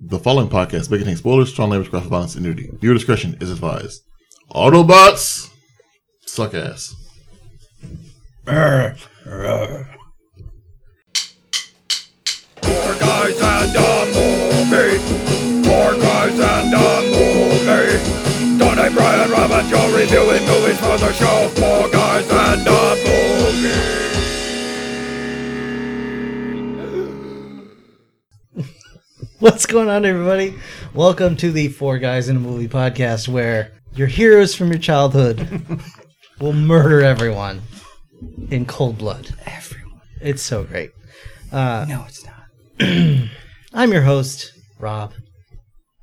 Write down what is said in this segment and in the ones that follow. The following podcast may contain spoilers, strong language, graphic violence, and nudity. Viewer discretion is advised. Autobots suck ass. Four guys and a movie. Four guys and a movie. Donnie, Brian, Rob, and Joe reviewing movies for the show. Four guys and a movie. What's going on, everybody? Welcome to the Four Guys in a Movie podcast, where your heroes from your childhood will murder everyone in cold blood. Everyone. It's so great. No, it's not. I'm your host, Rob.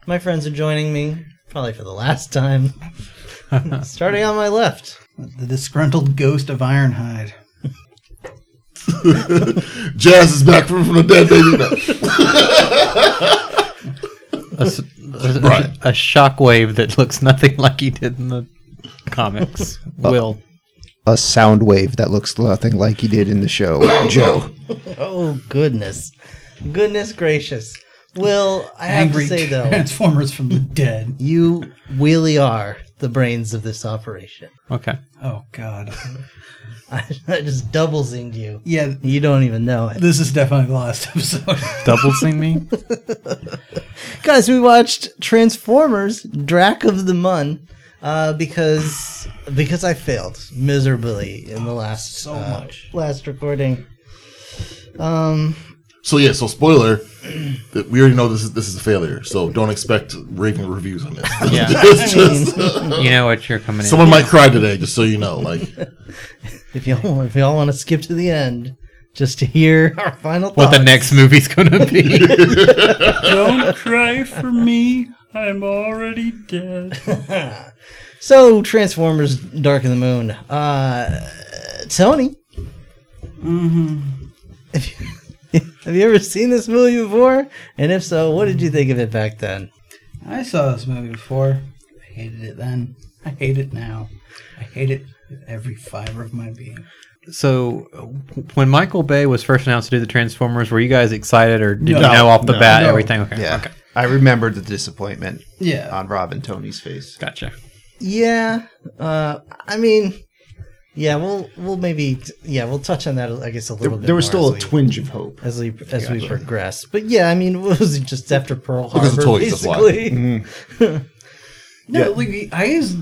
My friends are joining me, probably for the last time. Starting on my left, The disgruntled ghost of Ironhide. Jazz is back from, from the dead, baby. No. a, s- a- Right. a shockwave that looks nothing like he did in the comics will a sound wave that looks nothing like he did in the show. Joe, oh goodness, goodness gracious. Will I have Angry to say though, Transformers from the dead. you really are the brains of this operation. okay Oh God. I, I just double zinged you. Yeah, You don't even know it. this is definitely the last episode. double sing me Guys, we watched Transformers Drac of the Mun uh, because because I failed miserably in the last so uh, much. last recording. Um So yeah, so spoiler that we already know this is this is a failure. So don't expect raving reviews on this. Yeah. It's just- you know what you're coming in someone might cry today, just so you know. Like, if y'all if y'all want to skip to the end just to hear our final what the thoughts. next movie's gonna be Don't cry for me. I'm already dead. So Transformers Dark of the Moon. Uh Tony. Mm-hmm. Mm-hmm. Have you ever seen this movie before? And if so, what did you think of it back then? I saw this movie before. I hated it then. I hate it now. I hate it with every fiber of my being. so uh, when michael bay was first announced to do the transformers were you guys excited or did you No. know off the No. bat No. everything okay yeah, okay I remember the disappointment Yeah. on Rob and Tony's face. gotcha Yeah. Uh, I mean, yeah, we'll we'll maybe t- yeah we'll touch on that I guess a There, little bit. there was more still a as we- twinge of hope. as we as we progress. But yeah, I mean, what was it just after Pearl Harbor? Because of toys, that's why. basically. No, like I is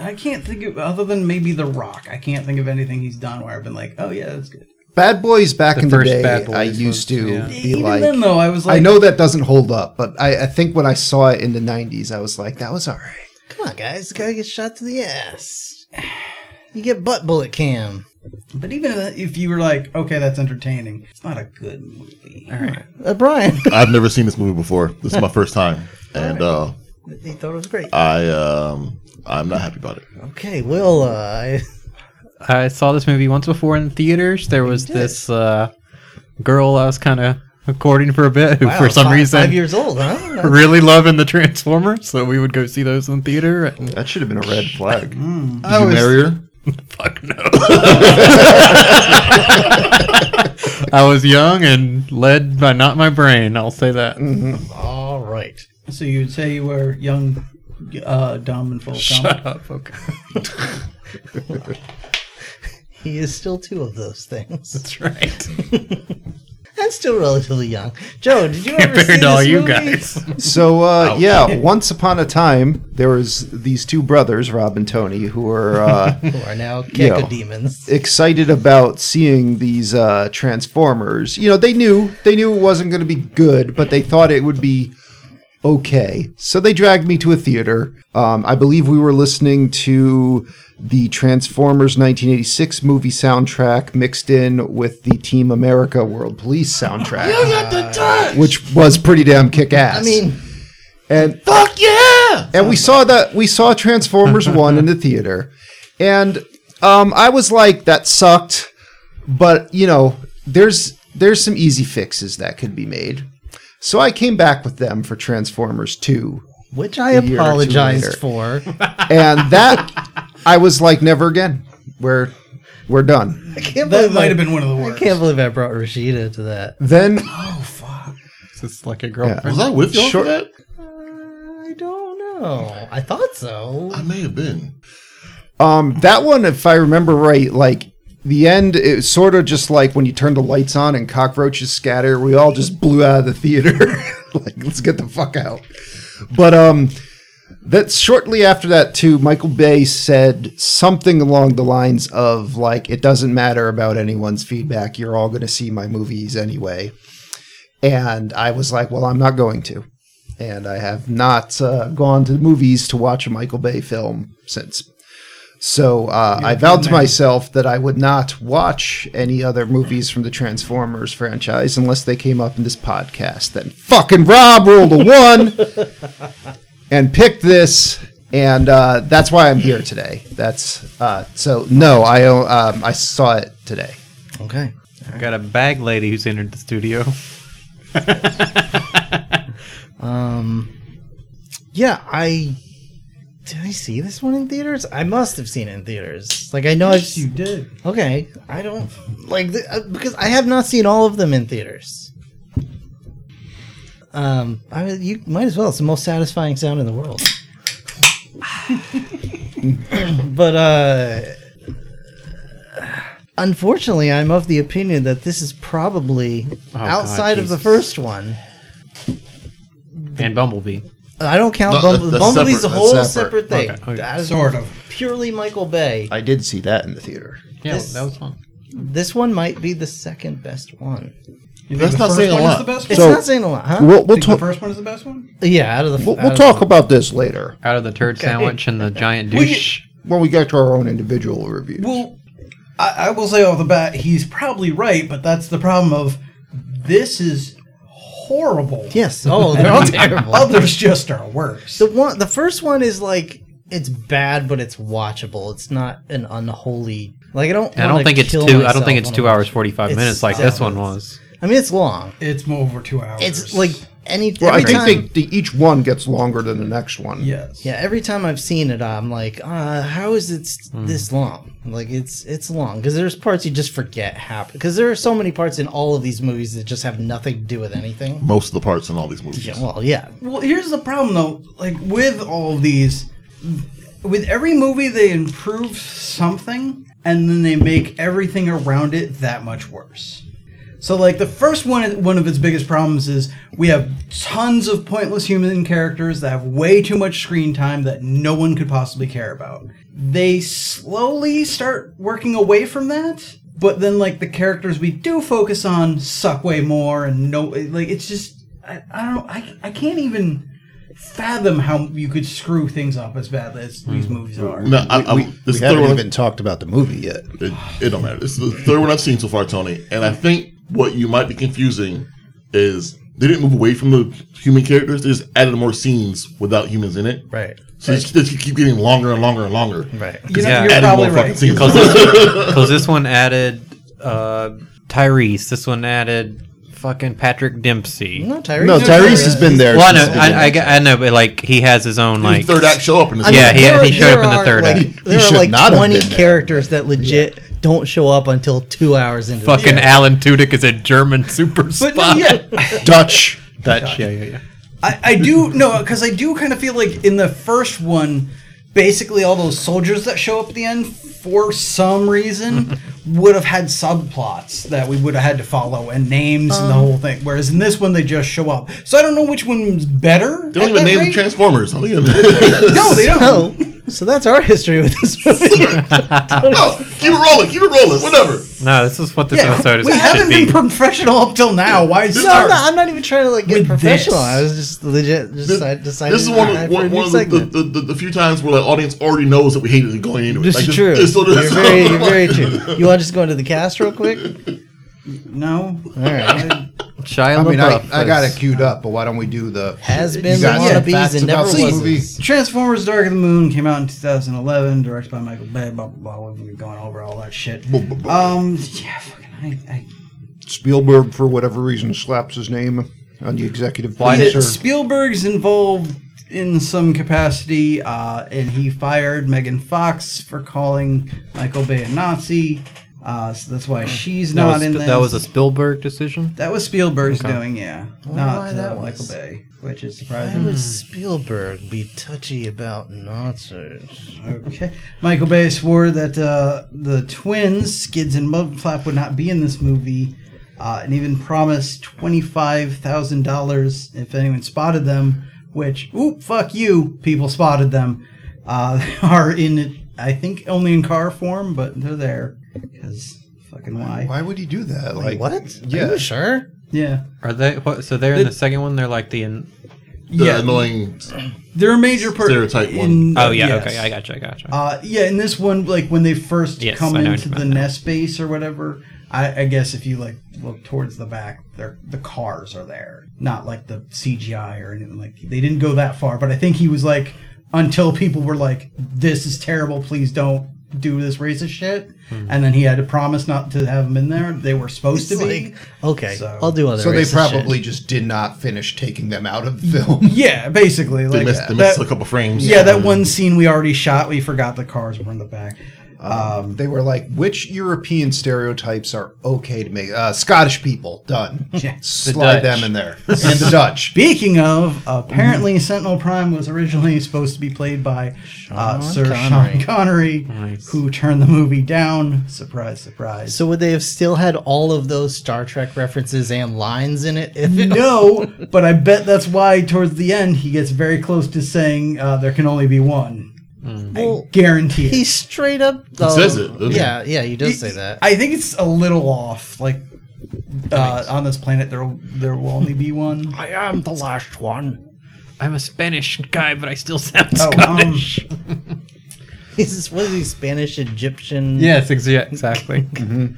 I can't think of other than maybe The Rock. I can't think of anything he's done where I've been like, oh yeah, that's good. Bad Boys back The in the first day, Bad Boys I used was- to yeah. be Even like, then though, I was like, I know that doesn't hold up, but I, I think when I saw it in the '90s, I was like, that was all right. Come on, guys, the guy gets shot to the ass. You get butt bullet cam. But even if you were like, okay, that's entertaining, it's not a good movie. All right. Uh, Brian, I've never seen this movie before. This is my first time, and uh, he thought it was great. I um, I'm not happy about it. Okay, Will, uh, I- i saw this movie once before in theaters there was this uh, girl i was kind of courting for a bit who wow, for some five- reason five years old, huh? really loving the Transformers, so we would go see those in theater. And That should have been a red flag. Did you marry her? fuck no. I was young and led by not my brain. I'll say that. All right. So you would say you were young, uh, dumb, and full of cum. up. Okay. He is still two of those things. That's right. and still relatively young. Joe, did you ever see Compared to all this you movie? guys. So uh, yeah, once upon a time, there was these two brothers, Rob and Tony, who were. Uh, Who are now Yeah. Keka demons? excited about seeing these uh, Transformers. You know, they knew they knew it wasn't going to be good, but they thought it would be okay. So they dragged me to a theater. Um, I believe we were listening to the Transformers 1986 movie soundtrack mixed in with the Team America World Police soundtrack. Which was pretty damn kick ass. I mean, and Fuck yeah! and we saw that we saw Transformers One in the theater, and um, I was like, that sucked, but you know, there's there's some easy fixes that could be made. So I came back with them for Transformers Two, which I A year or two apologized later. for. and that I was like, never again. We're we're done. I can't That believe might I- have been one of the I worst. can't believe I brought Rashida to that. Then It's like a girlfriend. Was I with y'all Sure. for that? I don't know. I thought so. I may have been. Um, that one, if I remember right, like the end, it was sort of just like when you turn the lights on and cockroaches scatter. We all just blew out of the theater. like, let's get the fuck out. But um, that shortly after that too, Michael Bay said something along the lines of like, "It doesn't matter about anyone's feedback. You're all going to see my movies anyway." And I was like, "Well, I'm not going to." And I have not uh, gone to the movies to watch a Michael Bay film since. So uh, I vowed to myself that I would not watch any other movies from the Transformers franchise unless they came up in this podcast. Then fucking Rob rolled a one and picked this, and uh, that's why I'm here today. That's uh, so no, I um, I saw it today. Okay. I got a bag lady who's entered the studio. Um, Yeah, I did. I see this one in theaters. I must have seen it in theaters. Like I know I've You did. Okay, I don't like th- uh, because I have not seen all of them in theaters. Um, I mean, you might as well. It's the most satisfying sound in the world. but uh, unfortunately, I'm of the opinion that this is probably Oh, God, outside of the Jesus. first one. And Bumblebee. I don't count No, Bumble- that's- that's Bumblebee's separate, a whole that's separate, separate. thing. Okay, Oh, okay. That is Sort of. purely Michael Bay. I did see that in the theater. Yeah, This- that was fun. This one might be the second best one. You think That's the not first saying a one lot. Is the best It's one? So- not saying a lot, huh? We'll we'll Think the talk first one is the best one. Yeah, out of the. we'll, out we'll of talk about this later Out of the turd sandwich and the giant Well, you- douche. when we get to our own individual reviews. Well, I, I will say off the bat, he's probably right, but that's the problem of this is horrible. The, yes. Oh, they're all terrible. Others just are worse. The one, the first one is like it's bad, but it's watchable. It's not an unholy. Like I don't. I wanna don't think it's kill two. I don't myself think it's when I two watch hours it. forty five It's- minutes like this one was. I mean, it's long. It's more over two hours. It's like any. Well, I every think time, they, they, each one gets longer than the next one. yes, Yeah, every time I've seen it, I'm like, uh, how is it s- Hmm. this long? Like it's it's long because there's parts you just forget happen because there are so many parts in all of these movies that just have nothing to do with anything. Most of the parts in all these movies. Yeah, well, yeah, Well, here's the problem though. Like with all of these, with every movie they improve something, and then they make everything around it that much worse. So like the first one, one of its biggest problems is we have tons of pointless human characters that have way too much screen time that no one could possibly care about. They slowly start working away from that, but then like the characters we do focus on suck way more, and no, like it's just I, I don't know I I can't even fathom how you could screw things up as badly as these movies are. No, I, I, We, this we is the third haven't one. even talked about the movie yet. It, it don't matter. This is the third one I've seen so far, Tony. And I think what you might be confusing is they didn't move away from the human characters. They just added more scenes without humans in it. right, So it's just keep getting longer and longer and longer. right. You know, Yeah. you're Adding probably more fucking right. scenes. Because this one added uh, Tyrese. This one added fucking Patrick Dempsey. No, Tyrese. No, Tyrese has is been there. Well, I since know, the I, I g- I know, but like he has his own like. third act show up in this. Yeah, movie. he- There- showed there up in the are, third like, act. There He are should like not have 20 been there. characters that legit don't show up until two hours into the Fucking Alan Tudyk is a German super But spy. no, yeah, Dutch. Dutch, yeah, yeah, yeah. I, I do no because I do kind of feel like in the first one, basically all those soldiers that show up at the end for some reason would have had subplots that we would have had to follow and names Um. and the whole thing. Whereas in this one they just show up. So I don't know which one's better. They don't at even that name the rate. Transformers. I don't even- No, they don't. So, so that's our history with this movie. no, keep it rolling. Keep it rolling. Whatever. No, this is what this episode is. we should haven't be. been professional up till now. Why No, I'm start? not, I'm not even trying to like get With professional. this. I was just legit just This, decide, deciding. this is one I- of, for a one, new one of the, segment. the, the, the few times where the audience already knows that we hated it going into it. This Like, is true. it's sort of- you're very, you're very true. You want to just go into the cast real quick? no. All right. Shia I mean, I, LaBeouf I got is- it queued up, but why don't we do the Has you been guys the have wannabes facts and about never this was. movie? Transformers: Dark of the Moon came out in 2011, directed by Michael Bay. Blah blah blah. We've been going over all that shit. Um, yeah, fucking, I, I Spielberg, for whatever reason, slaps his name on the executive Why Yeah, did- producer. Spielberg's involved in some capacity, uh, and he fired Megan Fox for calling Michael Bay a Nazi. Uh, so that's why she's Hmm. That not was, in this. that was a Spielberg decision. That was Spielberg's Okay. doing, yeah. wonder Not why uh, that Michael was. Bay, which is Why surprising. would Spielberg be touchy about Nazis? Okay. Michael Bay swore that uh, the twins, Skids and Mudflap, would not be in this movie, uh, and even promised twenty-five thousand dollars if anyone spotted them. Which, oop, fuck you! People spotted them. Uh, they are in, I think, only in car form, but they're there because fucking why? Why would he do that? Like What? Are Yeah. you sure? Yeah, Are they? What, so they're in the second one. They're like the. In, The yeah. annoying. They're a major per- Stereotype one. in- oh yeah. yes. Okay. I gotcha. I gotcha. Uh, yeah, in this one, like when they first Yes, come I know what into you the meant now. nest base or whatever, I, I guess if you like look towards the back, they're- the cars are there, not like the CGI or anything. Like they didn't go that far, but I think he was like until people were like, "This is terrible. Please don't do this racist shit," Hmm. and then he had to promise not to have them in there. They were supposed It's to be. like, okay, So- I'll do other So they racist probably shit. just did not finish taking them out of the film. yeah, basically, They like missed, they missed that- a couple frames. yeah, that one scene we already shot, we forgot the cars were in the back. Um, They were like, which European stereotypes are okay to make? Uh, Scottish people, done. Yeah. Slide Dutch. them in there. And the Dutch. Speaking of, apparently Mm-hmm. Sentinel Prime was originally supposed to be played by uh, Sir Sean Connery, who turned the movie down. Surprise, surprise. So would they have still had all of those Star Trek references and lines in it? If it no, but I bet that's why towards the end he gets very close to saying uh, there can only be one. well, Guarantee it. he straight up um, says it, doesn't he? Yeah, yeah, he does say that. I think it's a little off. Like uh, on this planet, there there will only be one. I am the last one. I'm a Spanish guy, but I still sound Oh, um, Scottish. He's what is he Spanish Egyptian? yes. Exa- exactly.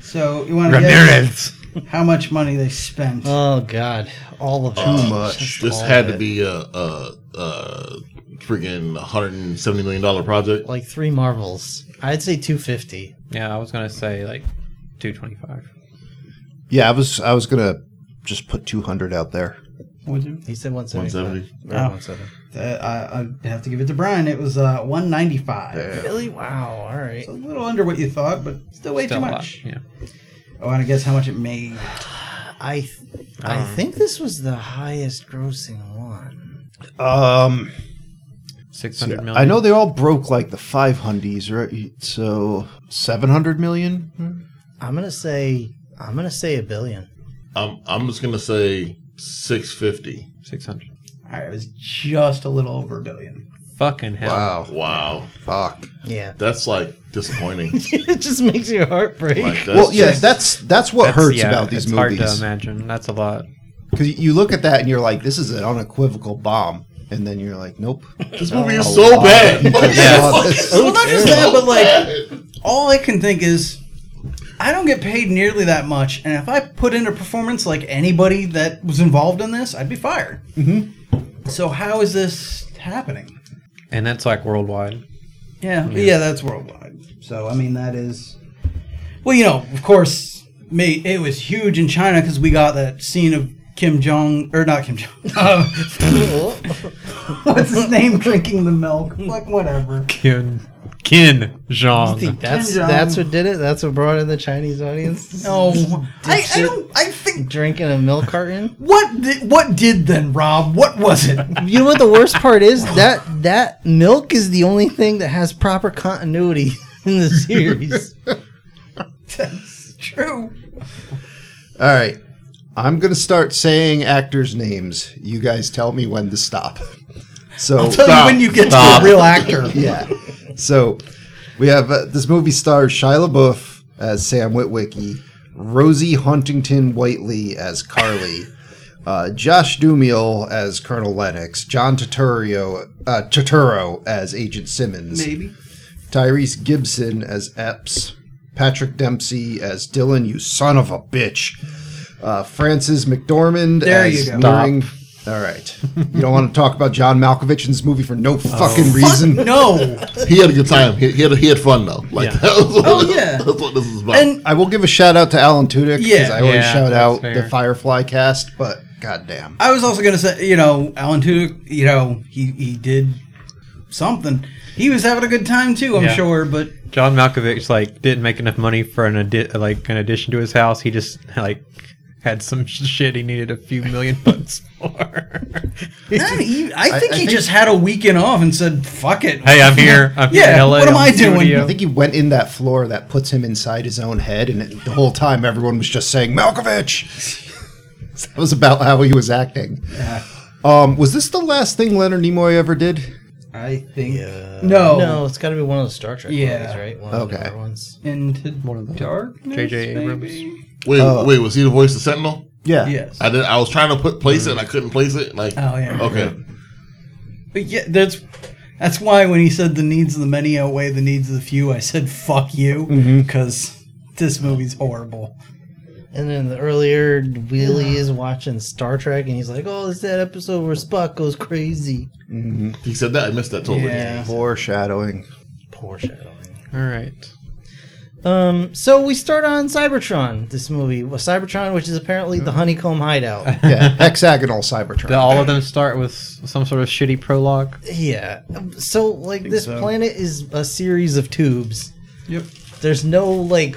so you want to guess Ramirez. how much money they spent? Oh God, all of Uh, it. This had to be a, a, a friggin' $170 million project. Like three marvels. I'd say two fifty. Yeah, I was gonna say like two twenty-five. Yeah, I was I was gonna just put two hundred out there. Would you? He said one seventy. 170. Oh. One seventy. Uh, I, I have to give it to Brian. It was uh, 195. Really? Wow. All right. A little under what you thought, but still way Still too a lot, much. Yeah. I want to guess how much it made. I th- I think this was the highest grossing one. Um, Six hundred million. I know they all broke like the five hundies, right? So seven hundred million. I'm gonna say I'm gonna say a billion. I'm, I'm just going to say 650 Six hundred. All right, it was just a little over a billion. Fucking hell. Wow. fuck. Yeah. That's like disappointing. it just makes your heart break. Like, that's Well, yeah, just- that's that's what That's- hurts yeah, about these it's Hard to movies imagine. That's a lot. because you look at that and you're like, this is an unequivocal bomb, and then you're like, nope. this movie is so bad. Well, not just that, but like, all I can think is, I don't get paid nearly that much, and if I put in a performance like anybody that was involved in this, I'd be fired. Mm-hmm. So how is this happening? And that's like worldwide. Yeah, yeah, that's worldwide. So I mean, that is. Well, you know, of course, me. It was huge in China because we got that scene of Kim Jong or not Kim Jong. Uh, what's his name drinking the milk? Like whatever. Kin, Kin I think Jong. that's Kim Jong. that's what did it. That's what brought in the Chinese audience. No, I, I don't. I think Drinking a milk carton. what did, what did then, Rob? What was it? You know what the worst part is? That that milk is the only thing that has proper continuity in the series. That's true. All right. I'm going to start saying actors' names. You guys tell me when to stop. So, Tell me when you get Stop. to the real actor. yeah. So, we have uh, this movie stars Shia LaBeouf as Sam Witwicky, Rosie Huntington Whiteley as Carly, uh, Josh Duhamel as Colonel Lennox, John Turturro, uh, Turturro as Agent Simmons. Maybe. Tyrese Gibson as Epps, Patrick Dempsey as Dylan, you son of a bitch. Uh, Francis McDormand There as you go. Loring. All right. You don't want to talk about John Malkovich in this movie for Oh. no fucking reason. No. he had a good time. He, he had, he had fun, though. Like, that was what, Oh, yeah. That's what this is about. And I will give a shout out to Alan Tudyk because Yeah. I always Yeah, shout that's out the fair. Firefly cast, but goddamn. I was also gonna say, you know, Alan Tudyk, you know, he he did something. He was having a good time too, I'm Yeah. sure. But John Malkovich like didn't make enough money for an addi- like an addition to his house. He just like had some sh- shit he needed a few million bucks for. nah, he, e, I think I he think- just had a weekend off and said, "Fuck it." hey, I'm here. I'm here Yeah, in LA. what am on I the doing? studio. I think he went in that floor that puts him inside his own head, and it, the whole time everyone was just saying Malkovich. that was about how he was acting. Um, was this the last thing Leonard Nimoy ever did? I think no, No, it's got to be one of the Star Trek Yeah. movies, right? One of the Okay. newer ones. Into One of the- darkness. J.J. Abrams. maybe? Wait, uh, wait, was he the voice of Sentinel? Yeah. Yes. I did. I was trying to put place it, and I couldn't place it. Like, Oh, yeah. okay, But yeah, that's that's why when he said the needs of the many outweigh the needs of the few, I said fuck you Mm-hmm. because this movie's horrible. And then the earlier, Willie is watching Star Trek, and he's like, "Oh, it's that episode where Spock goes crazy." he said that. I missed that totally. Yeah. Foreshadowing. Poor shadowing. All right. Um, so we start on Cybertron. This movie, Well, Cybertron, which is apparently the honeycomb hideout. Yeah. Hexagonal Cybertron. Do all of them start with some sort of shitty prologue? yeah. So like this so. planet is a series of tubes. Yep. There's no like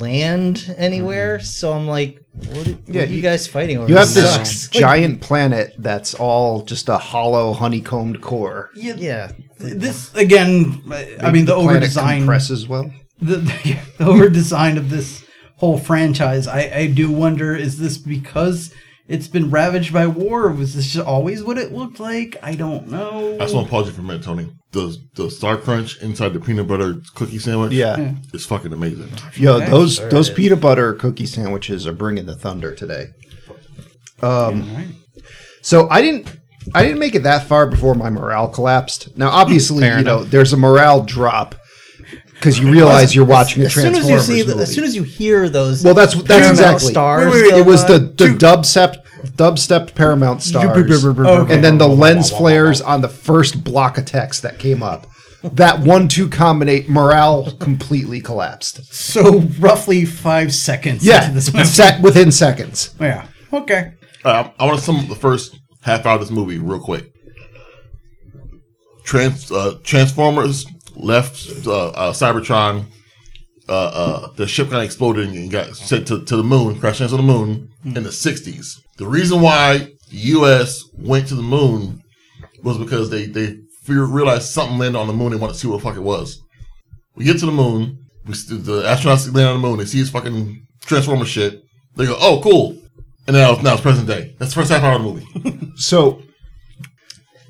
land anywhere. So I'm like, what, are- what Mm-hmm. Yeah, are you, you- guys fighting over? you have This this sucks. giant planet that's all just a hollow, honeycombed core. Yeah. Yeah. This again, I mean the, over planet design, compresses well. the, the over design of this whole franchise. I, I do wonder is this because it's been ravaged by war? Was this just always what it looked like? I don't know. I just want to pause you for a minute, Tony. The the Star Crunch inside the peanut butter cookie sandwich. Yeah. it's fucking amazing. Yo, those those peanut butter cookie sandwiches are bringing the thunder today. Um, so I didn't I didn't make it that far before my morale collapsed. Now, obviously, you know, there's a morale drop because you realize you're watching a As soon as you Transformers see, the, movie. as soon as you hear those, well, that's that's Paramount exactly stars. Wait, wait, it go was the by- the dubstep dubstep Paramount stars, Okay. and then the lens flares on the first block of text that came up. That one-two combinate morale completely collapsed. so roughly five seconds Yeah, into this movie. sec- within seconds. yeah. Okay. Uh, I want to sum up the first half hour of this movie real quick. Trans uh, Transformers left uh, uh, Cybertron. Uh, uh, the ship kind of exploded and got sent to, to the moon, crashed into the moon in the '60s. The reason why the U.S. went to the moon was because they they fear, realized something landed on the moon. They wanted to see what the fuck it was. We get to the moon. We st- the astronauts land on the moon. They see this fucking transformer shit. They go, "Oh, cool!" And now, it's- now it's present day. That's the first half hour of the movie. So,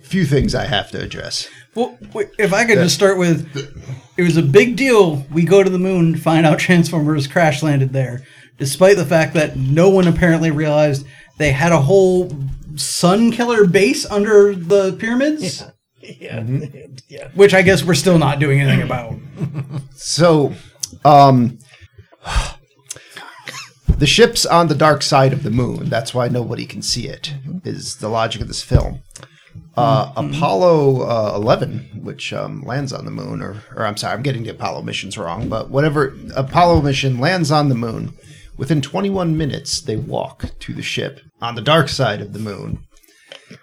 few things I have to address. Well, wait, if I could just start with, it was a big deal. We go to the moon, find out Transformers crash landed there, despite the fact that no one apparently realized they had a whole sun killer base under the pyramids, Yeah. Mm-hmm. yeah. which I guess we're still not doing anything about. So, um, the ship's on the dark side of the moon. That's why nobody can see it. Is the logic of this film? Uh, Apollo uh, 11, which um, lands on the moon, or, or I'm sorry, I'm getting the Apollo missions wrong, but whatever Apollo mission lands on the moon. Within 21 minutes, they walk to the ship on the dark side of the moon.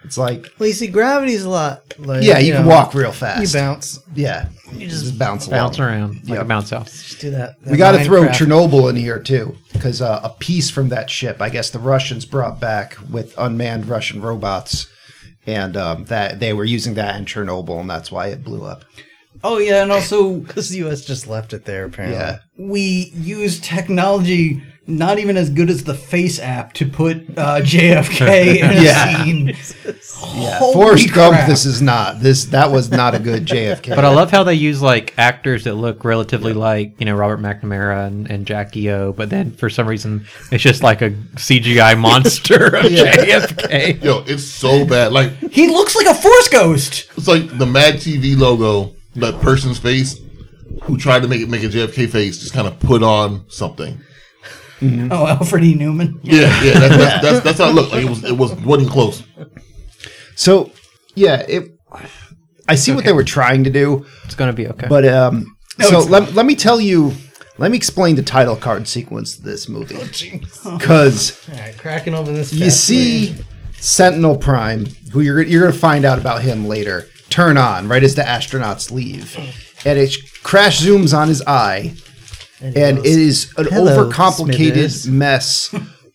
It's like, Well, you see, gravity's a lot. Like, yeah, you, can know, walk real fast. You bounce. Yeah, you just, bounce along. Bounce around like Yeah. a bounce house. Just do that. that We got to throw Minecraft. Chernobyl in here too, because uh, a piece from that ship, I guess the Russians brought back with unmanned Russian robots, and um, that they were using that in Chernobyl, and that's why it blew up. Oh yeah, and also Because the U.S. just left it there, apparently. Yeah, we use technology not even as good as the Face app to put uh, JFK in Yeah. a scene. yeah. Holy Forrest crap. Gump. This is not this. That was not a good JFK. But I love how they use like actors that look relatively like you know Robert McNamara and, and Jackie O, but then for some reason it's just like a CGI monster of JFK. Yo, it's so bad. Like He looks like a force ghost. it's like the Mad TV logo, that person's face who tried to make it make a JFK face, just kind of put on something. Mm. Oh, Alfred E. Newman. Yeah, yeah, that's, that's, that's, that's how it looked. Like it was, it was wasn't close. so yeah, it. I see what they were trying to do, It's gonna be okay. but um, so let, let me tell you. Let me explain the title card sequence of this movie, because. All right, cracking open Oh, this. you see Sentinel Prime, who you're you're gonna find out about him later. turn on right as the astronauts leave, and it crash zooms on his eye, and it is an Hello, overcomplicated Smithers. mess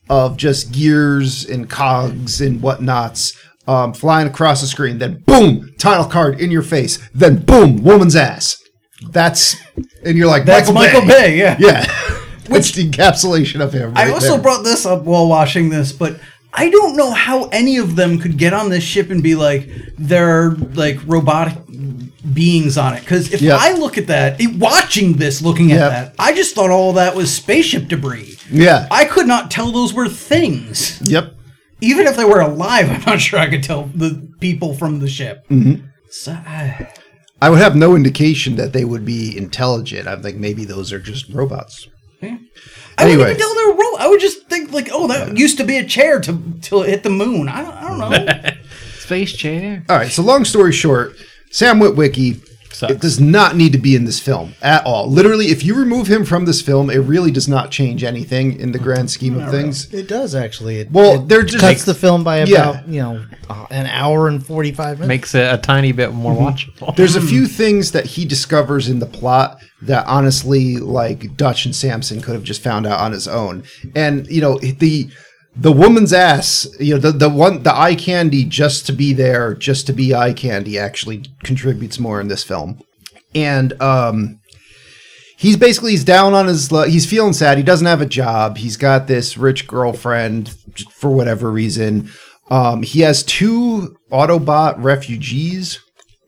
of just gears and cogs and whatnots um, flying across the screen. Then boom, title card in your face. Then boom, woman's ass. That's and you're like That's Michael Bay, yeah. yeah. Which the encapsulation of him. I right also there. brought this up while watching this, but I don't know how any of them could get on this ship and be like they're like robotic beings on it. Because if Yeah. I look at that, it, watching this, looking at Yeah. that, I just thought all that was spaceship debris. Yeah. I could not tell those were things. Yep. Even if they were alive, I'm not sure I could tell the people from the ship. Mm-hmm. So, I- I would have no indication that they would be intelligent. I think maybe those are just robots. I wouldn't Anyway. even tell they were ro- I would just think like, oh, that used to be a chair to till it hit the moon. I don't, I don't know. Space chair. All right. So long story short, Sam Witwicky Sucks. it does not need to be in this film at all. Literally, if you remove him from this film, it really does not change anything in the grand scheme of things. It does actually. It, Well, it they're just cuts the film by Yeah. about you know uh, an hour and forty five minutes. Makes it a tiny bit more watchable. There's a few things that he discovers in the plot that honestly, like Dutch and Samson could have just found out on his own. And you know the the woman's ass, you know the the one the eye candy just to be there, just to be eye candy, actually contributes more in this film. And um, he's basically he's down on his luck. He's feeling sad. He doesn't have a job. He's got this rich girlfriend for whatever reason. Um, he has two Autobot refugees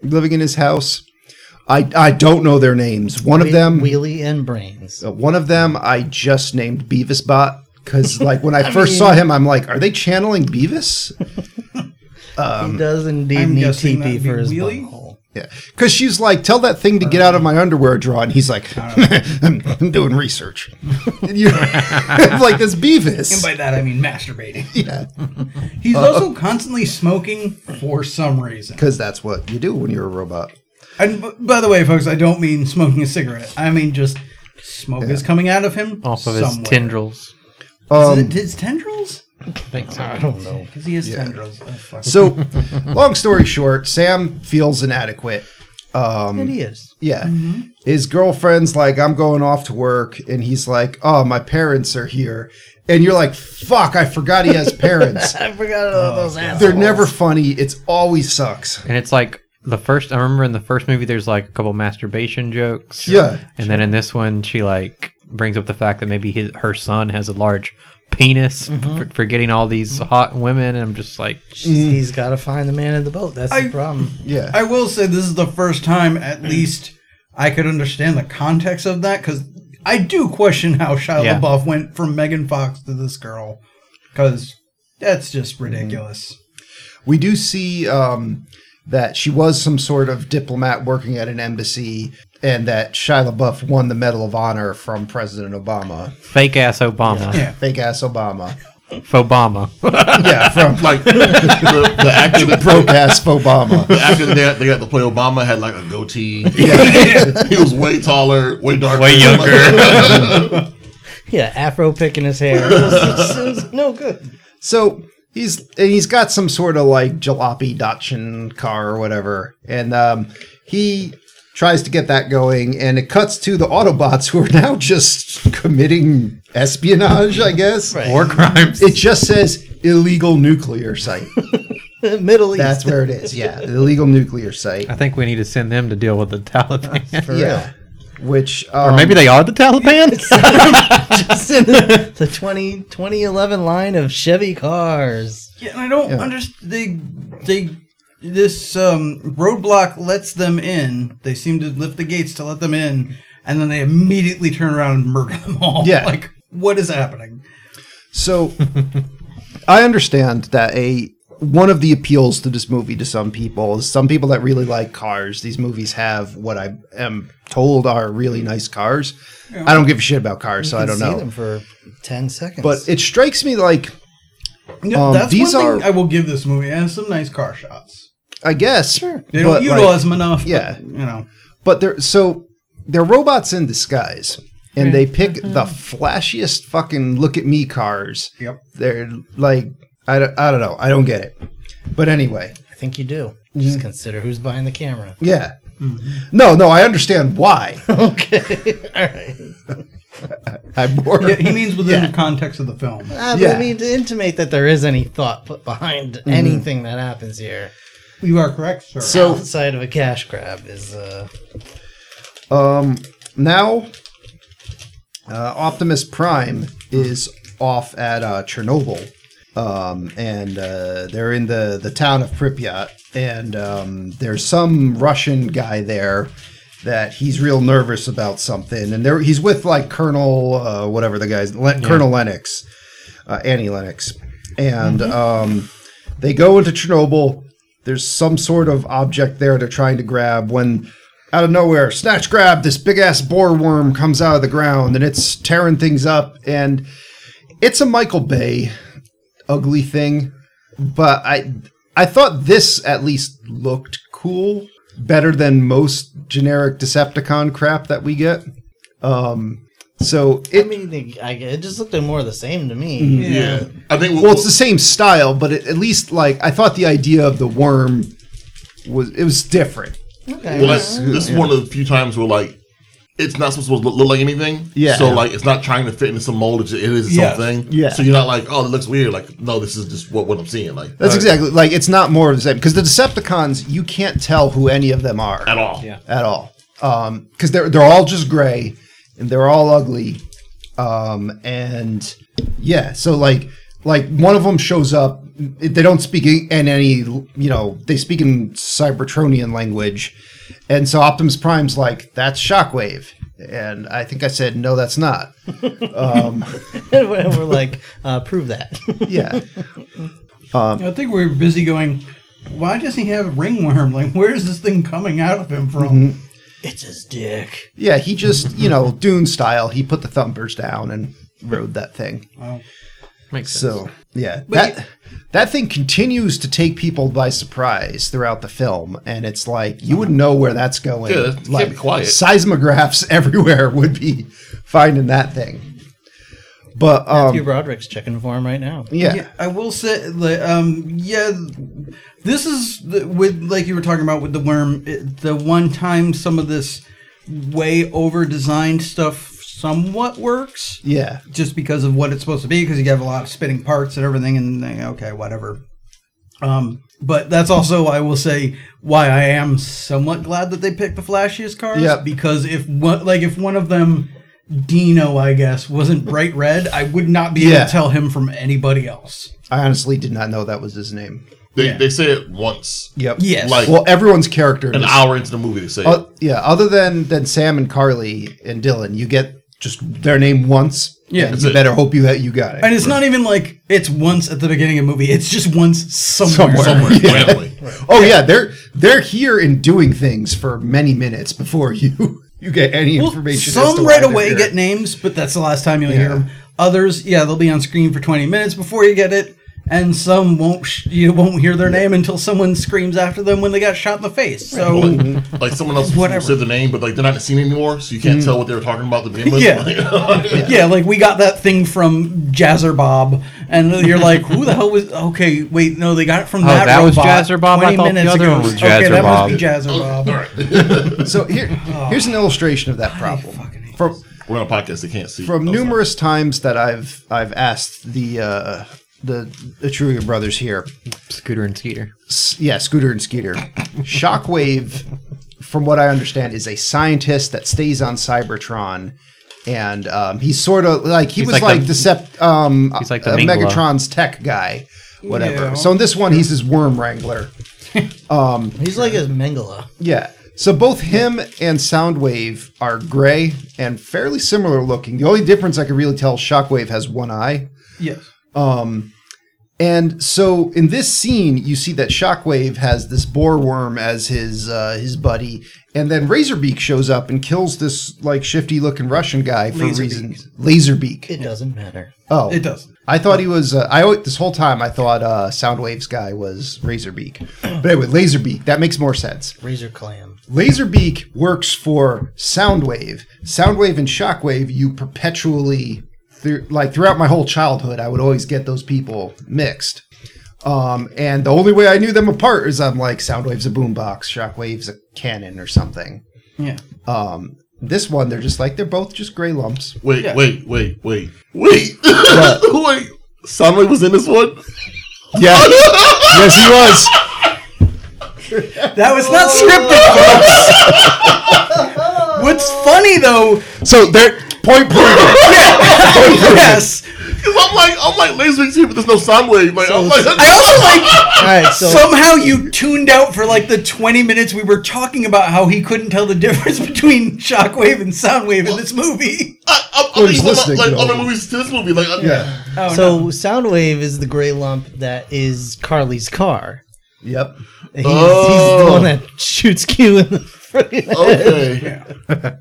living in his house. I I don't know their names. One of them, Wheelie and brains. uh, one of them, I just named Beavis Bot because like when I, first saw him, I'm like, are they channeling Beavis? he does indeed Um, I'm need guessing TP that'd be for his Wheelie? butthole. Yeah, because she's like, tell that thing to get out of my underwear drawer, and he's like, I'm, I'm doing research. And you're like this And Beavis. by that I mean masturbating. Yeah, He's also constantly smoking for some reason. because that's what you do when you're a robot. And b- by the way, folks, I don't mean smoking a cigarette. I mean just smoke is coming out of him Off of his somewhere. tendrils. Is Um, it his tendrils? Thanks. I don't know. Because he has tendrils. Oh, fuck. so, long story short, Sam feels inadequate. It Hmm. is. Yeah. His girlfriend's like, I'm going off to work. And he's like, Oh, my parents are here. And you're like, Fuck, I forgot he has parents. I forgot all Oh, those assholes. They're never funny. It's always sucks. And it's like the first. I remember in the first movie, there's like a couple masturbation jokes. Yeah. And then in this one, she like brings up the fact that maybe his, her son has a large penis, Mm-hmm. for, for getting all these hot women. And I'm just like, Hmm. He's got to find the man in the boat. That's I- the problem. Yeah. I will say this is the first time, at least, I could understand the context of that because I do question how Shia Yeah. LaBeouf went from Megan Fox to this girl because that's just Mm-hmm. ridiculous. we do see um, that she was some sort of diplomat working at an embassy and that Shia LaBeouf won the Medal of Honor from President Obama. fake ass Obama, Yeah. Fake ass Obama. Fobama. Yeah, from Like the, the actor that broke ass Obama. the actor that they got- they got to play Obama had like a goatee. he was way taller, way darker, way Yeah, afro picking his hair. It was- it was no good. So he's and he's got some sort of like jalopy Dachshund car or whatever, and um, he tries to get that going, and it cuts to the Autobots who are now just committing espionage, I guess. War crimes. It just says illegal nuclear site. Middle East. That's where it is. Yeah, the illegal nuclear site. I think we need to send them to deal with the Taliban. Yeah, which um, Or maybe they are the Taliban. the 20, 2011 line of Chevy cars. Yeah, and I don't Yeah. understand. They, they, this um, roadblock lets them in. They seem to lift the gates to let them in, and then they immediately turn around and murder them all. Yeah. like what is happening? So I understand that a one of the appeals to this movie to some people is some people that really like cars. These movies have what I am told are really nice cars. I don't give a shit about cars, so I don't see know. them for 10 seconds. But it strikes me like No, Um, that's these one are- thing I will give this movie. It has some nice car shots. I guess, They don't but, like- utilize them enough. but, yeah. you know. but they're so they're robots in disguise, and they pick the flashiest fucking look at me cars. Yep. They're like I don't, I don't know. I don't get it. But anyway, I think you do. Hmm. Just consider who's behind the camera. Yeah. Mm-hmm. No, no, I understand why. Okay. All right. I'm more. Yeah, he means within the context of the film. Uh, but Yeah. I mean, to intimate that there is any thought put behind anything that happens here You are correct, sir. outside of a cash grab is uh, Um, now, uh, Optimus Prime is off at uh, Chernobyl, um, and uh, they're in the the town of Pripyat, and um, there's some Russian guy there that he's real nervous about something, and there he's with like Colonel uh, whatever the guy's Le- Colonel Lennox, uh, Annie Lennox, and um, they go into Chernobyl. There's some sort of object there they're trying to grab when out of nowhere, snatch grab, this big ass boar worm comes out of the ground and it's tearing things up. And it's a Michael Bay ugly thing. But I I thought this at least looked cool. Better than most generic Decepticon crap that we get. Um so I it mean, I, it just looked like more of the same to me. Yeah, I think. well it's the same style, but it, at least like I thought the idea of the worm was it was different. Okay. Well, that's, this is one of the few times where like it's not supposed to look, look like anything. Yeah. So like it's not trying to fit into some mold. It's, it is its Yeah. own thing. Yeah. So you're not like, oh, it looks weird. Like, no, this is just what, what I'm seeing. Like That's exactly like it's not more of the same because the Decepticons you can't tell who any of them are at all. Yeah. at all because they're they're all just gray and they're all ugly um, and yeah so like like one of them shows up they don't speak in in any you know they speak in Cybertronian language and so Optimus Prime's like that's Shockwave and I think I said no that's not and we're like, uh, prove that. yeah I um, think we are busy going, why doesn't he have a ringworm? Like, where is this thing coming out of him from? Mm-hmm. it's his dick. yeah he just you know Dune style he put the thumpers down and rode that thing Makes sense. So yeah, that that thing continues to take people by surprise throughout the film, and it's like you would know where that's going. Yeah, it can't like be quiet. seismographs everywhere would be finding that thing. But Hugh um, Broderick's checking for him right now. yeah, Yeah, I will say, like, um, yeah, this is the, with like you were talking about with the worm. It, the one time some of this way over designed stuff somewhat works, yeah, just because of what it's supposed to be. Because you have a lot of spinning parts and everything, and like, okay, whatever. Um, but that's also, I will say, why I am somewhat glad that they picked the flashiest cars. Yeah. Because if one, like, if one of them. Dino, I guess, wasn't bright red. I would not be able Yeah. to tell him from anybody else. I honestly did not know that was his name. They Yeah. they say it once. Yep. Yes. Like- Well, everyone's character. An is- hour into the movie, they say. it. Uh, yeah. Other than than Sam and Carly and Dylan, you get just their name once. Yeah. and you better hope you that you got it. And it's not even like it's once at the beginning of a movie. It's just once somewhere. Somewhere Yeah. randomly. Oh yeah, they're they're here and doing things for many minutes before you you get any Well, information. as to some why right they're away here. get names, but that's the last time you'll hear Yeah. them. Others, yeah, they'll be on screen for 20 minutes before you get it. And some won't sh- you won't hear their name until someone screams after them when they got shot in the face. So Like, like someone else Whatever. said the name, but like they're not seen anymore, so you can't Mm. tell what they were talking about to begin with. Yeah. Like, yeah. like we got that thing from Jazzer Bob, and you're like, who the hell was? Okay, wait, no, they got it from Oh, that. that was robot Jazzer Bob? I 20 thought the minutes other ago. one was okay, Jazzer that Bob. must be Jazzer Bob. all right. So here, Oh. here's an illustration of that problem. From We're on a podcast; they can't see. from Oh, sorry. numerous times that I've I've asked the uh, the Etruria brothers here, Scooter and Skeeter. S- yeah, Scooter and Skeeter, Shockwave, from what I understand, is a scientist that stays on Cybertron. And um, he's sort of like he He's was like, like like the- Decept, um, he's like the uh, Mingla. Megatron's tech guy, whatever. Yeah. So in this one, he's his worm wrangler. He's like his Mengele. Yeah. So both him and Soundwave are gray and fairly similar looking. The only difference I could really tell, Shockwave has one eye. Yes. And so in this scene, you see that Shockwave has this boar worm as his uh, his buddy, and then Razorbeak shows up and kills this like shifty looking Russian guy for Laserbeak. reasons. Laserbeak. It doesn't matter. Oh, It does. I thought he was. Uh, I al- this whole time I thought uh, Soundwave's guy was Razorbeak, but anyway, Laserbeak. That makes more sense. Razor clam. Laserbeak works for Soundwave. Soundwave and Shockwave, you perpetually, thr- like throughout my whole childhood, I would always get those people mixed. Um, and the only way I knew them apart is I'm like, Soundwave's a boombox, Shockwave's a cannon or something. Yeah. Um, this one, they're just like, they're both just gray lumps. Wait, Yeah. wait, wait, wait, wait, wait. Soundwave was in this one. Yeah. yes, he was. That was not Oh. scripted. folks. What's funny though? So they're point proven. yes. Cause I'm like, I'm like Laserbeak here, but there's no Soundwave. Like, I'm like, I also like. All right, so Somehow you tuned out for like the 20 minutes we were talking about how he couldn't tell the difference between shockwave and soundwave in this movie. I, I'm, Or I'm thinking he's about, listening like to all other of them. movies to this movie. Like, I'm, Yeah. Oh, so Soundwave is the gray lump that is Carly's car. Yep. He's, he's Oh. the one that shoots Q in the freaking head. okay,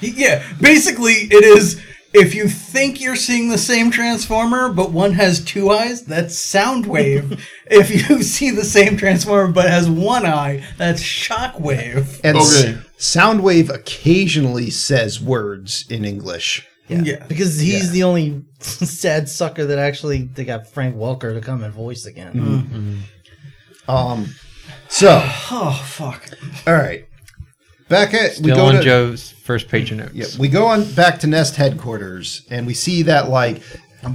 Yeah, basically it is if you think you're seeing the same transformer but one has two eyes, that's Soundwave. if you see the same transformer but has one eye, that's Shockwave. And s- Okay. Soundwave occasionally says words in English. Yeah. Because he's the only sad sucker that actually they got Frank Welker to come and voice again. Mm-hmm. Um, so, Oh fuck. all right. Back at we Still go on to, Joe's first page of notes. Yeah, we go on back to Nest headquarters, and we see that like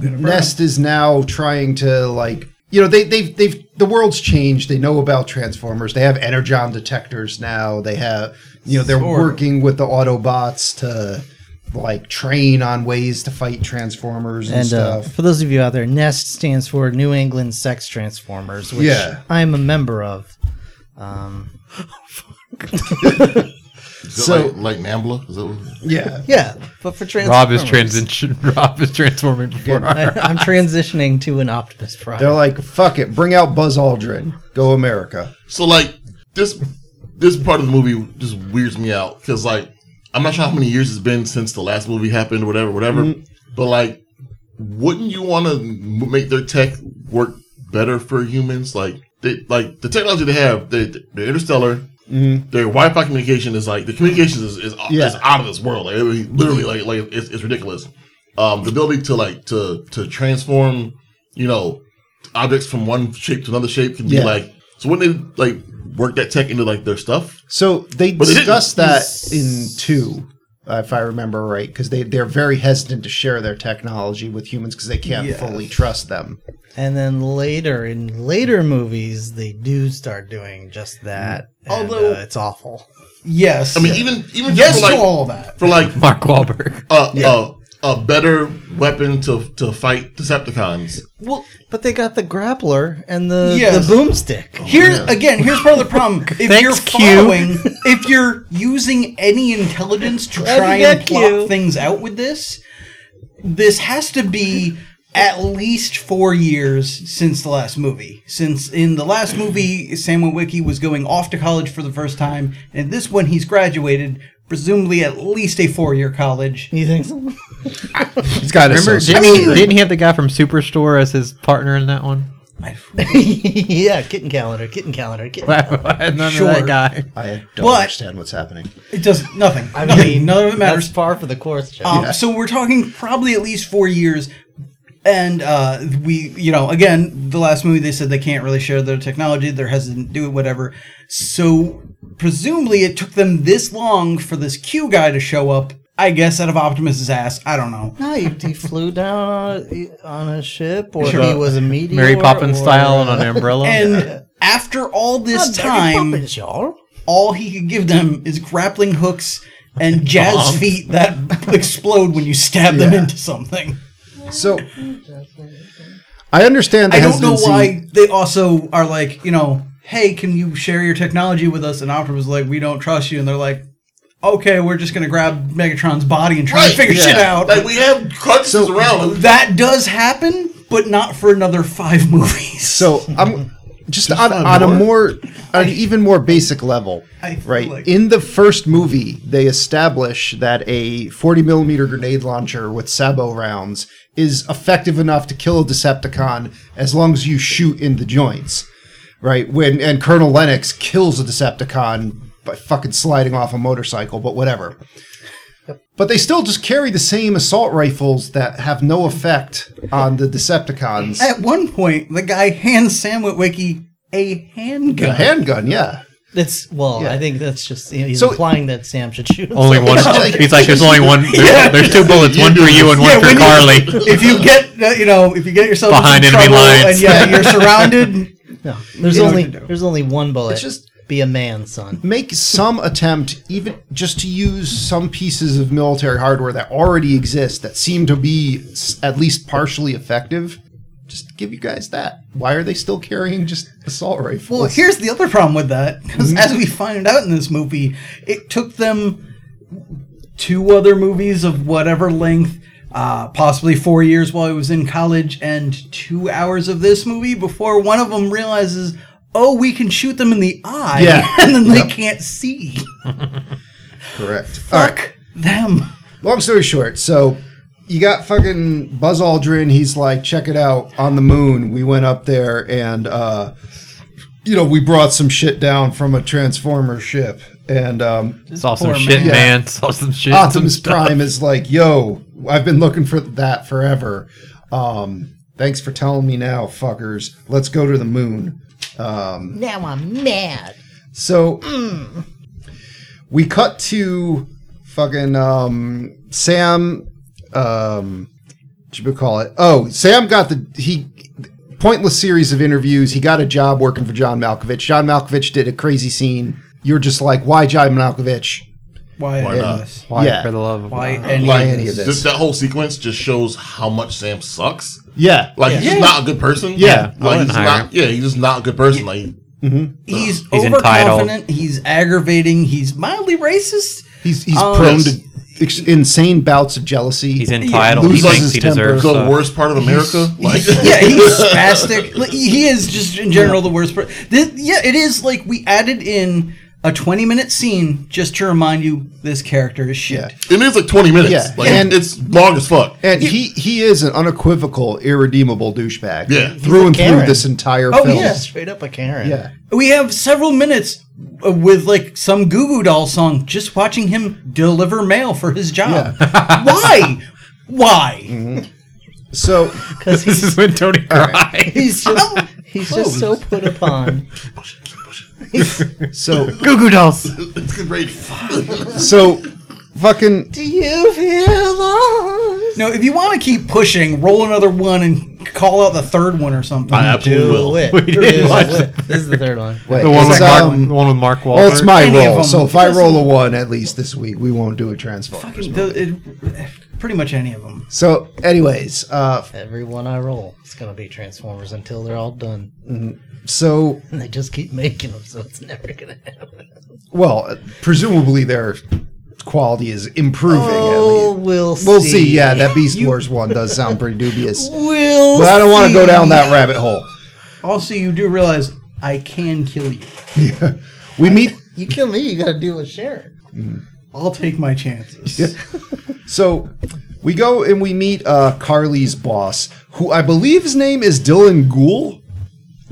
Nest is now trying to like you know they they've they've the world's changed. They know about transformers. They have energon detectors now. They have you know they're Sort of. working with the Autobots to like train on ways to fight transformers and, And uh, stuff. for those of you out there, NEST stands for New England Sex Transformers, which Yeah. I'm a member of. Um, so So- like, like Nambla. Is that what- yeah, yeah, but for Transformers, Rob is transition. Rob is transforming before I, I'm transitioning to an Optimus Prime. they're like fuck it, bring out Buzz Aldrin, go America. So like this this part of the movie just weirds me out because like I'm not sure how many years it's been since the last movie happened, whatever, whatever. But like, wouldn't you want to make their tech work better for humans? Like, they, like the technology they have, they, they're interstellar. Their Wi-Fi communication is like the communications is is, Yeah. is out of this world. Like, it was literally, like like it's, it's ridiculous. Um, the ability to like to to transform, you know, objects from one shape to another shape can be Yeah. like. So wouldn't they like work that tech into like their stuff? So they But they didn't. discussed that in two, uh, if I remember right, because they they're very hesitant to share their technology with humans because they can't Yes. fully trust them. and then later in later movies, they do start doing just that. and, Although- uh, it's awful. Yes. I mean, even even just yes for like to all that. for like Mark Wahlberg. a, a a better weapon to to fight Decepticons. Well, but they got the grappler and the Yes. the boomstick. Here again, here's part of the problem. If you're Q. following, if you're using any intelligence to try and get plot you. things out with this, this has to be at least four years since the last movie. Since in the last movie, Sam Witwicky was going off to college for the first time, and this one he's graduated, presumably at least a four-year college. You think? So? He's got Remember, a didn't, he, didn't he have the guy from Superstore as his partner in that one? yeah, kitten calendar, kitten calendar, kitten. None of Sure. that guy. I don't But- understand what's happening. It does nothing. I nothing. mean, none of it matters. That's par for the course, Joe. Um, So we're talking probably at least four years. And uh, we, you know, again, the last movie they said they can't really share their technology. They're hesitant to do it, whatever. So presumably it took them this long for this Q guy to show up. I guess out of Optimus's ass. I don't know. No, he, he flew down on a, on a ship, or he was a meteor. Mary Poppins or, style and uh, on an umbrella. And after all this Mary time, Poppins, y'all. all he could give them is grappling hooks and jazz feet that explode when you stab them Yeah. into something. So I understand. The I don't know hesitancy. why they also are like, you know, hey, can you share your technology with us? And Optimus is like, we don't trust you. And they're like, okay, we're just going to grab Megatron's body and try to figure shit out. Like we have crutches So- around. Like, that does happen, but not for another five movies. So I'm just on, on a more, on an even more basic level, I feel right? like- In the first movie, they establish that a 40 millimeter grenade launcher with sabo rounds is effective enough to kill a Decepticon as long as you shoot in the joints, right? When and Colonel Lennox kills a Decepticon by fucking sliding off a motorcycle, but whatever. But they still just carry the same assault rifles that have no effect on the Decepticons. At one point, the guy hands Sam Witwicky a A handgun. handgun, yeah. That's well, Yeah. I think that's just he's So- implying that Sam should shoot. himself. Only one. He's like, there's only one. There's, there's two bullets, one for you and one Yeah, for when you- Carly. if you get, uh, you know, if you get yourself Behind in enemy trouble lines. and yeah, you're surrounded. No, there's You know only what to do. there's only one bullet. It's just- be a man, son. Make some attempt, even just to use some pieces of military hardware that already exist that seem to be s- at least partially effective. Just give you guys that. Why are they still carrying just assault rifles? Well, here's the other problem with that, Mm-hmm. because as we find out in this movie, it took them two other movies of whatever length, uh, possibly four years while I was in college, and two hours of this movie before one of them realizes, oh, we can shoot them in the eye, Yeah. and then they can't see. Correct. All right. Fuck them. Long story short, so you got fucking Buzz Aldrin. He's like, check it out on the moon. We went up there and, uh, you know, we brought some shit down from a transformer ship. And um, Saw some Poor shit, man. man. Saw some shit. Optimus Prime is like, yo, I've been looking for that forever. Um, thanks for telling me now, fuckers. Let's go to the moon. Now I'm mad. So we cut to fucking um, Sam. Um, what you would call it? Oh, Sam got the he pointless series of interviews. He got a job working for John Malkovich. John Malkovich did a crazy scene. You're just like, why John Malkovich? Why, Why not? this? Why, Yeah. for the love of Why God. any Like of any this? of this. just that whole sequence just shows how much Sam sucks. Yeah, Like he's just not a good person. Yeah, I like wouldn't he's hire not. him. Yeah, he's just not a good person. Like He's, He's overconfident. He's aggravating. He's mildly racist. he's he's Um, prone to ex- insane bouts of jealousy. He's entitled. He Loses thinks his he temper. deserves the uh, worst part of America. Like yeah, he's spastic. Like, He is just in general the worst. Per- This- yeah, it is like we added in a 20 minute scene just to remind you this character is shit. Yeah. it is like twenty minutes. Yeah, like, and- it's long as fuck. And he, he is an unequivocal, irredeemable douchebag. Yeah. He's Through a and through Karen. this entire Oh, film. yeah. Straight up a Karen. Yeah. We have several minutes uh, with like some Goo Goo Doll song just watching him deliver mail for his job. Why? Why? Mm-hmm. So because This he's is when Tony cried. he's just Oh, he's just so put upon. so Goo Goo Dolls. It's good rating. so fucking Do you feel lost? No, if you want to keep pushing, roll another one and call out the third one or something. I absolutely Do will. it. We Do didn't it. watch This is the third one. wait, The one, is with that, Mark, um, the one with Mark Wahlberg. well, it's my Any of roll. them. So if I Listen. roll a one at least this week, we won't do a transformers. Fucking the- it- pretty much any of them. So, anyways, uh, Every one I roll, it's gonna be Transformers until they're all done, so and they just keep making them, so it's never gonna happen. well, presumably their quality is improving. Oh, at least. we'll see. We'll see. Yeah, that Beast Wars one does sound pretty dubious, We'll. but I don't want to go see. down that rabbit hole. Also, you do realize I can kill you. We meet You kill me, you gotta deal with Sharon. I'll take my chances. So we go and we meet uh, Carly's boss, who I believe his name is Dylan Gould.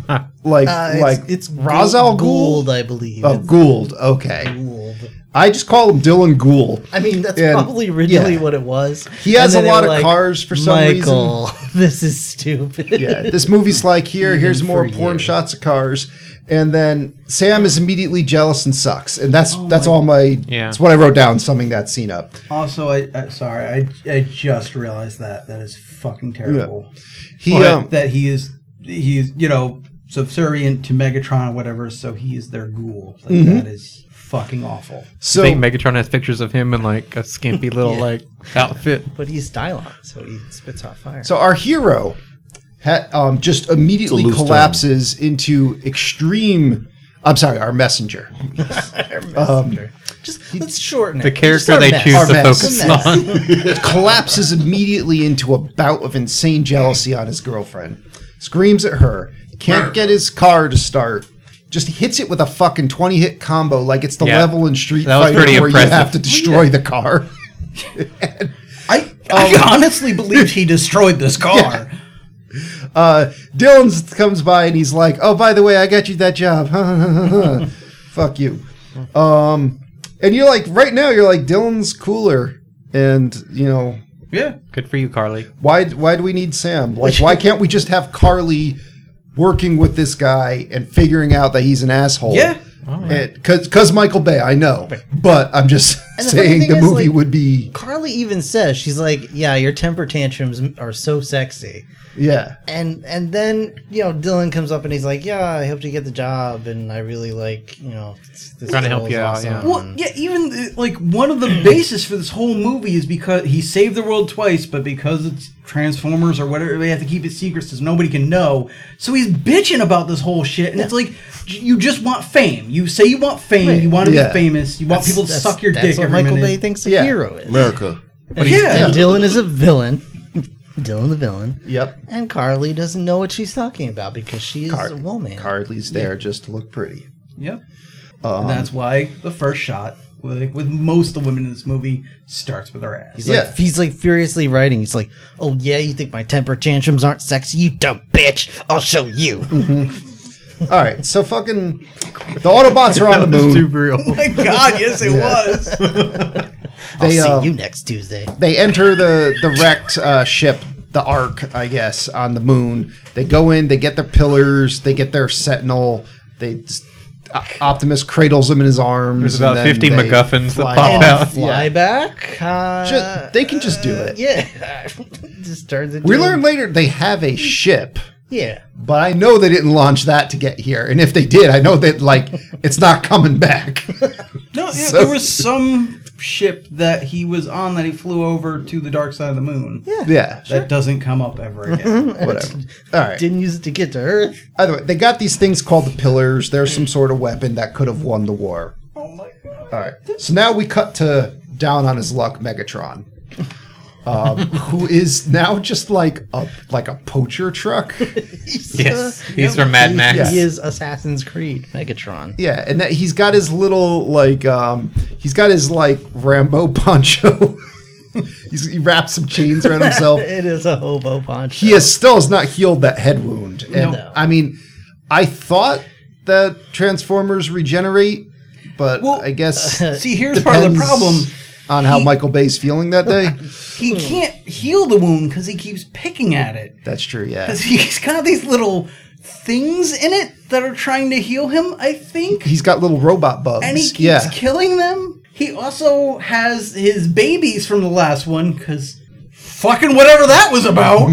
Like, like Uh, it's, it's Ra's al Ghul. Gould, I believe. Oh, Gould. Okay, Gould. I just call him Dylan Gould. I mean, that's And- probably originally yeah. what it was. He has And a then they lot were of cars for some Michael, this is stupid. Yeah, this movie's like here. Here's Even more for porn you. shots of cars, and then Sam is immediately jealous and sucks, and that's Oh that's all my. Yeah. that's what I wrote down summing that scene up. Also, I, I sorry, I, I just realized that that is fucking terrible. He But um, that he is he's you know subservient to Megatron or whatever, so he is their ghoul. Like, that is fucking awful. I so think Megatron has pictures of him in like a skimpy little like outfit. But he's Dylon, so he spits hot fire. So our hero ha- um, just immediately It's a loose collapses into extreme. I'm sorry, our messenger. just let's shorten it. The Just character our they mess. choose Our to mess. focus Our mess. on. collapses immediately into a bout of insane jealousy on his girlfriend. Screams at her. Can't get his car to start. Just hits it with a fucking 20 hit combo like it's the Yeah. level in Street That was Fighter pretty where impressive. you have to destroy the car. I, I honestly believed he destroyed this car. Uh, Dylan comes by and he's like, "Oh, by the way, I got you that job. Fuck you." Um, and you're like, right now, you're like, Dylan's cooler. And you know, Yeah. Good for you, Carly. why why do we need Sam? Like, why can't we just have Carly working with this guy and figuring out that he's an asshole? Yeah. because because Michael Bay, I know, but I'm just And the funny saying thing the is, movie like- would be Carly even says she's like, "Yeah, your temper tantrums are so sexy." yeah. And and then you know Dylan comes up and he's like, "Yeah, I hope you get the job, and I really like you know this this Trying to help girl's you out, awesome." yeah. Well, yeah, even uh, like one of the basis for this whole movie is because he saved the world twice, but because it's Transformers or whatever, they have to keep it secret so nobody can know. So he's bitching about this whole shit, and it's like j- you just want fame. You say you want fame, you want to Yeah. be famous, you want people to That's- suck your that's dick what every Michael Bay minute. thinks a Yeah. hero is. America. But yeah, And Dylan is a villain. Dylan the villain. Yep. And Carly doesn't know what she's talking about because she is a woman. Carly's there just to look pretty. yep. Um, and that's why the first shot, like with most of the women in this movie, starts with her ass. He's like, Yeah. he's like furiously writing. He's like, "Oh yeah, you think my temper tantrums aren't sexy? You dumb bitch! I'll show you." All right, so fucking the Autobots are on the moon. Oh My God, yes, it was. I'll They, see uh, um, you next Tuesday. they enter the the wrecked uh, ship, the Ark, I guess, on the moon. They go in, they get their pillars, they get their Sentinel. They O- Optimus cradles him in his arms. There's and about then 50 they MacGuffins that fly pop off. out. Fly back. Uh, Ju- they can just do it. yeah, just turns into. We a- learn later they have a ship, Yeah, but I know they didn't launch that to get here. And if they did, I know that like it's not coming back. No, yeah, So- there was some ship that he was on that he flew over to the dark side of the moon. Yeah, yeah, Mm-hmm. that doesn't come up ever again. whatever. All right. didn't use it to get to Earth. Either way, they got these things called the pillars. They're some sort of weapon that could have won the war. oh my god! All right. So now we cut to down on his luck, Megatron, um, who is now just like a like a poacher truck. Yes, he's from Mad Max. yeah. He is Assassin's Creed Megatron. Yeah, and that he's got his little like um, he's got his like Rambo poncho. he's, he wraps some chains around himself. It is a hobo poncho. He is still has not healed that head wound, and No. I mean, I thought that Transformers regenerate, but Well, I guess See, here's part of the depends problem. on how He- Michael Bay's feeling that day. He can't heal the wound because he keeps picking at it. That's true. Yeah. 'Cause He's got these little things in it that are trying to heal him. I think, He's got little robot bugs. and he keeps yeah. killing them. He also has his babies from the last one because fucking whatever that was about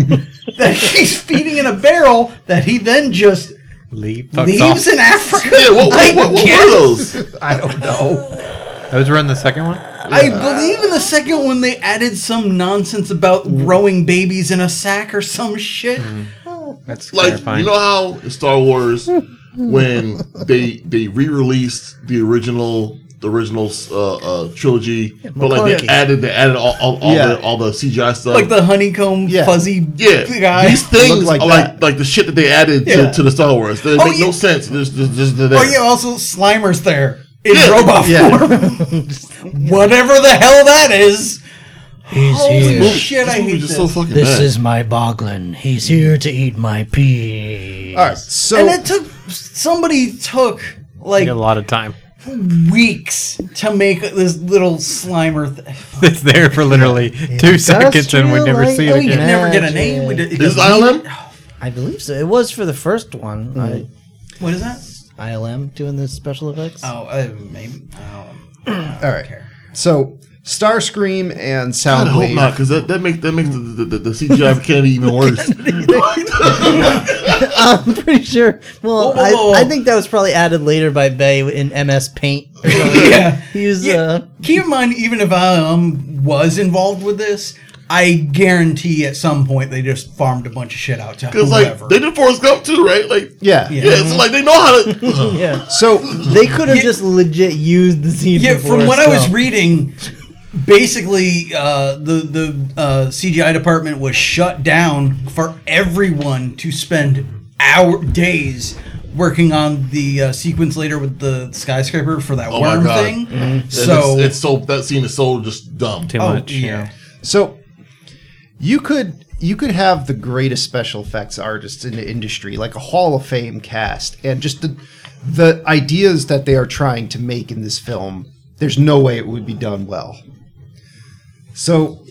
that he's feeding in a barrel that he then just Leave, fucks leaves off. in Africa. Yeah, what, what, what, what Again? were those? I don't know. Those were in the second one. I believe in the second one they added some nonsense about growing babies in a sack or some shit. That's Like terrifying. you know how in Star Wars when they they re-released the original the original uh, uh, trilogy, but like they McClunky. added they added all all, all, Yeah. the, all the CGI stuff. Like the honeycomb Yeah. fuzzy yeah, guy. these things like are that. like like the shit that they added Yeah. to, to the Star Wars. They Oh, make yeah. no sense. There's, there's, there's, there's, Oh yeah, also Slimer's there in Yeah. robot Yeah. form. Whatever the hell that is. Holy This shit! I movie hate is just this. so fucking This bad. is my Boglin. He's here to eat my pee. All right. So and it took somebody took like Take a lot of time. weeks to make this little Slimer. Th- It's there for literally two seconds, and we never see it light you again. never get a name. We did- it This is doesn't- ILM. I believe so. It was for the first Mm. one. What is that? I, ILM doing the special effects. Oh, uh, maybe. I don't all right. So Starscream and I hope Soundwave. not, because that, that makes that makes the, the, the, the CGI for Kennedy even worse. I'm pretty sure. Well, Whoa, whoa, whoa. I, I think that was probably added later by Bay in MS Paint. Or something. yeah. He was, yeah. uh, Keep in mind, even if I um, was involved with this, I guarantee at some point they just farmed a bunch of shit out to Because whoever. like they did Forrest Gump too, right? Like yeah, Yeah. Yeah. it's like they know how to. uh, yeah. So They could have just legit used the scene. yeah, from from what I was reading, basically uh, the the uh, CGI department was shut down for everyone to spend hour days working on the uh, sequence later with the skyscraper for that Oh my worm God. thing. So So it's, it's so that scene is so just dumb. Too oh, much. yeah. So you could you could have the greatest special effects artists in the industry, like a Hall of Fame cast, and just the the ideas that they are trying to make in this film, there's no way it would be done well. So,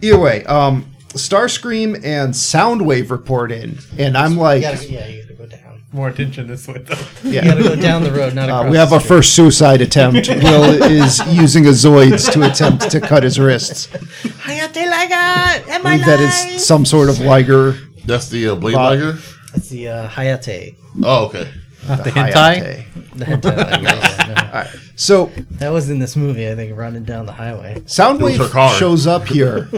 either way, um, Starscream and Soundwave report in, and I'm like, You gotta, yeah, you gotta go down. More attention this way, though. yeah. You gotta go down the road, not Uh, across. we have the our street. first suicide attempt. Will is using a Zoids to attempt to cut his wrists. I believe that is some sort of Liger. That's the uh, Blade Bye. Liger. It's the uh, Hayate. Oh, okay. the hentai. Hayate. The hentai one, yeah, no. So That was in this movie, I think, running down the highway. Those are Soundwave cars. shows up here,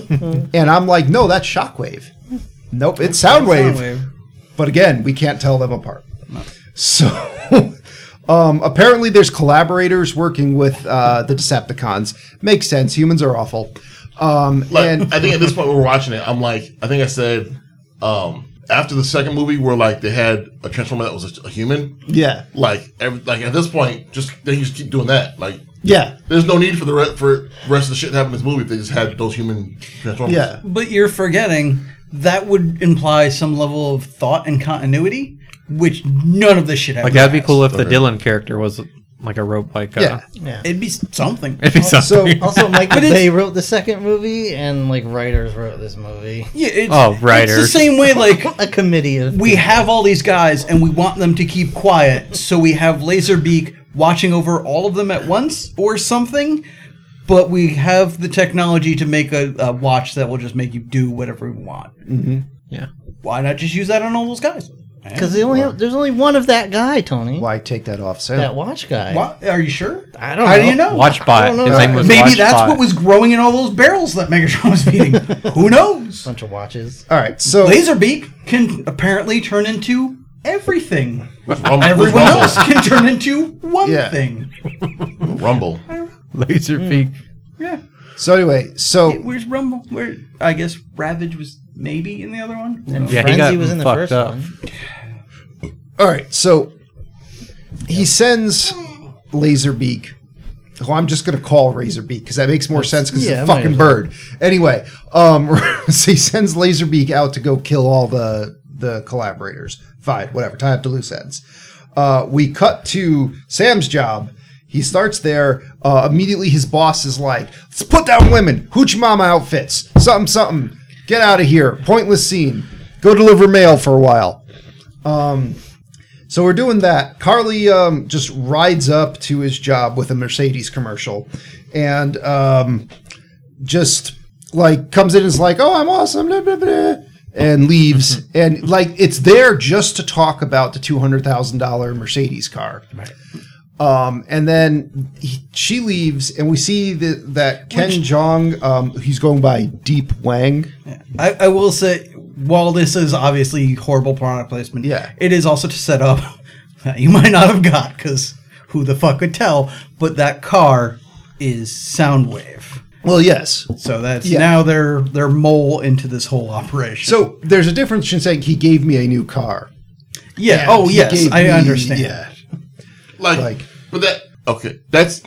and I'm like, no, that's Shockwave. Nope, it's Soundwave. But again, we can't tell them apart. So um, apparently, there's collaborators working with uh, the Decepticons. Makes sense. Humans are awful. Um, Like, and I think at this point we're watching it. I'm like, I think I said um, after the second movie where like they had a transformer that was a, a human. yeah, Like, every, like at this point, just they just keep doing that. Like, yeah, there's no need for the re- for rest of the shit that happened in this movie if they just had those human transformers. yeah. But you're forgetting that would imply some level of thought and continuity, which none of this shit. Like that'd be cool if the Dylan character was like a rope, like uh, Yeah. Yeah. It'd be something. It'd be something. So Also, Mike But it's- they wrote the second movie, and like writers wrote this movie. Yeah, it's, Oh, It's the writers. same way like A committee of we have all these guys and we want them to keep quiet, so we have Laserbeak watching over all of them at once or something. But we have the technology to make a, a watch that will just make you do whatever you want. yeah. Why not just use that on all those guys? Eh, because they only have, there's only one of that guy, Tony. why take that off sale? That watch guy. What? Are you sure? I don't How know. do you know? Watch I bot. don't know. His name was Maybe Watch that's Bot. what was growing in all those barrels that Megatron was feeding. Who knows? Bunch of watches. All right, so Laserbeak can apparently turn into everything. Rumble, Everyone Rumble, else can turn into one Yeah. thing. Rumble. laser peak. Yeah. so anyway, so Where's Rumble? Where I guess Ravage was maybe in the other one. Who knows? Yeah, he Frenzy got was in the fucked first up. one. all right, so he sends Laserbeak. Who I'm just gonna call Razorbeak because that makes more sense because yeah, it's a might as fucking well. bird. Anyway, um, so he sends Laserbeak out to go kill all the the collaborators. Fine, whatever. Tie up to loose ends. Uh, we cut to Sam's job. He starts there. Uh, immediately, his boss is like, "Let's put down women, hooch mama outfits, something, something. Get out of here. Pointless scene. Go deliver mail for a while." So we're doing that. Carly um, just rides up to his job with a Mercedes commercial, and um, just like comes in and is like, "Oh, I'm awesome," blah, blah, blah, and leaves. and like it's there just to talk about the two hundred thousand dollar Mercedes car. Um, and then he, she leaves, and we see that, that Ken Jong, um, he's going by Deep Wang. I, I will say, while this is obviously horrible product placement, Yeah. it is also to set up that you might not have got because who the fuck could tell? But that car is Soundwave, Well, yes, so that's Yeah. now their their mole into this whole operation. so there's a difference in saying he gave me a new car. yeah, And oh he yes, gave I me- understand. Yeah. Like, Like- but that okay. That's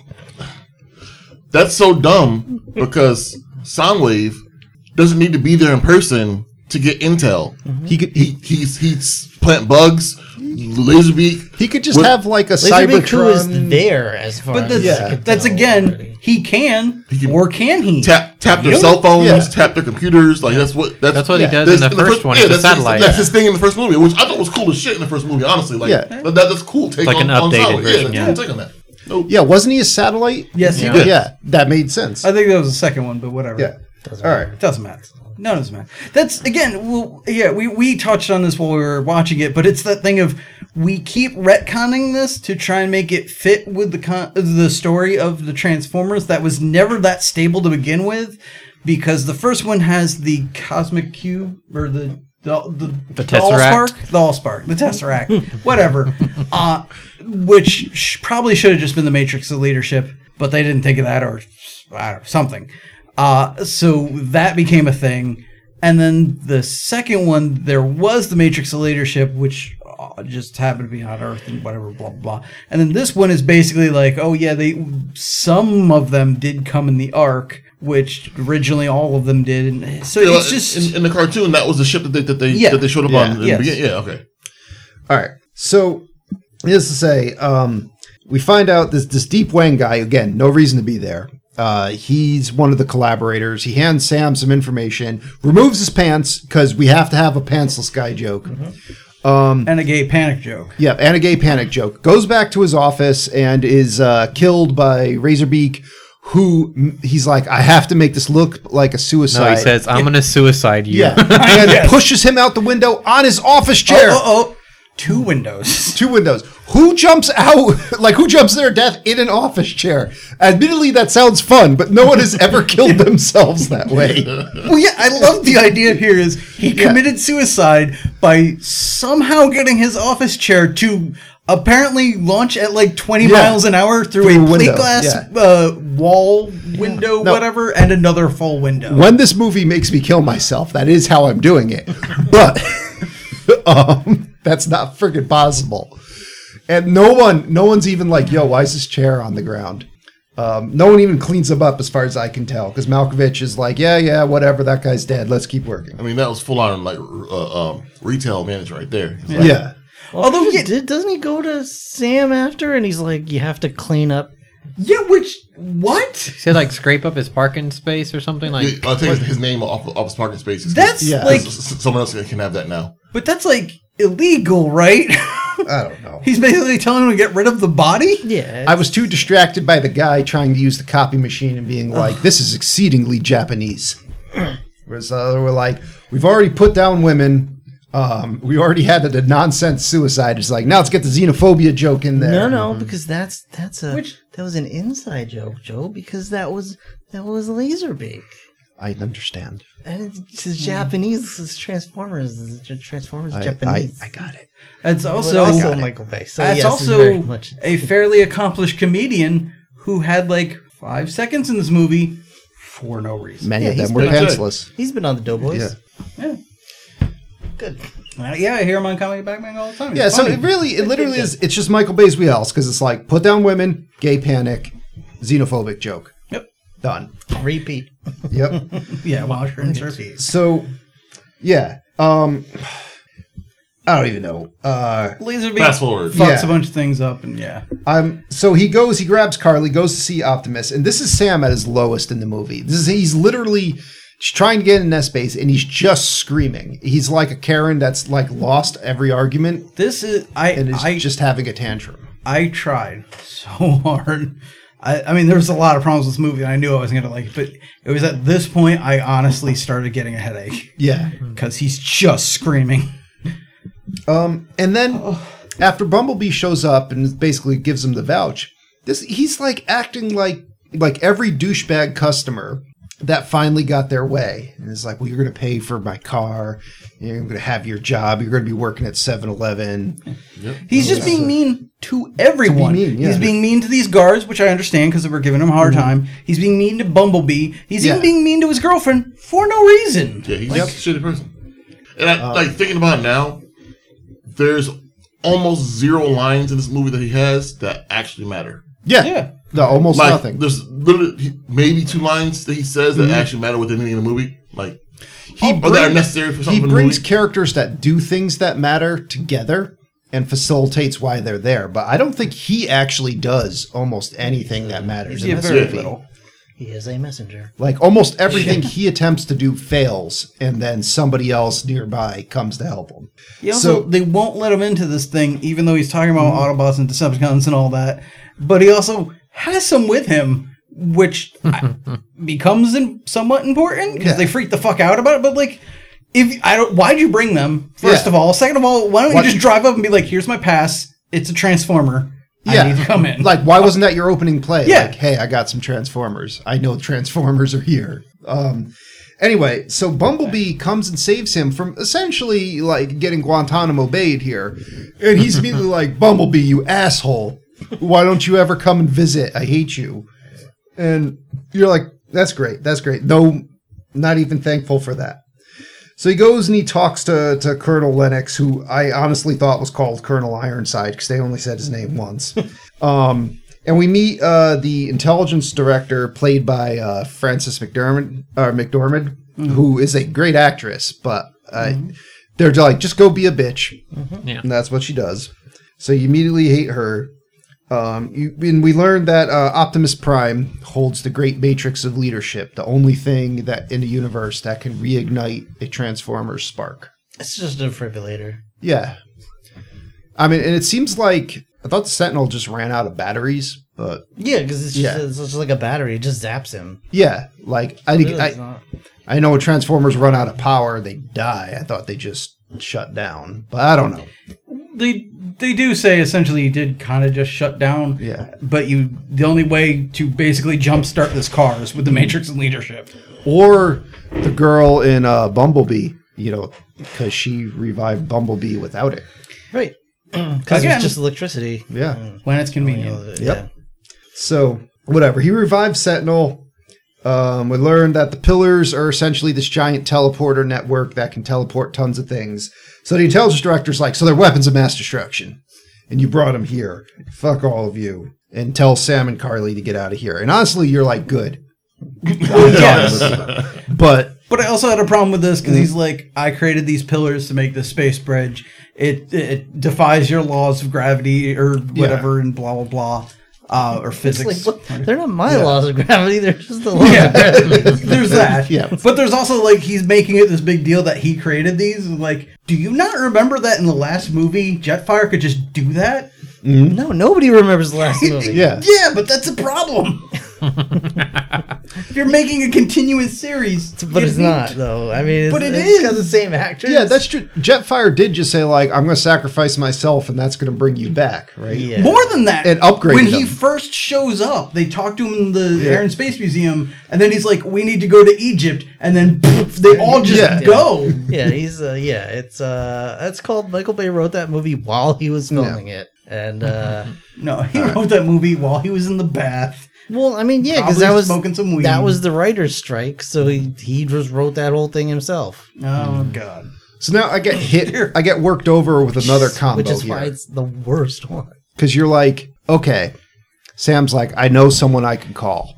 that's so dumb because Soundwave doesn't need to be there in person to get intel. Mm-hmm. He could He he's he's plant bugs, Laserbeak. He could just What- have like a Laserbeak, who is Cybertron. there as far But as that's, Yeah. that's again, he can, He can- or can he? Tap tap their You- cell phones, yeah. tap their computers. Like that's what that's, That's what he does that's- in the first one, it's a that's, satellite. That's his thing in the first movie, which I thought was cool as shit in the first movie. Honestly, like Yeah. that, that's cool. Take Like on, an on updated Soundwave. version, yeah, yeah. that's cool take on that. Nope. Yeah, wasn't he a satellite? Yes, he Yeah. did. Yeah, that made sense. I think that was the second one, but whatever. yeah. All right. It doesn't matter. None of us matter. That's again, well, yeah, we, we touched on this while we were watching it, but it's that thing of we keep retconning this to try and make it fit with the con- the story of the Transformers that was never that stable to begin with, because the first one has the cosmic cube or the the the, the Tesseract? Allspark, the Allspark, the Tesseract, whatever, uh, which sh- probably should have just been the Matrix of Leadership, but they didn't think of that or I don't know, something. Uh, so that became a thing. And then the second one, there was the Matrix of Leadership, which uh, just happened to be on Earth and whatever, blah, blah, blah. And then this one is basically like, oh, yeah, they some of them did come in the Ark, which originally all of them did. And so You know, it's just. Uh, in, in the cartoon that was the ship that they that they Yeah. that they showed up Yeah. on. In Yes. the beginning. Yeah, okay. All right. So, needless to say, um, we find out this this Deep Wang guy again. No reason to be there. Uh, he's one of the collaborators. He hands Sam some information, removes his pants because we have to have a pantsless guy joke. and a gay panic joke. Yeah, and a gay panic joke. Goes back to his office and is uh, killed by Razorbeak, who mm, he's like, I have to make this look like a No, suicide. he says, I'm going to suicide you. Yeah, and pushes him out the window on his office chair. Oh, oh, oh. Two windows. Two windows. Who jumps out? Like who jumps their death in an office chair? Admittedly, that sounds fun, but no one has ever killed themselves that way. well, yeah, I love the idea here is he committed suicide by somehow getting his office chair to apparently launch at like 20 Yeah. miles an hour through, Through a a window, plexiglass yeah. uh, wall window, No. whatever, and another full window. When this movie makes me kill myself, that is how I'm doing it. But um, that's not freaking possible. And no one, no one's even like, "Yo, why is this chair on the ground?" Um, no one even cleans them up, as far as I can tell, because Malkovich is like, "Yeah, yeah, whatever. That guy's dead. Let's keep working." I mean, that was full on like uh, um, retail manager right there. It's like, Yeah. Although, yeah, Did, doesn't he go to Sam after and he's like, you have to clean up? yeah, which, what? He said, like, scrape up his parking space or something. Like, I'll take his, his name off, off his parking spaces. 'cause- That's Yeah. 'cause like, s- s- someone else can have that now. but that's like illegal, right? I don't know. He's basically telling him to get rid of the body? Yeah. I was too distracted by the guy trying to use the copy machine and being like, "This is exceedingly Japanese." Whereas the other were like, "We've already put down women. Um, we already had the nonsense suicide." It's like now let's get the xenophobia joke in there. no, no, because that's that's a that was an inside joke, Joe, because that was that was Laserbeak. I understand. And it's, it's Japanese, it's Transformers, it's Transformers I, I, Japanese. I got it. That's But also, also Michael Bay. So That's yes, it's very also much. a fairly accomplished comedian who had like five seconds in this movie for no reason. Many Yeah, of he's them were pretty good. pantsless. He's been on the Doughboys. Yeah. Yeah. Good. Uh, yeah, I hear him on Comedy Batman all the time. He's Yeah, so funny. it really, it literally is. It's just Michael Bay's wheelhouse because it's like put down women, gay panic, xenophobic joke. Yep. Done. Repeat. Yep. Yeah, Washer and Surfy. So, yeah. Um, I don't even know. Uh, Laserbeak Fast forward. fucks Yeah. a bunch of things up, and yeah. I'm so he goes, he grabs Carly, goes to see Optimus, and this is Sam at his lowest in the movie. This is he's literally trying to get in nest space, and he's just screaming. He's like a Karen that's like lost every argument This is I and is I just having a tantrum. I tried so hard. I, I mean, there was a lot of problems with this movie, and I knew I wasn't gonna like it. But it was at this point I honestly started getting a headache Yeah. because he's just screaming. Um, and then Oh. after Bumblebee shows up and basically gives him the vouch, this he's like acting like like every douchebag customer that finally got their way and is like, well, you're gonna pay for my car, you're gonna have your job, you're gonna be working at 7-Eleven. He's just being mean to everyone. mean, yeah. Mm-hmm. He's being mean to these guards, which I understand because they were giving him a hard time. He's being mean to Bumblebee. He's Yeah. even being mean to his girlfriend for no reason. Yeah, he's a shitty person. And I, like thinking about it now, there's almost zero lines in this movie that he has that actually matter. Yeah, Yeah. no, almost Like, nothing. there's literally he- maybe two lines that he says that actually matter within any of the movie. Like, He or that are necessary for something he in the brings movie. characters that do things that matter together and facilitates why they're there. But I don't think he actually does almost anything that matters in Yeah, this very movie. little. He is a messenger. Like almost everything he attempts to do fails, and then somebody else nearby comes to help him. He also, So- they won't let him into this thing, even though he's talking about Mm-hmm. Autobots and Decepticons and all that. But he also has some with him, which I- becomes in, somewhat important because Yeah. they freak the fuck out about it. But like, if I don't, why'd you bring them? First Yeah. of all, second of all, why don't What- you just drive up and be like, "Here's my pass. It's a transformer. I need to come in." Like, why wasn't that your opening play? Yeah. Like, hey, I got some Transformers. I know Transformers are here. Um, anyway, so Bumblebee comes and saves him from essentially like getting Guantanamo Bayed here, and he's immediately like, Bumblebee, you asshole! Why don't you ever come and visit? I hate you. And you're like, that's great. That's great. No, not even thankful for that. So he goes and he talks to, to Colonel Lennox, who I honestly thought was called Colonel Ironside because they only said his name once. um, and we meet uh, the intelligence director, played by uh, Frances McDermott, or McDormand, who is a great actress, but uh, they're like, just go be a bitch. Yeah. And that's what she does. So you immediately hate her. Um, you, and we learned that uh, Optimus Prime holds the great matrix of leadership, the only thing that in the universe that can reignite a Transformer spark. It's just a defibrillator. Yeah. I mean, and it seems like I thought the Sentinel just ran out of batteries, but Yeah, because it's, just Yeah. it's just like a battery. It just zaps him. yeah, like I think Really, it's I, not- I know when Transformers run out of power, they die. I thought they just shut down, but I don't know. They they do say essentially you did kind of just shut down. Yeah. But you the only way to basically jumpstart this car is Mm-hmm. with the Matrix and leadership. Or the girl in uh, Bumblebee, you know, because she revived Bumblebee without it. Right. Because Again. it's just electricity. Oh, Yeah. When it's convenient. Yeah. So whatever he revives Sentinel. Um, we learned that the pillars are essentially this giant teleporter network that can teleport tons of things. So the intelligence director's like, so they're weapons of mass destruction, and you brought them here. Fuck all of you, and tell Sam and Carly to get out of here. And honestly, you're like, good. yes. But But I also had a problem with this because he's like, I created these pillars to make this space bridge. It it defies your laws of gravity or whatever and blah blah blah, uh, or physics. It's like, what? They're not my laws of gravity. They're just the laws Yeah. of gravity. there's that. Yeah. But there's also like he's making it this big deal that he created these. and, Like, do you not remember that in the last movie Jetfire could just do that? No, nobody remembers the last movie. yeah, Yeah, but that's a problem. if you're making a continuous series, But you it's need not, to- though. I mean, it's, But it it's got is. the same actress. yeah, that's true. Jetfire did just say like, I'm going to sacrifice myself, and that's going to bring you back, right? Yeah. More than that, And upgraded When he him. first shows up, they talk to him in the Air and Space Museum, and then he's like, "We need to go to Egypt," and then poof, they all just Yeah. go. yeah, he's uh, yeah, it's uh, that's called Michael Bay wrote that movie while he was filming it, and uh, No, he wrote that movie while he was in the bath. well, I mean, yeah, because Probably that was smoking some weed. that was the writer's strike, so he he just wrote that whole thing himself, Oh God. So now I get hit. I get worked over with another combo which is here. why it's the worst one. because you're like, okay, Sam's like, I know someone I can call,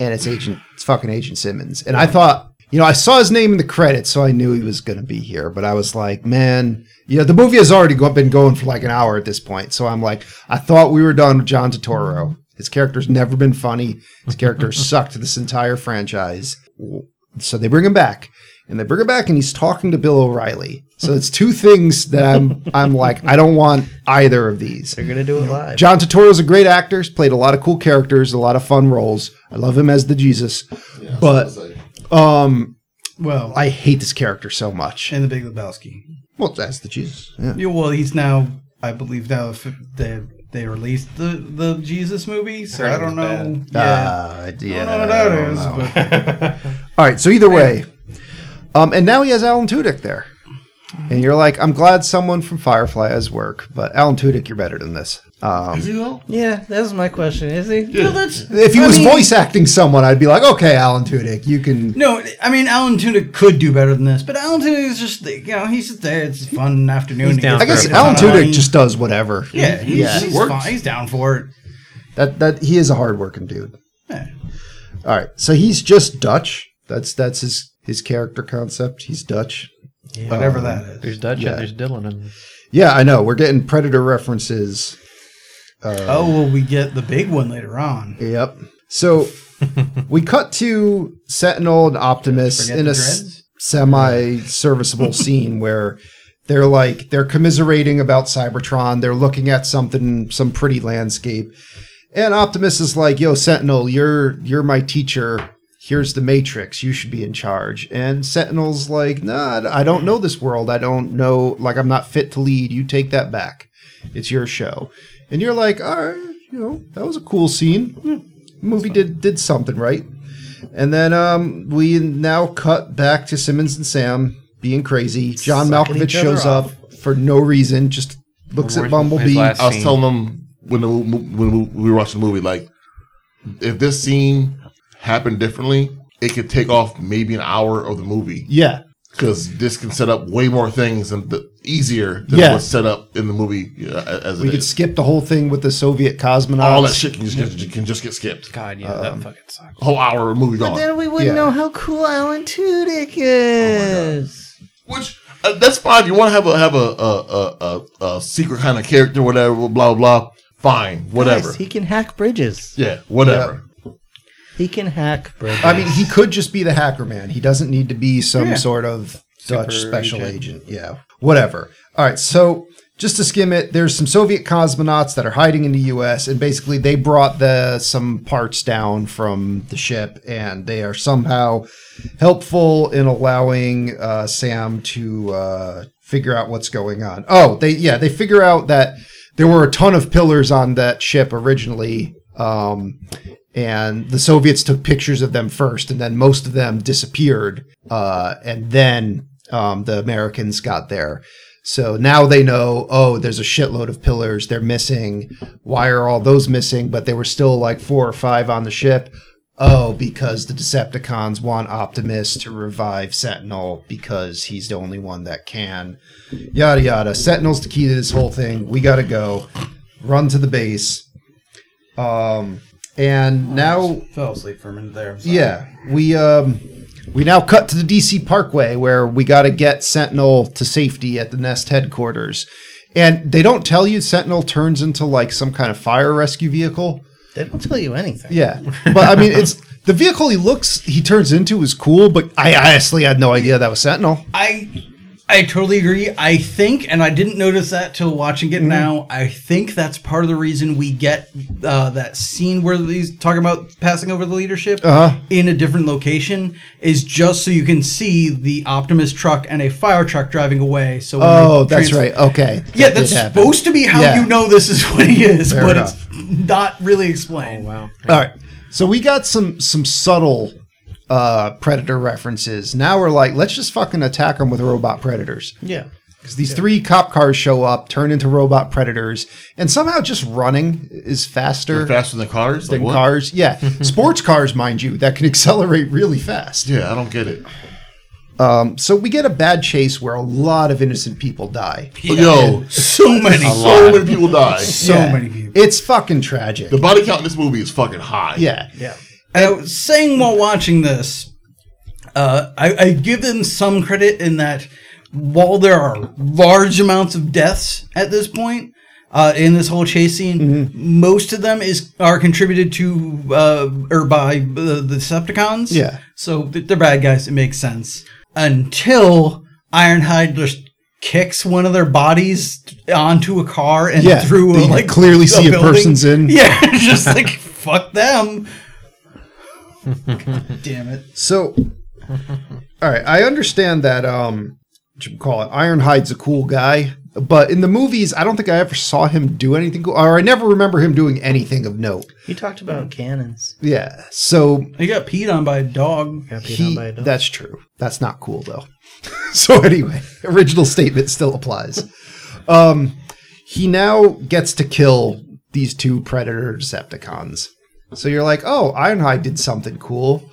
and it's Agent, it's fucking Agent Simmons. And I thought, you know, I saw his name in the credits, so I knew he was gonna be here. But I was like, man, you know, the movie has already go- been going for like an hour at this point, so I'm like, I thought we were done with John Turturro. His character's never been funny. His character sucked this entire franchise. So they bring him back. And they bring him back and he's talking to Bill O'Reilly. So it's two things that I'm I'm like, I don't want either of these. They're gonna do it live. John Turturro's a great actor. He's played a lot of cool characters, a lot of fun roles. I love him as the Jesus, but Well, I hate this character so much. in the Big Lebowski. Well, that's the Jesus. Yeah. Yeah, well, he's now, I believe now if they they released the the Jesus movie, so I don't know. Yeah. Uh, I yeah. don't know what that is, but All right. So either way, um, and now he has Alan Tudyk there, and you're like, I'm glad someone from Firefly has work, but Alan Tudyk, you're better than this. Um, You know? Yeah, that was my question. Is he? no, that's, if he I was mean- voice acting someone, I'd be like, okay, Alan Tudyk, you can. No, I mean Alan Tudyk could do better than this, but Alan Tudyk is just you know he's just there. It's a fun afternoon. He's He down gets I guess for paid a Alan ton of money. Tudyk just does whatever. yeah, he's, yeah, he's, works. fine. he's down for it. That that he is a hardworking dude. Yeah. All right, so he's just Dutch. That's that's his his character concept. He's Dutch. Whatever that is. There's Dutch Yeah. and there's Dylan. And Yeah, I know. We're getting Predator references. oh well, we get the big one later on. Yep. So we cut to Sentinel and Optimus Forget in the a s- dreads? semi-serviceable scene where they're like they're commiserating about Cybertron. They're looking at something, some pretty landscape, and Optimus is like, "Yo, Sentinel, you're you're my teacher." Here's the Matrix. You should be in charge. And Sentinel's like, nah, I don't know this world. I don't know. Like, I'm not fit to lead. You take that back. It's your show. And you're like, all right, you know, that was a cool scene. Hmm, Movie did did something right. And then um, we now cut back to Simmons and Sam being crazy. John Sucking Malkovich each other shows up for no reason. Just looks at His Bumblebee. Uh, last I was scene. telling them when the, when we were watching the movie, like if this scene happened differently, it could take off maybe an hour of the movie Yeah, because this can set up way more things and the, easier than Yeah. what's set up in the movie you know, a- as we it could is. skip the whole thing with the Soviet cosmonauts. All that shit can just, get, can just get skipped. God, yeah, that fucking sucks. whole hour of movie gone. Then we wouldn't Yeah. know how cool Alan Tudyk is. Which uh, that's fine. If you want to have a have a a, a, a, a secret kind of character, whatever, blah blah. blah. Fine, Oh whatever. Guys, he can hack bridges. yeah, whatever. He can hack bridges. I mean, he could just be the hacker man. He doesn't need to be some Yeah. sort of Dutch special agent. Yeah, whatever. All right, so just to skim it, there's some Soviet cosmonauts that are hiding in the U.S. and basically they brought the some parts down from the ship, and they are somehow helpful in allowing uh, Sam to uh, figure out what's going on. Oh, they yeah, they figure out that there were a ton of pillars on that ship originally. Um, and the Soviets took pictures of them first, and then most of them disappeared, uh, and then um, the Americans got there. So now they know, oh, there's a shitload of pillars. They're missing. Why are all those missing? But there were still like four or five on the ship. Oh, because the Decepticons want Optimus to revive Sentinel because he's the only one that can. Yada yada. Sentinel's the key to this whole thing. We gotta go. Run to the base. Um, and now Fell asleep for a minute there. I'm sorry. yeah, we um, we now cut to the DC Parkway where we got to get Sentinel to safety at the Nest headquarters, and they don't tell you Sentinel turns into like some kind of fire rescue vehicle. they don't tell you anything. Yeah, but I mean, it's the vehicle he looks he turns into is cool, but I honestly had no idea that was Sentinel. I I totally agree. I think, and I didn't notice that till watching Mm-hmm. it now. I think that's part of the reason we get uh, that scene where he's talking about passing over the leadership Uh-huh. in a different location is just so you can see the Optimus truck and a fire truck driving away. So when Oh, they that's trans- right. Okay, Yeah, That did that's happen. supposed to be how Yeah. you know this is what he is, Fair but enough. it's not really explained. wow. All right. So we got some some subtle uh predator references. Now we're like, let's just fucking attack them with robot predators. Yeah. Because these three cop cars show up, turn into robot predators, and somehow just running is faster They're faster than cars. Like than what? cars. Yeah. Sports cars, mind you, that can accelerate really fast. Yeah, I don't get it. Um, so we get a bad chase where a lot of innocent people die. Yo, So many, so many people die. so Yeah. many people. It's fucking tragic. The body count in this movie is fucking high. yeah. And I was saying while watching this, uh, I, I give them some credit in that while there are large amounts of deaths at this point uh, in this whole chase scene, most of them is are contributed to uh, or by the, the Decepticons. Yeah. so th- they're bad guys. It makes sense until Ironhide just kicks one of their bodies onto a car and Yeah, through that a, you like clearly see a building. person's in. Yeah, just like fuck them. God damn it. So, all right, I understand that. Um, what you call it? Ironhide's a cool guy, but in the movies, I don't think I ever saw him do anything cool, or I never remember him doing anything of note. You talked about cannons. Yeah. So He got peed on by a dog. Got beat on he, by a dog. that's true. That's not cool though. so anyway, original statement still applies. Um, he now gets to kill these two predator Decepticons. So you're like, oh, Ironhide did something cool.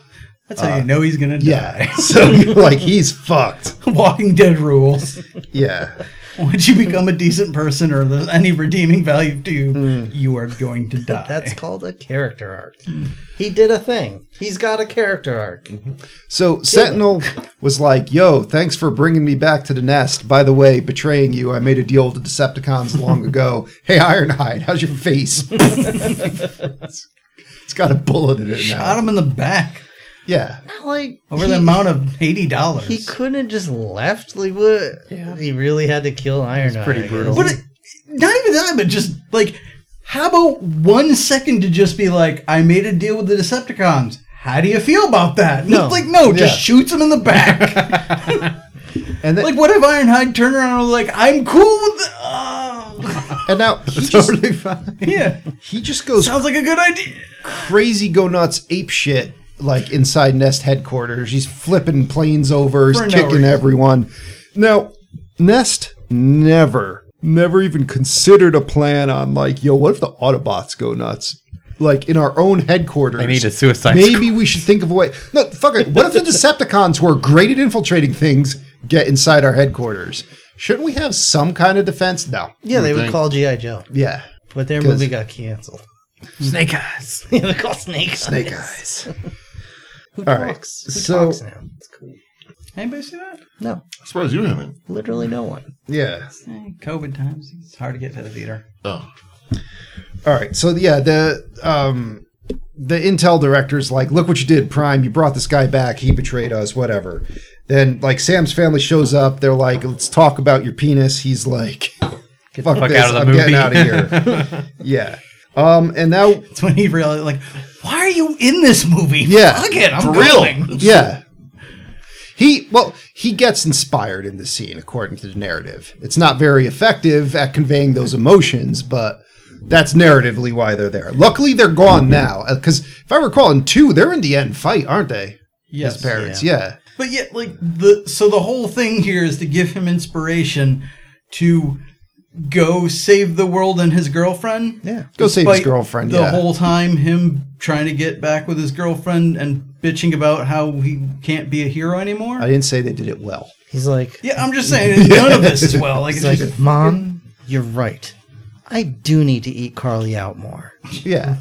That's how you know he's gonna die. Uh, Yeah. So you're like, he's fucked. Walking Dead rules. Yeah. Once you become a decent person or there's any redeeming value to you, Hmm. you are going to die. That's called a character arc. He did a thing. He's got a character arc. Mm-hmm. So Sentinel was like, "Yo, thanks for bringing me back to the nest. By the way, betraying you, I made a deal with the Decepticons long ago. Hey, Ironhide, how's your face? it's got a bullet in it shot now. him in the back Yeah, Not like over he, the amount of eighty dollars. he couldn't have just left. Like what? He really had to kill Iron. pretty brutal. But it, not even that, but just like, how about one second to just be like, I made a deal with the Decepticons. How do you feel about that? And No. it's like, no, just Yeah. shoots him in the back. and then, like, what if Ironhide turned around and was like, I'm cool with the. Uh, and now he just, totally fine. yeah. he just goes Sounds like a good idea. crazy, go nuts, ape shit. Like inside Nest headquarters, he's flipping planes over, he's For no kicking reason. everyone. Now, Nest never, never even considered a plan on like, yo, what if the Autobots go nuts? Like in our own headquarters, They need a suicide Maybe we should think of a way. No, fuck it. What if the Decepticons, who are great at infiltrating things, get inside our headquarters? Shouldn't we have some kind of defense? No. Yeah, they would think? call GI Joe, Yeah. but their 'Cause- movie got canceled. Snake eyes. they call Snake. Snake Eyes. eyes. Who All right, talks? Who so- talks now? It's cool. Anybody see that? No, I'm surprised you haven't. literally no one. Yeah. uh, Eh, COVID times. It's hard to get to the theater. Oh. All right. So yeah, the um the Intel director's like, look what you did, Prime. You brought this guy back. He betrayed us. Whatever. Then like Sam's family shows up. They're like, let's talk about your penis. He's like, fuck, fuck this. out of the I'm movie." getting out of here. yeah. Um. And now, That's when he realized, like, why are you in this movie? Yeah. Fuck it, I'm For going. real. yeah. He well, he gets inspired in this scene, according to the narrative. It's not very effective at conveying those emotions, but that's narratively why they're there. Luckily, they're gone now, because if I recall, in two, they're in the end fight, aren't they? Yes. His parents, yeah. But yet, like the so the whole thing here is to give him inspiration to go save the world and his girlfriend. Yeah, go save his Despite girlfriend, The yeah. whole time, him trying to get back with his girlfriend and bitching about how he can't be a hero anymore. I didn't say they did it well. He's like, yeah, I'm just saying none of this is well. Like, it's he's like, just, Mom, you're right. I do need to eat Carly out more. Yeah,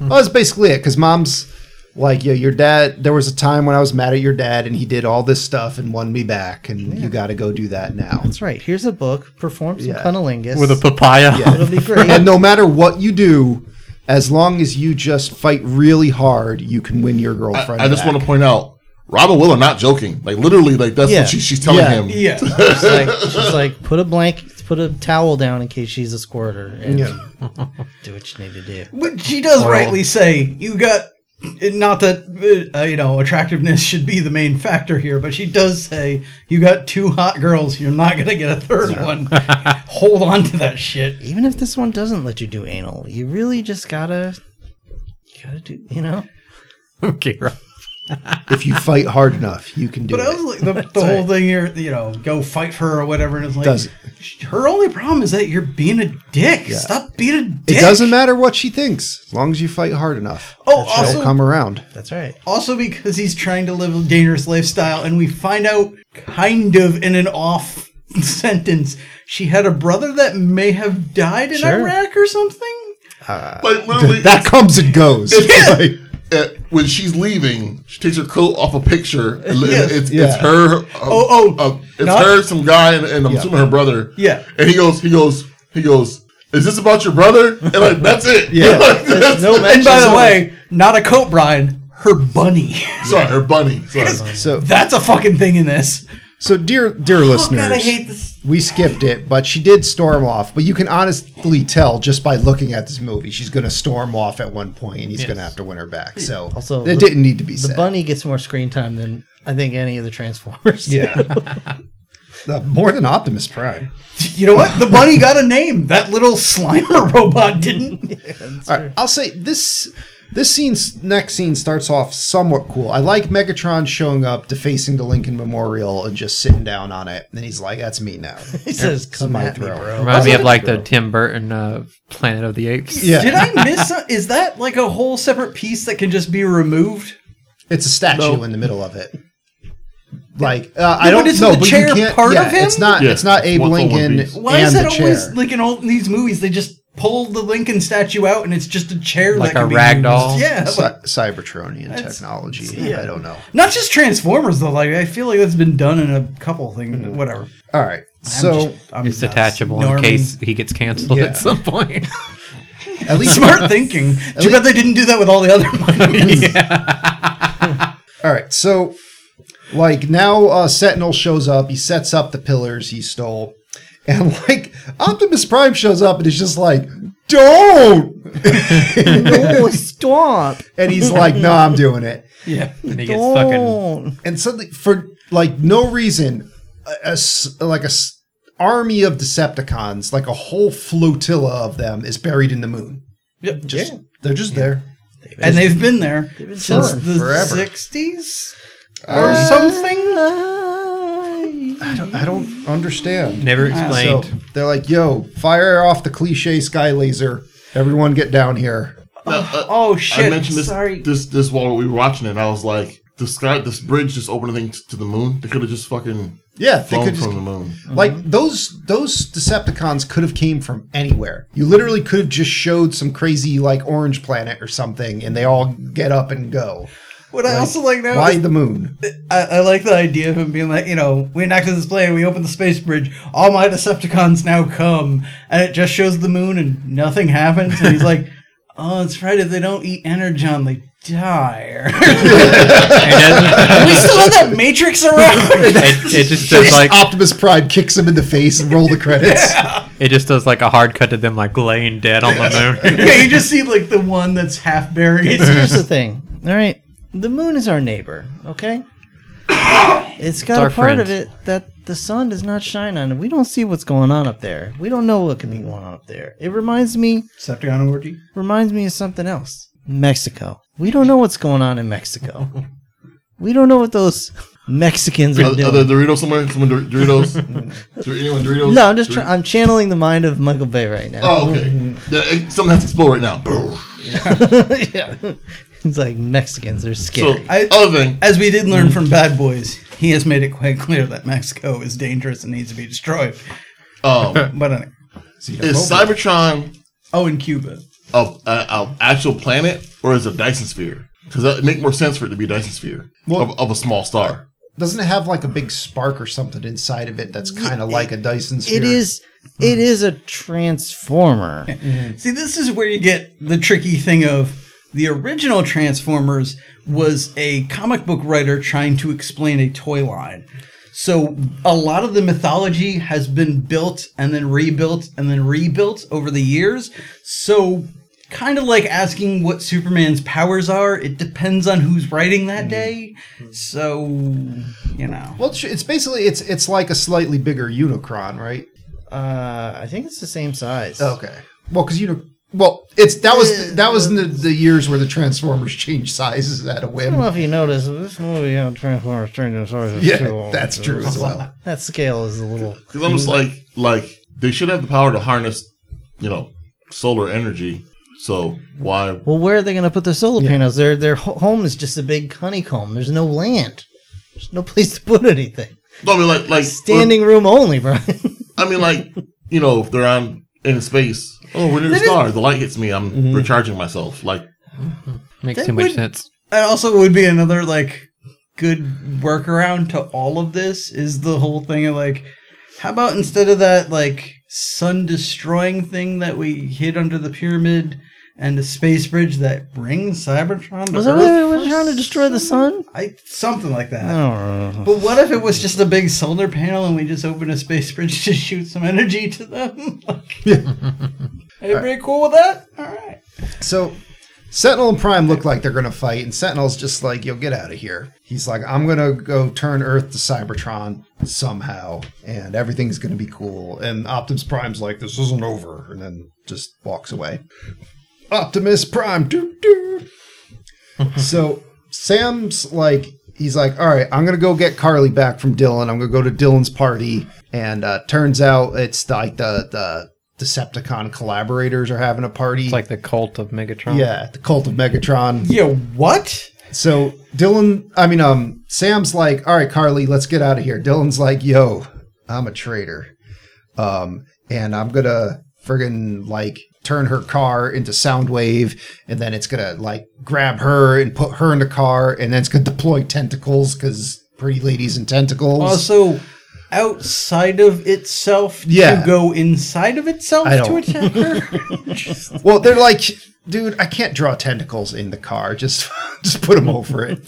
well, that's basically it. Because mom's like, yeah, your dad. There was a time when I was mad at your dad, and he did all this stuff and won me back, and you got to go do that now. That's right. Here's a book. Perform some Yeah. cunnilingus. with a papaya. It'll be and great. no matter what you do, as long as you just fight really hard, you can win your I, girlfriend. I just back. want to point out, Robin Willow not joking. Like literally, like that's Yeah. what she, she's telling Yeah. him. yeah, She's like, she's like, put a blanket, put a towel down in case she's a squirter, and do what you need to do. but she does rightly say you got. Not that uh, you know attractiveness should be the main factor here, but she does say you got two hot girls. You're not gonna get a third one. Hold on to that shit. Even if this one doesn't let you do anal, you really just gotta, you gotta do, you know. okay, right. if you fight hard enough, you can do But I was it. like, the, the whole thing here, you know, go fight for her or whatever. And it's like, Does- her only problem is that you're being a dick. Stop being a dick. It doesn't matter what she thinks, as long as you fight hard enough. Oh, she'll also- come around. That's right. Also, because he's trying to live a dangerous lifestyle, and we find out kind of in an off sentence, she had a brother that may have died in Sure. Iraq or something. Like literally, That comes and goes. Like, uh, when she's leaving, she takes her coat off a picture. And li- Yeah. it's, Yeah. it's her. uh, Oh, oh, uh, it's not- her, some guy, and, and I'm assuming her brother. Yeah. And he goes, he goes, he goes. Is this about your brother? And like that's it. Yeah. that's, No And mention. by the way, not a coat, Brian, her bunny. sorry, her bunny. Sorry. so, That's a fucking thing in this. so dear, dear Oh, listeners, God, I hate this. we skipped it, but she did storm off. But you can honestly tell just by looking at this movie, she's going to storm off at one point, and he's going to have to win her back. So Also, it the- didn't need to be The said. bunny gets more screen time than I think any of the Transformers. yeah, Uh, more than Optimus Prime. You know what? The bunny got a name. That little Slimer robot didn't. All right, I'll say this. This scene's next scene starts off somewhat cool. I like Megatron showing up, defacing the Lincoln Memorial, and just sitting down on it. And he's like, "That's me now." he says, "Come my at me, thrower. bro." Reminds me of like the Tim Burton uh, Planet of the Apes. Yeah, Did I miss? Some, is that like a whole separate piece that can just be removed? it's a statue in the middle of it. Like uh, I No, but don't isn't know, the but chair you can't. part yeah, of him? it's not. Yeah, It's not Abe one- one Lincoln. piece. Why is and that the always chair. like in all these movies? They just pull the Lincoln statue out and it's just a chair Like that can a be rag used. doll? Yeah, Cy- like- Cybertronian technology? I don't know. not just Transformers though. Like I feel like that's been done in a couple things. Whatever. All right, I'm so just- I'm It's nuts. detachable You know in what I mean? case he gets canceled Yeah. at some point. at least Smart thinking. Too bad they didn't do that with all the other movies. All right, so like now, uh, Sentinel shows up. He sets up the pillars he stole, and like Optimus Prime shows up and is just like, "Don't!" Oh, stop! And he's like, "No, I'm doing it." Yeah. and he gets fucking Don't. And suddenly, for like no reason, a- a s- like a s- army of Decepticons, like a whole flotilla of them, is buried in the moon. Yep. Just they're just there. and they've been there since chilling the forever. 60s or something. Uh, I don't, I don't understand. never So explained. they're like, "Yo, fire off the cliche sky laser! Everyone, get down here!" Oh shit! I mentioned this Sorry. this this while we were watching it. And I was like, this guy, this bridge, just opened a thing t- to the moon. They could have just fucking Yeah, they flown could from just the moon. like those those Decepticons could have came from anywhere. You literally could have just showed some crazy like orange planet or something, and they all get up and go. What I also like now Why is the moon? I, I like the idea of him being like, you know, we enacted this plan, we opened the space bridge, all my Decepticons now come, and it just shows the moon and nothing happens, and he's like, oh, it's right, if they don't eat Energon, they die. we still have that Matrix around? It, it just does Just like Optimus Prime kicks him in the face and roll the credits. it just does like a hard cut to them like laying dead on the moon. yeah, you just see, like, the one that's half buried. It's here's the thing. All right, the moon is our neighbor. Okay, it's got our a part friend. of it that the sun does not shine on, and we don't see what's going on up there. We don't know what can be going on up there. It reminds me Decepticon orgy? reminds me of something else. Mexico. We don't know what's going on in Mexico. we don't know what those Mexicans are Are, doing. are there Doritos somewhere? Some Dor- Doritos? Dor- anyone Doritos? no, I'm just Dor- trying. I'm channeling the mind of Michael Bay right now. Oh, okay. Yeah, it- something has to explode right now. Brr. yeah. It's like Mexicans are So, scary. I- other thing, As we did learn from Bad Boys, he has made it quite clear that Mexico is dangerous and needs to be destroyed. um, But, uh, is Cybertron oh, in Cuba. a, a, a actual planet or is it a Dyson sphere? Because that would make more sense for it to be a Dyson sphere of, of a small star. Doesn't it have like a big spark or something inside of it that's kind of like a Dyson sphere? it is. It is a transformer. See, this is where you get the tricky thing of the original Transformers was a comic book writer trying to explain a toy line. So a lot of the mythology has been built and then rebuilt and then rebuilt over the years. So kind of like asking what Superman's powers are, it depends on who's writing that day. So, you know. Well, it's- it's basically it's it's like a slightly bigger Unicron, right? Uh, I think it's the same size. Okay. Well, because Uni, well, it's that was that was in the, the years where the Transformers changed sizes at a I don't know whim. if you noticed but this movie on Transformers turned into size. Yeah, that's true as well. That scale is a little. Because I'm just like, Mm-hmm. like they should have the power to harness, you know, solar energy. So why? Well, where are they going to put the solar panels? Their their ho- home is just a big honeycomb. There's no land. There's no place to put anything. No, I mean, like, like Standing room only, Brian. I mean, like, you know, if they're on in space. Oh, we're near the star. The light hits me. I'm Mm-hmm. recharging myself. Like, Makes That too much would- sense. That also would be another like good workaround to all of this is the whole thing of like how about instead of that like sun destroying thing that we hid under the pyramid and the space bridge that brings Cybertron to Was that Earth? what they were trying to destroy the sun? Oh, I something like that. I don't know. But what if it was just a big solar panel and we just opened a space bridge to shoot some energy to them? like, everybody cool with that? All right. So Sentinel and Prime look like they're gonna fight, and Sentinel's just like, "Yo, get out of here." He's like, "I'm gonna go turn Earth to Cybertron somehow, and everything's gonna be cool." And Optimus Prime's like, "This isn't over," and then just walks away. Optimus Prime, doo doo. so Sam's like, he's like, all right, I'm gonna go get Carly back from Dylan. I'm gonna go to Dylan's party, and uh, turns out it's like the the Decepticon collaborators are having a party. It's like the cult of Megatron. yeah, the cult of Megatron. Yeah, what? So Dylan, I mean, um, Sam's like, all right, Carly, let's get out of here. Dylan's like, yo, I'm a traitor, um, and I'm gonna friggin' like turn her car into Soundwave, and then it's gonna like grab her and put her in the car, and then it's gonna deploy tentacles because pretty ladies and tentacles. also outside of itself Yeah. to go inside of itself I to don't- attack her. Well, they're like, dude, I can't draw tentacles in the car. Just, just put them over it.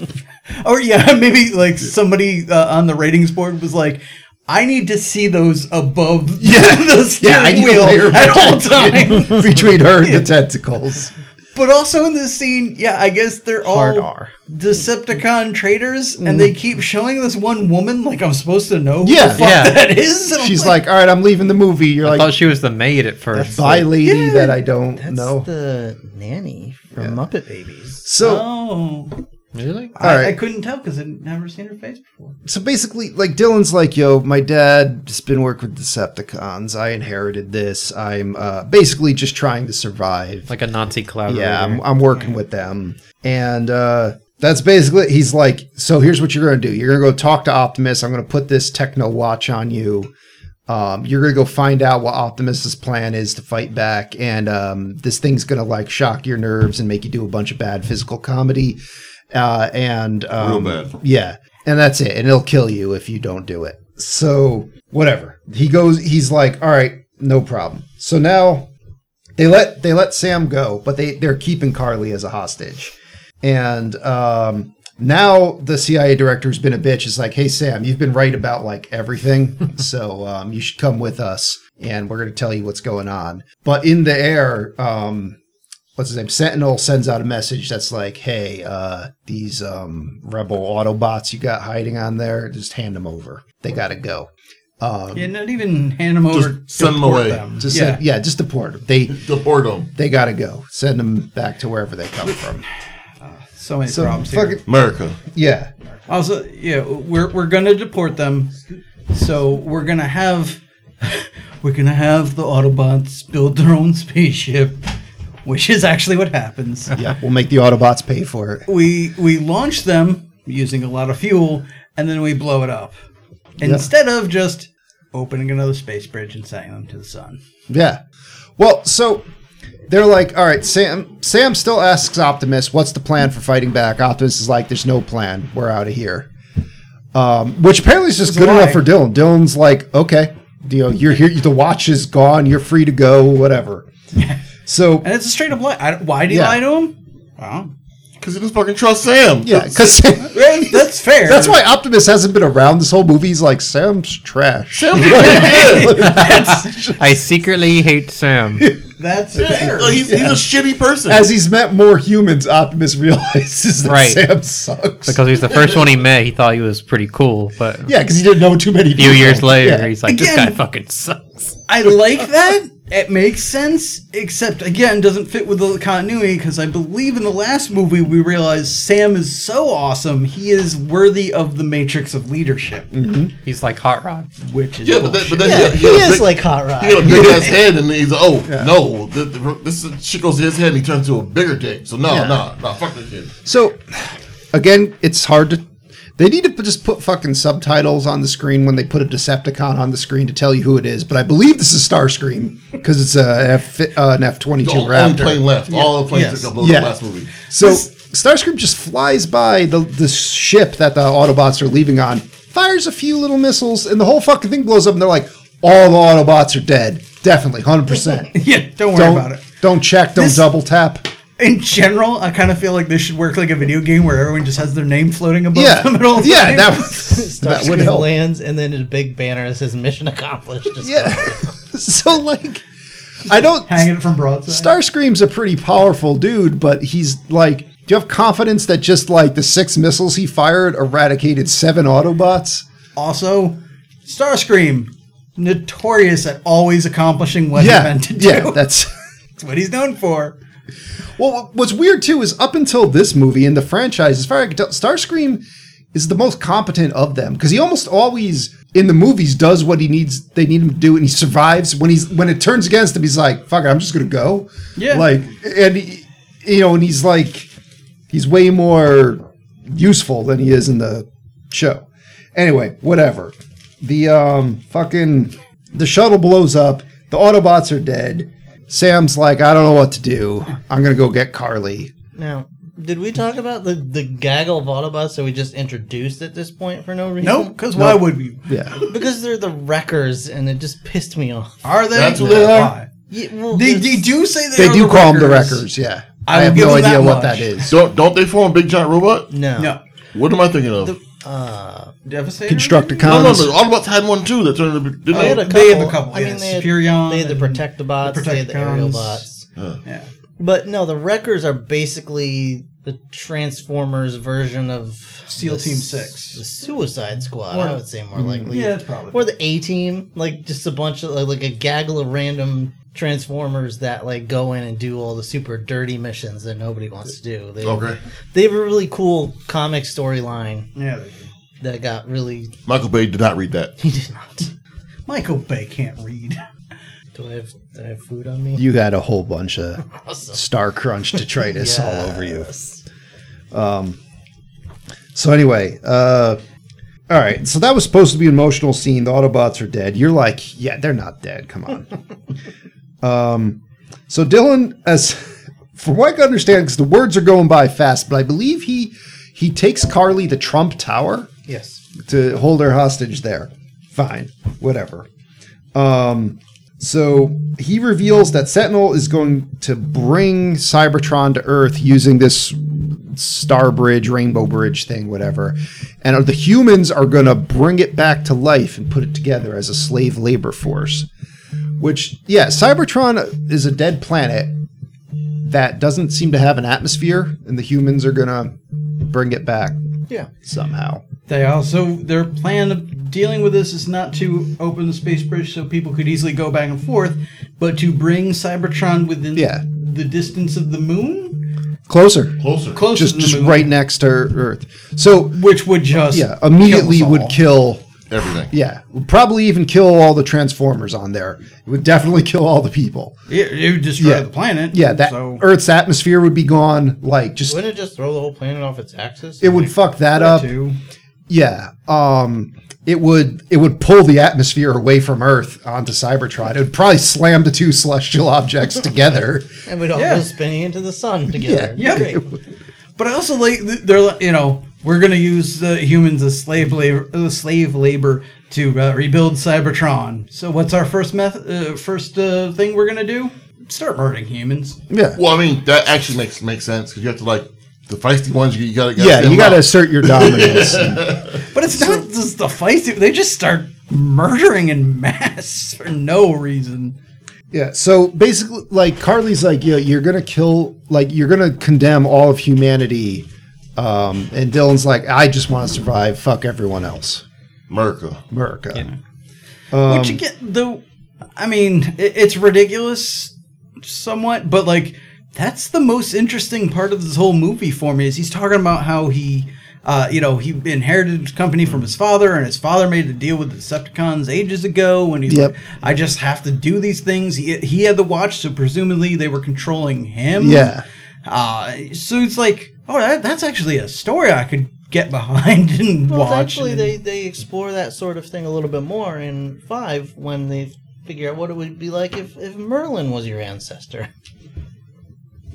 or yeah, maybe like somebody uh, on the ratings board was like, "I need to see those above Yeah. the steering Yeah, I need wheel a layer of at all protection times." between her and the tentacles. but also in this scene, yeah, I guess they're Hard all R. Mm-hmm. Decepticon traitors, and they keep showing this one woman like I'm supposed to know who Yeah. the fuck Yeah. that is. And I'm She's like, all right, I'm leaving the movie. You're I thought like, she was the maid at first. bye, Like, lady that I don't That's know. the nanny from Muppet Babies. so, "Oh, really? all I right. couldn't tell because I'd never seen her face before." so basically, like Dylan's like, yo, my dad has been working with Decepticons. I inherited this. I'm uh, basically just trying to survive. Like a Nazi collaborator. yeah, I'm, I'm working with them. And uh, that's basically, he's like, so here's what you're going to do. You're going to go talk to Optimus. I'm going to put this techno watch on you. Um, you're gonna go find out what Optimus's plan is to fight back, and um, this thing's gonna like shock your nerves and make you do a bunch of bad physical comedy, uh, and um, Real bad. yeah, and that's it, and it'll kill you if you don't do it. So whatever he goes, he's like, all right, no problem. So now they let they let Sam go, but they they're keeping Carly as a hostage. And um, now the CIA director's been a bitch. It's like, hey Sam, you've been right about like everything, so um, you should come with us, and we're gonna tell you what's going on. But in the air, um, what's his name? Sentinel sends out a message that's like, hey, uh, these um, rebel Autobots you got hiding on there, just hand them over. They gotta go. Um, Yeah, not even hand them over. Just send 'em deport away. just yeah. yeah. yeah, just deport them. They The boredom. they gotta go. Send them back to wherever they come from. so many So problems here. fucking America. yeah, Also, yeah, we're we're gonna deport them, so we're gonna have we're gonna have the Autobots build their own spaceship, which is actually what happens. yeah. We'll make the Autobots pay for it. We we launch them using a lot of fuel, and then we blow it up instead of just opening another space bridge and sending them to the sun. Yeah. Well, so they're like, all right, Sam. Sam still asks Optimus, "What's the plan for fighting back?" Optimus is like, "There's no plan. We're out of here." Um, which apparently is just good a enough lie. for Dylan. Dylan's like, "Okay, you know, you're here. The watch is gone. You're free to go. Whatever." So And it's a straight up lie. I, why do you Yeah. lie to him? Well, Because he doesn't fucking trust Sam. yeah, because. yeah, that's fair. That's why Optimus hasn't been around this whole movie. He's like, Sam's trash. I secretly hate Sam. that's fair. Like, he's, he's a shitty person. As he's met more humans, Optimus realizes that Right. Sam sucks. Because he's the first one he met, he thought he was pretty cool, but yeah, because he didn't know too many a few years later, Yeah. he's like, this Again. guy fucking sucks. I like that. It makes sense, except again, doesn't fit with the continuity because I believe in the last movie we realized Sam is so awesome, he is worthy of the matrix of leadership, Mm-hmm. He's like Hot Rod. which is yeah, but then, but then Yeah, he, he he, is big, like Hot Rod. he got a big ass head, and he's oh no, th- th- this is- shit goes to his head, and he turns into a bigger dick. So no, Yeah. no, no, fuck this shit. So, again, it's hard to. They need to put- just put fucking subtitles on the screen when they put a Decepticon on the screen to tell you who it is. But I believe this is Starscream because it's a F, uh, an F twenty two The only plane Raptor. left. All the planes Yes. that got blown Yeah. up last movie. So Starscream just flies by the the ship that the Autobots are leaving on, fires a few little missiles, and the whole fucking thing blows up. And they're like, all the Autobots are dead. Definitely, hundred percent. yeah. Don't worry about Don't it. don't check. Don't This- double tap. In general, I kind of feel like this should work like a video game where everyone just has their name floating above Yeah, them at all yeah. times. That would, that would Starscream help. lands, and then a big banner that says "Mission Accomplished." Just Yeah. so like, I don't. hanging from broadside. Starscream's a pretty powerful dude, but he's like, do you have confidence that just like the six missiles he fired eradicated seven Autobots? also, Starscream, notorious at always accomplishing what he Yeah, meant to do. yeah. That's That's what he's known for. well. What's weird too is up until this movie in the franchise, as far as I can tell, Starscream is the most competent of them because he almost always in the movies does what he needs. They need him to do, and he survives when he's when it turns against him. He's like, "Fuck it, I'm just gonna go." Yeah. like and he, you know, and he's like, he's way more useful than he is in the show. Anyway, whatever. The um fucking the shuttle blows up. The Autobots are dead. Sam's like, I don't know what to do. I'm gonna go get Carly. Now, did we talk about the the gaggle of Autobots that we just introduced at this point for no reason? No, because why would we? Yeah. because they're the wreckers, and it just pissed me off. Are they? That's what they are. Why? Yeah, well, They, that's- they do say they They are do the call them the wreckers. Wreckers. Yeah. I I, will have give no them idea that what much. that is. Don't don't they form a big giant robot? no. No. What am I thinking of? Uh, Devastator? no, no, Constructicons. no. Autobots had one too that turned into. Didn't they had they? a couple. Oh, They have a couple, I yeah, mean, they had, Superion they had the and Protectabots, bots, the they had the Aerial Protecticons. Bots. Yeah. But no, the wreckers are basically the Transformers version of SEAL the Team s- Six. the Suicide Squad. Or- Hmm. I would say more likely. Yeah, it's probably. Or the A team, like just a bunch of like, like a gaggle of random transformers that like go in and do all the super dirty missions that nobody wants to do. They, Okay. they have a really cool comic storyline yeah, they do. that got really. Michael Bay did not read that. He did not. Michael Bay can't read. Do I have do I have food on me? You had a whole bunch of Awesome. star crunch detritus all over you. Yes. So anyway, Um, uh, All right, so that was supposed to be an emotional scene. The Autobots are dead. You're like, yeah, they're not dead. Come on. um, so Dylan, as from what I can understand, because the words are going by fast, but I believe he he takes Carly to Trump Tower Yes. to hold her hostage there. Fine, whatever. Um, so he reveals that Sentinel is going to bring Cybertron to Earth using this Star Bridge, Rainbow Bridge thing, whatever. And the humans are going to bring it back to life and put it together as a slave labor force. Which, yeah, Cybertron is a dead planet that doesn't seem to have an atmosphere, and the humans are going to bring it back Yeah. somehow. They also their plan of dealing with this is not to open the space bridge so people could easily go back and forth, but to bring Cybertron within Yeah. the distance of the moon, Closer. Closer. close just to the just moon, right next to Earth. So which would just yeah, immediately kill us all. would kill. Everything. Yeah, would probably even kill all the Transformers on there. It would definitely kill all the people. Yeah, it would destroy Yeah. the planet. Yeah, that so Earth's atmosphere would be gone. Like just Wouldn't it just throw the whole planet off its axis? it would fuck that up. too. Yeah. Um. It would it would pull the atmosphere away from Earth onto Cybertron. It would probably slam the two celestial objects together. And we'd all Yeah. go spinning into the sun together. Yeah, great. but I also like th- they're like, you know we're gonna use the humans as slave labor, uh, slave labor to uh, rebuild Cybertron. So what's our first meth- uh, first uh, thing we're gonna do? Start burning humans. Yeah. Well, I mean, that actually makes makes sense because you have to like the feisty ones. You, you gotta, gotta Yeah, stand you got to up. assert your dominance. But it's not just the feisty; they just start murdering in mass for no reason. Yeah. So basically, like Carly's like, yeah, you're gonna kill, like you're gonna condemn all of humanity, um, and Dylan's like, I just want to survive. Fuck everyone else, America. America. Which Um, again, though, I mean, it, it's ridiculous somewhat, but like that's the most interesting part of this whole movie for me is he's talking about how he. Uh, you know, he inherited his company from his father, and his father made a deal with the Decepticons ages ago. And he's Yep. like, "I just have to do these things." He, he had the watch, so presumably they were controlling him. Yeah. Uh, so it's like, oh, that, that's actually a story I could get behind and Well, watch. thankfully, they, they explore that sort of thing a little bit more in 5 when they figure out what it would be like if, if Merlin was your ancestor.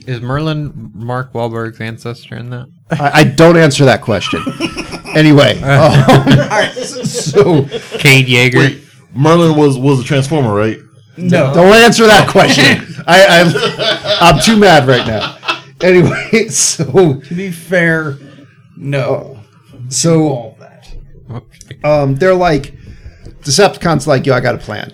Is Merlin Mark Wahlberg's ancestor in that? I, I don't answer that question. anyway, um, so Cade Yeager. Wait, Merlin was was a transformer, right? no. don't answer that question. I, I I'm too mad right now. Anyway, so To be fair, Oh. no. so All that. um, they're like Decepticons like yo I got a plan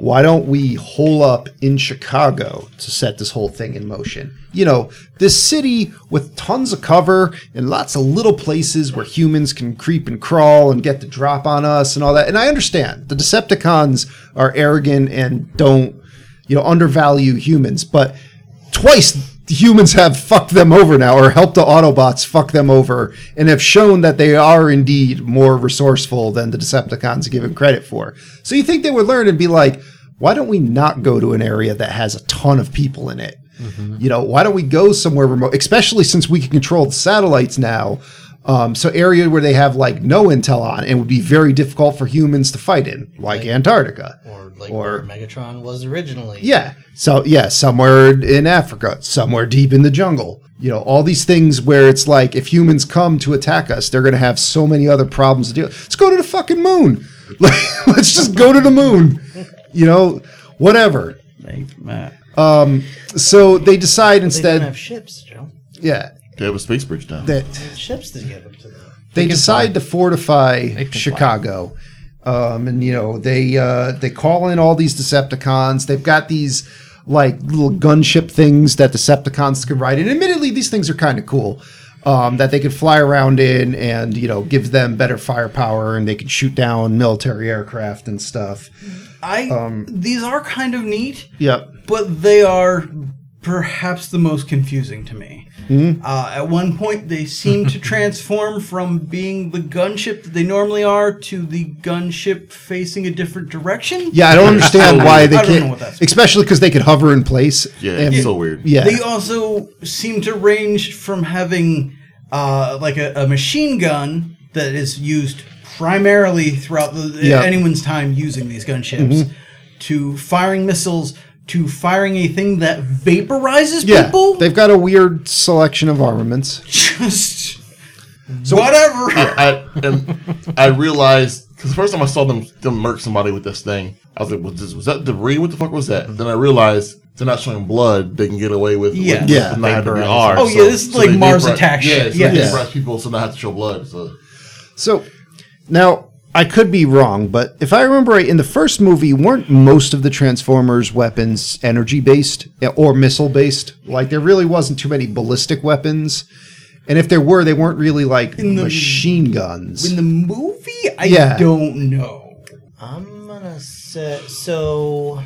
why don't we hole up in Chicago to set this whole thing in motion you know this city with tons of cover and lots of little places where humans can creep and crawl and get the drop on us and all that and I understand the Decepticons are arrogant and don't you know undervalue humans but twice the humans have fucked them over now or helped the autobots fuck them over and have shown that they are indeed more resourceful than the decepticons are given credit for so you think they would learn and be like why don't we not go to an area that has a ton of people in it you know why don't we go somewhere remote especially since we can control the satellites now um, so area where they have like no intel on and would be very difficult for humans to fight in like antarctica Or like Or- where Megatron was originally. yeah. So yeah, somewhere in Africa, somewhere deep in the jungle. You know, all these things where it's like if humans come to attack us, they're gonna have so many other problems to deal. Let's go to the fucking moon. Like, let's just go to the moon. You know, whatever. So They they decide didn't instead. have ships, Joe. Yeah. They have a space bridge now. That Ships to get up to them. they decide to fortify Chicago. Um, and you know they uh, they call in all these Decepticons. They've got these like little gunship things that Decepticons could ride. And admittedly, these things are kind of cool um, that they could fly around in, and you know gives them better firepower, and they can shoot down military aircraft and stuff. I these are kind of neat, Yep. but they are perhaps the most confusing to me. Uh, at one point, they seem to transform from being the gunship that they normally are to the gunship facing a different direction. Yeah, I don't understand why they I don't know can't, what that's- especially because they could hover in place. Yeah, and- it's so weird. Yeah, They also seem to range from having uh, like a, a machine gun that is used primarily throughout the, Yeah. Mm-hmm. anyone's time using these gunships to firing missiles to firing a thing that vaporizes Yeah, people. they've got a weird selection of armaments. just whatever. I and I realized because the first time I saw them them murk somebody with this thing, I was like, was, this, was that debris? What the fuck was that? Then I realized they're not showing blood; they can get away with Mm-hmm. Yeah. with, Yeah. with not having to be Vaporize. R. Oh, yeah, this is like they Mars vaporize- attack yeah, shit. So they Yes. vaporize people, so not have to show blood. So So now I could be wrong, but if I remember right, in the first movie, weren't most of the Transformers weapons energy based or missile based? Like there really wasn't too many ballistic weapons, and if there were, they weren't really like the- machine guns. In the movie, I Yeah. don't know. I'm gonna say so.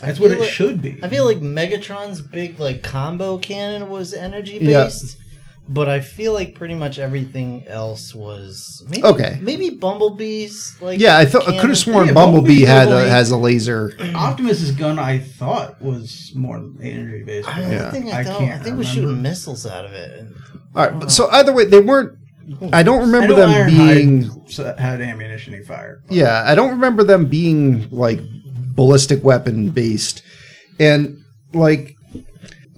That's what it feel like- should be. I feel like Megatron's big like combo cannon was energy Yeah. based, but I feel like pretty much everything else was maybe, Okay. Maybe Bumblebee's like yeah, I thought I cannon could have sworn Yeah, Bumblebee Bumblebee had a, probably- has a laser. Optimus's gun, I thought, was more energy based. I don't Yeah. think I, I don't. I can't think we're shooting remember. missiles out of it. All right, but, so either way, they weren't. Uh-huh. I don't I remember know them Ironhide being. s- had ammunition he fired. but- Yeah, I don't remember them being like ballistic weapon based. And like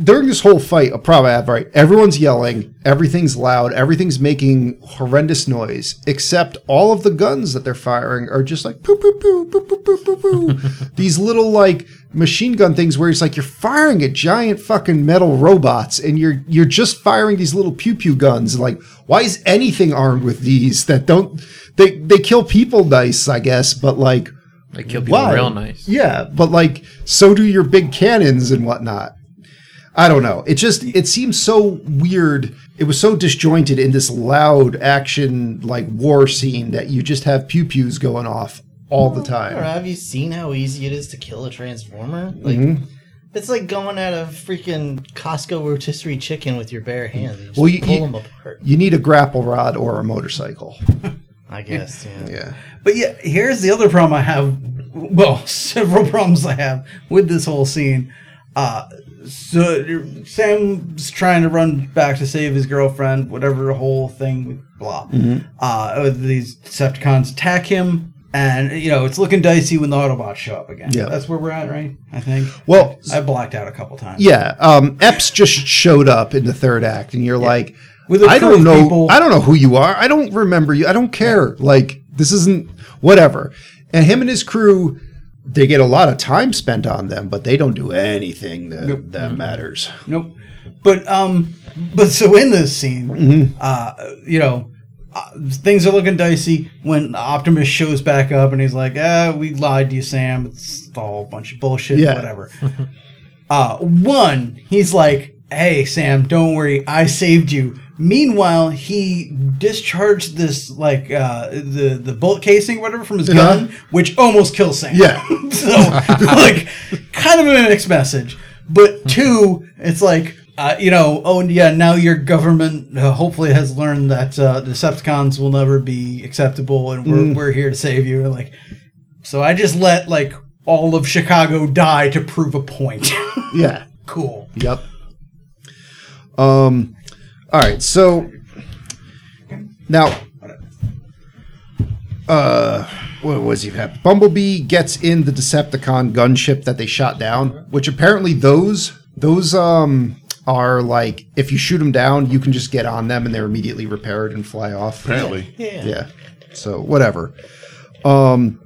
during this whole fight, a problem I have, right? Everyone's yelling, everything's loud, everything's making horrendous noise, except all of the guns that they're firing are just like poo poo poo poo poo poo poo poo. These little like machine gun things where it's like you're firing at giant fucking metal robots and you're you're just firing these little pew pew guns. Like, why is anything armed with these that don't they they kill people nice, I guess, but like They kill people why? real nice. Yeah, but like so do your big cannons and whatnot. I don't know. It just it seems so weird. It was so disjointed in this loud action like war scene that you just have pew pews going off all the I don't time. know, have you seen how easy it is to kill a transformer? Like Mm-hmm. it's like going at a freaking Costco rotisserie chicken with your bare hands. You just Well, you- pull you- them apart. You need a grapple rod or a motorcycle. I guess. Yeah. Yeah. But yeah, here's the other problem I have. Well, several problems I have with this whole scene. Uh, so Sam's trying to run back to save his girlfriend, whatever the whole thing with blah. Mm-hmm. Uh, these Decepticons attack him, and you know it's looking dicey when the Autobots show up again. Yeah. that's where we're at, right? I think. Well, I blacked out a couple times. yeah. Um, Epps just showed up in the third act, and you're like, With a I crew don't of know, people- I don't know who you are. I don't remember you. I don't care. Like this isn't whatever. And him and his crew, they get a lot of time spent on them, but they don't do anything that that matters. Nope. But um, but so in this scene, uh, you know, uh, things are looking dicey when Optimus shows back up and he's like, "Ah, we lied to you, Sam. It's all a bunch of bullshit. Yeah. Whatever." uh, one, he's like, "Hey, Sam, don't worry. I saved you." Meanwhile, he discharged this like uh, the the bullet casing, whatever, from his gun, which almost kills Sam. Yeah. so like kind of a mixed message but two it's like uh, you know oh and yeah now your government uh, hopefully has learned that uh, decepticons will never be acceptable and we're, we're here to save you and like so i just let like all of chicago die to prove a point Yeah. cool Yep. Um. All right. So now, uh, what was he? Bumblebee gets in the Decepticon gunship that they shot down, which apparently those those um are like if you shoot them down, you can just get on them and they're immediately repaired and fly off. apparently, Yeah. So whatever. Um,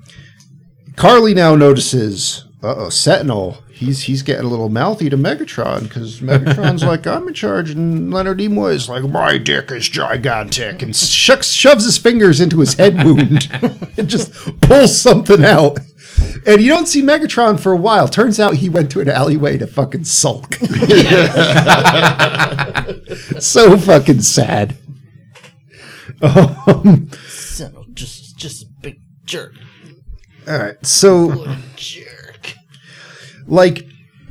Carly now notices. Uh oh, Sentinel. He's he's getting a little mouthy to Megatron because Megatron's like, I'm in charge, and Leonard Nimoy's like, my dick is gigantic, and shucks, shoves his fingers into his head wound and just pulls something out. And you don't see Megatron for a while. Turns out he went to an alleyway to fucking sulk. so fucking sad. Um, Sentinel, just just a big jerk. All right. So, Jerk. like,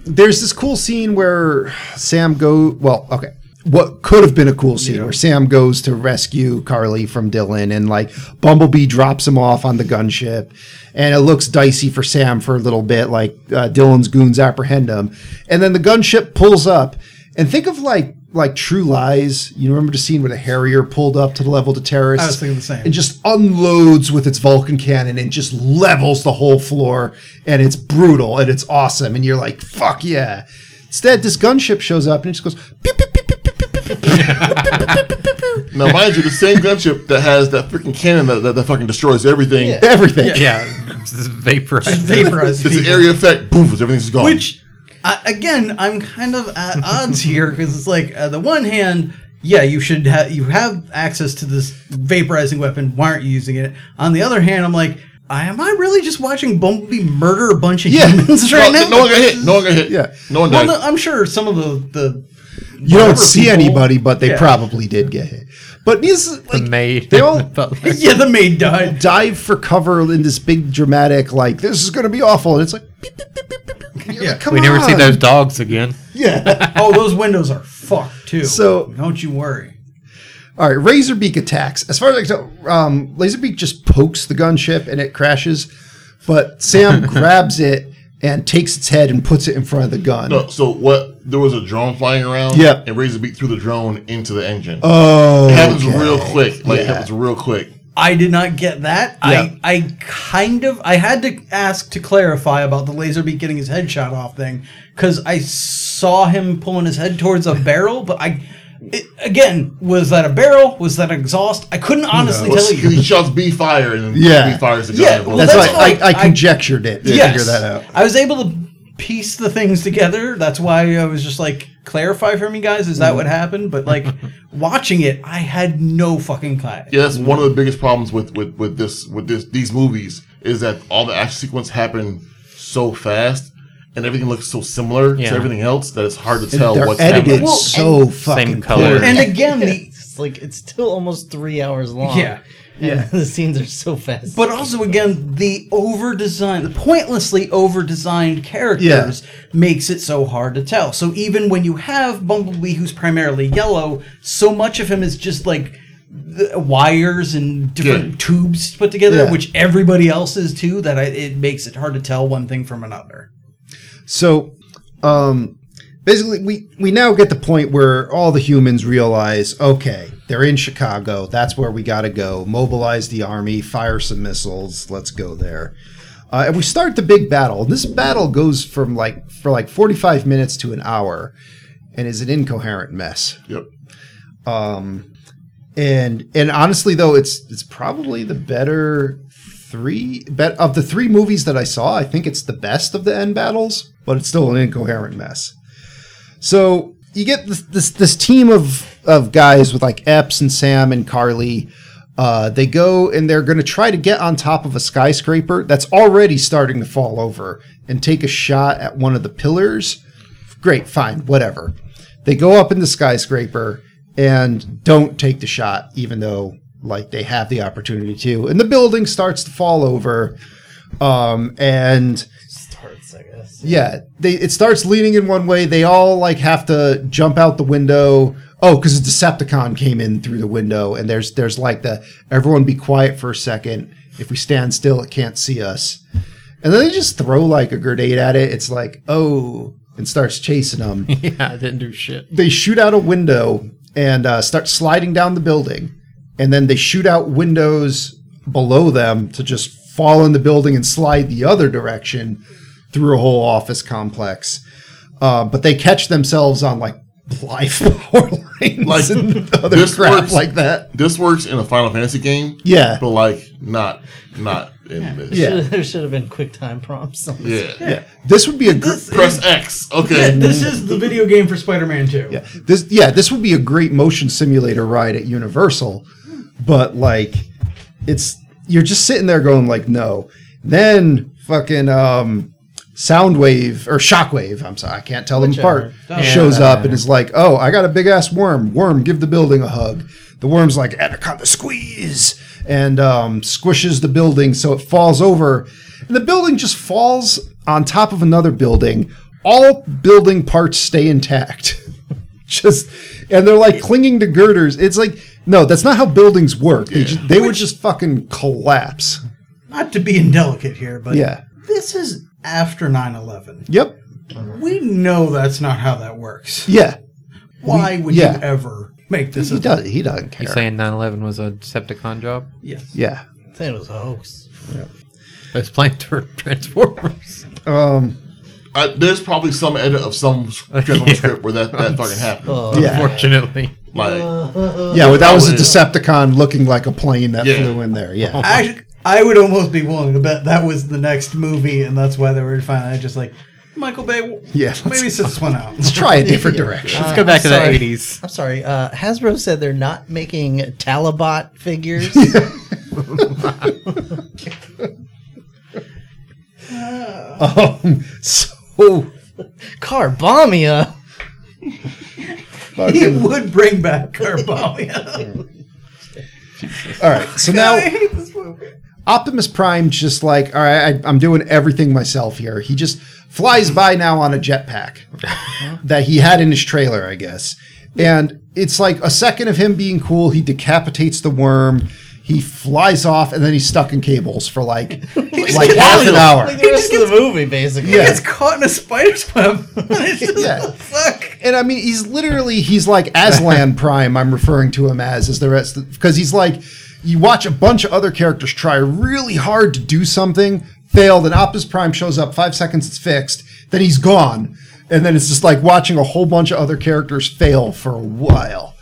there's this cool scene where Sam go. Well, okay. What could have been a cool scene where Sam goes to rescue Carly from Dylan and like Bumblebee drops him off on the gunship and it looks dicey for Sam for a little bit, like uh, Dylan's goons apprehend him. And then the gunship pulls up and think of like like True Lies. You remember the scene where the Harrier pulled up to the level to terrorists? I was thinking the same. And just unloads with its Vulcan cannon and just levels the whole floor. And it's brutal and it's awesome. And you're like, fuck yeah. Instead, this gunship shows up and it just goes, beep, beep, beep, beep, beep, beep, beep, beep, beep, beep, beep, beep, beep. Now, mind you, the same gunship that has that freaking cannon that, that, that fucking destroys everything. everything. Yeah, vaporized. Vaporized It's an people. area effect. Boom! Everything's gone. Which, uh, again, I'm kind of at odds here because it's like, uh, the one hand, yeah, you should have you have access to this vaporizing weapon. Why aren't you using it? On the other hand, I'm like, I, am I really just watching Bumblebee murder a bunch of Yeah. humans no, right now? no one got hit. No one got hit. Yeah. No one Well, died. no, I'm sure some of the the You whatever don't see people- anybody, but they Yeah. probably did get hit. But these, The like, maid. they all yeah, the maid died. dive for cover in this big dramatic, like, this is going to be awful. And it's like, beep, beep, beep, beep, beep, beep. You're like, come we never see on. those dogs again. Yeah. Oh, those windows are fucked too. So- don't you worry. All right, Razorbeak attacks. As far as I can tell, um, Laserbeak just pokes the gunship and it crashes, but Sam grabs it and takes its head and puts it in front of the gun. No, so what? There was a drone flying around. Yeah. And Razor beat through the drone into the engine. Oh, it happens okay. real quick. Like it Yeah. happens real quick. I did not get that. Yeah. I I kind of I had to ask to clarify about the laser beak getting his head shot off thing because I saw him pulling his head towards a barrel, but I it, again was that a barrel? Was that exhaust? I couldn't honestly Well, tell you. he shoves B fire and then Yeah. B fires the gun. Yeah, and well, blows That's, it That's up. why like- I, I, I- conjectured it. to Yes. Figure that out. I was able to piece the things together. That's why I was just like, clarify for me, guys. Is that Mm-hmm. what happened? But like, watching it, I had no fucking clue. Yeah, that's one of the biggest problems with, with, with this with this these movies is that all the action sequence happen so fast and everything looks so similar Yeah. to everything else that it's hard to And tell They're what's edited happening. Well, so fucking same color. poorly. And again, the It's like it's still almost three hours long. Yeah. And the scenes are so fast. but uh, also again the over design, the pointlessly over designed characters makes it so hard to tell. So even when you have Bumblebee, who's primarily yellow, so much of him is just like. The wires and different Yeah. tubes put together, Yeah. which everybody else is too. That I, it makes it hard to tell one thing from another. So, um, basically, we we now get the point where all the humans realize, okay, they're in Chicago. That's where we got to go. Mobilize the army, fire some missiles. Let's go there. Uh, and we start the big battle. This battle goes from like for like forty five minutes to an hour, and is an incoherent mess. Yep. And and honestly, though, it's it's probably the better three bet of the three movies that I saw. I think it's the best of the end battles, but it's still an incoherent mess. So you get this this, this team of of guys with like Epps and Sam and Carly. Uh, they go and they're going to try to get on top of a skyscraper that's already starting to fall over and take a shot at one of the pillars. Great, fine, whatever. They go up in the skyscraper and don't take the shot, even though like they have the opportunity to. And the building starts to fall over. Um, and starts, I guess. yeah, they it starts leaning in one way. They all like have to jump out the window. Oh, because a Decepticon came in through the window, and there's there's like the everyone be quiet for a second. If we stand still, it can't see us. And then they just throw like a grenade at it. It's like oh, and starts chasing them. Yeah, I didn't do shit. they shoot out a window and uh, start sliding down the building, and then they shoot out windows below them to just fall in the building and slide the other direction through a whole office complex. Uh, but they catch themselves on like live power lines Like, and other this crap works- like that. This works in a Final Fantasy game. Yeah. But like not not in this. Yeah. there should have been quick time prompts on this. Yeah. Yeah, this would be a gr- Press X. Okay. This is the video game for Spider-Man 2. yeah this yeah this would be a great motion simulator ride at universal but like it's you're just sitting there going like no then fucking um soundwave or shockwave i'm sorry i can't tell them apart shows up and is like oh i got a big ass worm worm give the building a hug the worm's like anaconda squeeze and um, squishes the building so it falls over and the building just falls on top of another building all building parts stay intact just and they're like clinging to girders. It's like no, that's not how buildings work. They, ju- they would just fucking collapse. Not to be indelicate here, but Yeah. this is after 9-11. Yep. We know that's not how that works. Yeah. Why would yeah. you ever make this? He a does. He doesn't care. You saying 9/11 was a Decepticon job? Yes. yeah. That was a hoax. I was playing Tur- Transformers. Um. I, there's probably some edit of some Transformers script where that, that fucking happened. Oh, Yeah. Fortunately, like, Yeah. Well, that was a would- Decepticon looking like a plane that Yeah. flew in there. Yeah. I I would almost be willing to bet that was the next movie, and that's why they were finally just like Michael Bay. w- Yeah, let's- maybe sit this one out. Let's try a different direction. let's go back to sorry. the 80s. I'm sorry. Uh, Hasbro said they're not making Talibot figures. Um, so Carbomia. He would bring back Carbonia. all right. So now I hate this movie. Optimus Prime just like all right, I, I'm doing everything myself here. He just flies by now on a jetpack that he had in his trailer, I guess. And it's like a second of him being cool. He decapitates the worm. He flies off, and then he's stuck in cables for like like half an hour. Like the rest of the movie, basically. Yeah. It's caught in a spider's web. It's just Yeah. fuck. And I mean, he's literally he's like Aslan Prime. I'm referring to him as is the rest because he's like you watch a bunch of other characters try really hard to do something, failed, and Opus Prime shows up five seconds, it's fixed, then he's gone, and then it's just like watching a whole bunch of other characters fail for a while.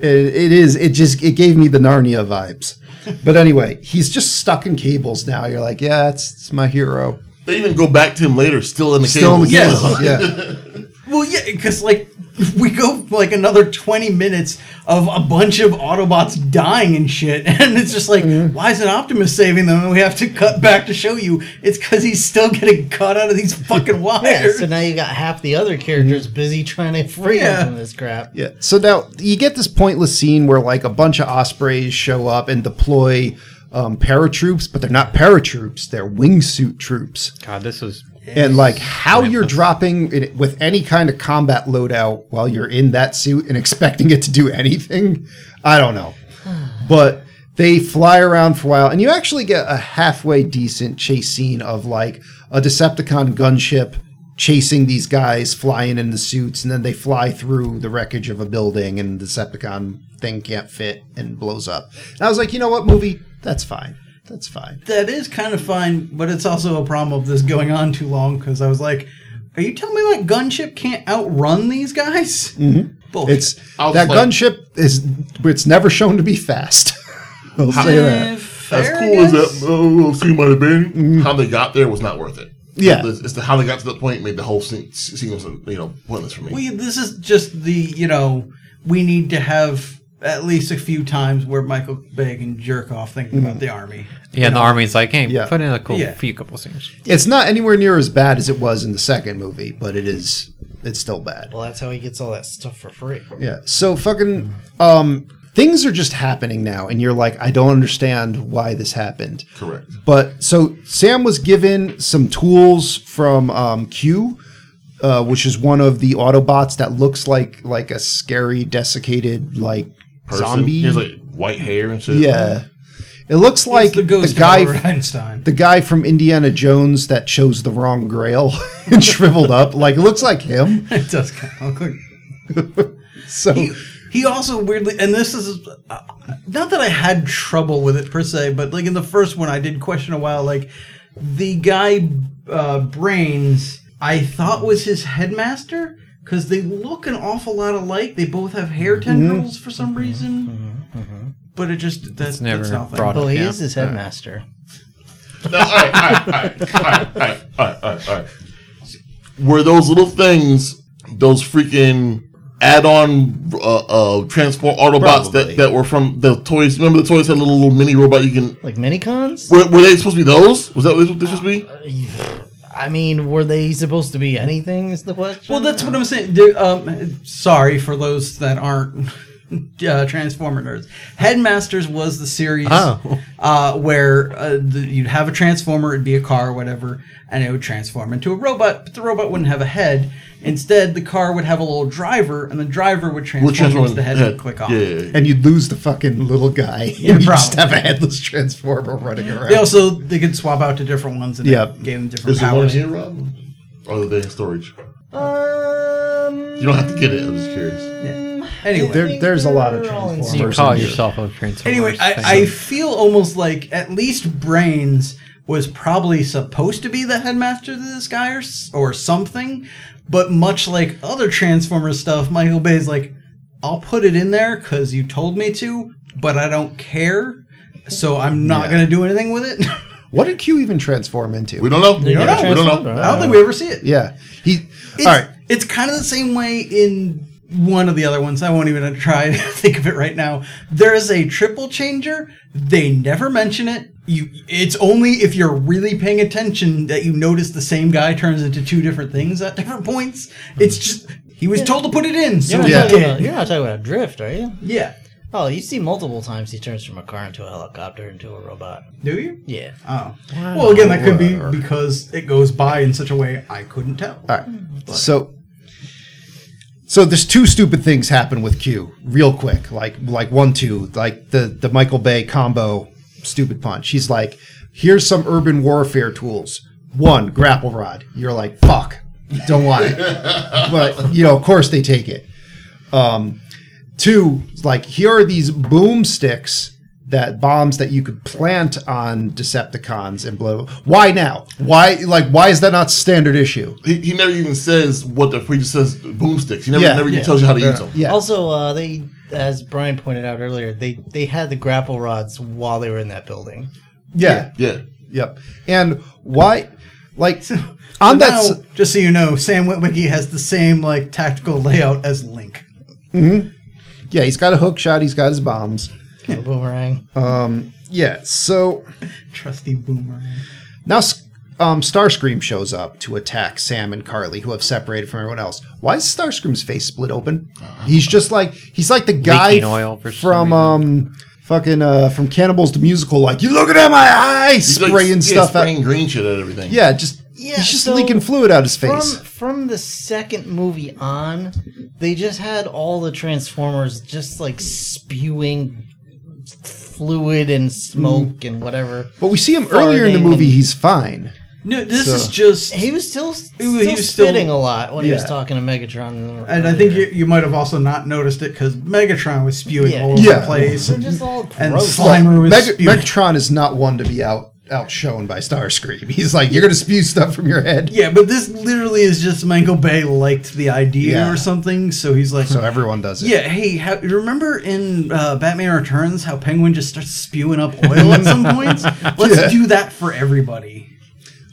It, it is. It just it gave me the Narnia vibes. But anyway, he's just stuck in cables now. You're like, yeah, it's, it's my hero. they even go back to him later, still in the Still in the cables. cables. Yeah. Well, yeah, because like we go like another twenty minutes of a bunch of Autobots dying and shit, and it's just like, Mm-hmm. why isn't Optimus saving them? And we have to cut back to show you it's because he's still getting cut out of these fucking Yeah, wires. so now you got half the other characters busy trying to free Yeah. him from this crap. Yeah. So now you get this pointless scene where like a bunch of ospreys show up and deploy um, paratroops, but they're not paratroops; they're wingsuit troops. God, this was And like how you're dropping it with any kind of combat loadout while you're in that suit and expecting it to do anything, I don't know. But they fly around for a while, and you actually get a halfway decent chase scene of like a Decepticon gunship chasing these guys flying in the suits, and then they fly through the wreckage of a building, and the Decepticon thing can't fit and blows up. And I was like, you know what, movie? That's fine. That's fine. that is kind of fine, but it's also a problem of this going on too long. Because I was like, are you telling me that gunship can't outrun these guys? Mm-hmm. Bullshit. It's I was that like- gunship is it's never shown to be fast. I'll say uh, Eh, that. fair, As I cool as guess. that little scene might have been, mm. how they got there was not worth it. Yeah. It's, it's the, how they got to that point made the whole scene, scene was, you know, pointless for me. we this is just the you know we need to have at least a few times where Michael Bay can jerk off thinking Hmm. about the army. yeah. And the army's like, hey, Yeah. put in a cool Yeah. few couple scenes. It's not anywhere near as bad as it was in the second movie, but it is it's still bad. Well, that's how he gets all that stuff for free. Yeah. So fucking um things are just happening now and you're like I don't understand why this happened. Correct. But so Sam was given some tools from um, Q, uh, which is one of the Autobots that looks like like a scary desiccated like Person. zombie. He has like white hair and shit. Yeah. It looks like It's the the, ghost of guy Albert Einstein. the guy from Indiana Jones that chose the wrong grail and shriveled up. Like it looks like him. it does kind of look like- So He, he also weirdly, and this is uh, not that I had trouble with it per se, but like in the first one, I did question a while. Like the guy uh, brains, I thought was his headmaster because they look an awful lot alike. They both have hair tendrils for some reason. But it just that's never that's nothing. brought Well, he Yeah. is his headmaster. No, all right, all right, all right, all right, all right, all right, all right, all right. Were those little things, those freaking add-on uh, uh, transform Autobots Probably. that, that were from the toys? Remember the toys had a little, little mini robot you can. Like minicons? Were, were they supposed to be those? Was that what they were supposed to be? I mean, were they supposed to be anything? Is the question? Well, that's what I'm saying. There- Um, sorry for those that aren't uh, Transformer nerds. Headmasters was the series Oh. uh, where uh, the, you'd have a transformer, it'd be a car or whatever, and it would transform into a robot, but the robot wouldn't have a head. Instead, the car would have a little driver, and the driver would transform, Which transform- into the head, and click off. Yeah, yeah, yeah. and you'd lose the fucking little guy. Yeah, and you just have probably. a headless transformer running They around. also they could swap out to different ones and Yeah. it gave them different Is there one powers. here, Rob? Or are they in storage? Um, You don't have to get it. I'm just curious. Anyway, There, there's a lot of We're all in Transformers. You call in here. yourself a transformer. anyway, I, I feel almost like at least Brains was probably supposed to be the headmaster to this guy or, s- or something, but much like other Transformers stuff, Michael Bay's like, I'll put it in there because you told me to, but I don't care, so I'm not going to do anything with it. What did Q even transform We into? don't know. We don't know. We don't know. I don't think we ever see it. Yeah, he. It's, all right, It's kind of the same way in one of the other ones. I won't even try to think of it right now. There is a triple changer. They never mention it. You, it's only if you're really paying attention that you notice the same guy turns into two different things at different points. It's just he was told to put it in, You're so not, he Yeah. talking did. about, you're not talking about drift, are you? Yeah. Oh, you see multiple times he turns from a car into a helicopter into a robot. Do you? Yeah. Oh. Well, again, that could be because it goes by in such a way I couldn't tell. all right. So, so there's two stupid things happen with Q, real quick, like like one two, like the the Michael Bay combo, stupid punch. He's like, here's some urban warfare tools. One grapple rod. You're like, fuck, don't want it. but you know, of course they take it. Um, Two, like here are these boom sticks that bombs that you could plant on Decepticons and blow. Why now? Why like why is that not standard issue? He, he never even says what the he just says boomsticks. He never Yeah. never even tells you how to use them. Yeah. Also, uh, they, as Brian pointed out earlier, they, they had the grapple rods while they were in that building. yeah. Yeah. Yep. And why like on that now, s- just so you know, Sam Witwicky has the same like tactical layout as Link. yeah, he's got a hook shot, he's got his bombs. The Hmm. boomerang. Yeah. So Trusty boomerang. Now, S- um, Starscream shows up to attack Sam and Carly, who have separated from everyone else. Why is Starscream's face split open? He's just like he's like the guy Leaking oil for some from reason. um, fucking uh, from Cannibals to Musical. Like you looking at my eye, He's like, spraying yeah, stuff spraying out. green shit at everything. Yeah, just Yeah, he's just so leaking fluid out his From, face. from the second movie on, they just had all the Transformers just like spewing fluid and smoke Hmm. and whatever. but we see him earlier in the farting movie. and- He's fine. No, this So- is just. He was still, He was- still he was still- spitting a lot when he was Yeah. talking to Megatron. And I think you, you might have also not noticed it because Megatron was spewing Yeah. all over Yeah. the place. They're And, just all and gross. Slimer was Meg- spewing. Megatron is not one to be out outshone by Starscream. He's like you're gonna spew stuff from your head. yeah, but this literally is just Michael Bay liked the idea Yeah. or something, so he's like, So everyone does it. yeah, hey, how, remember in uh, Batman Returns how Penguin just starts spewing up oil at some points? Let's Yeah. do that for everybody.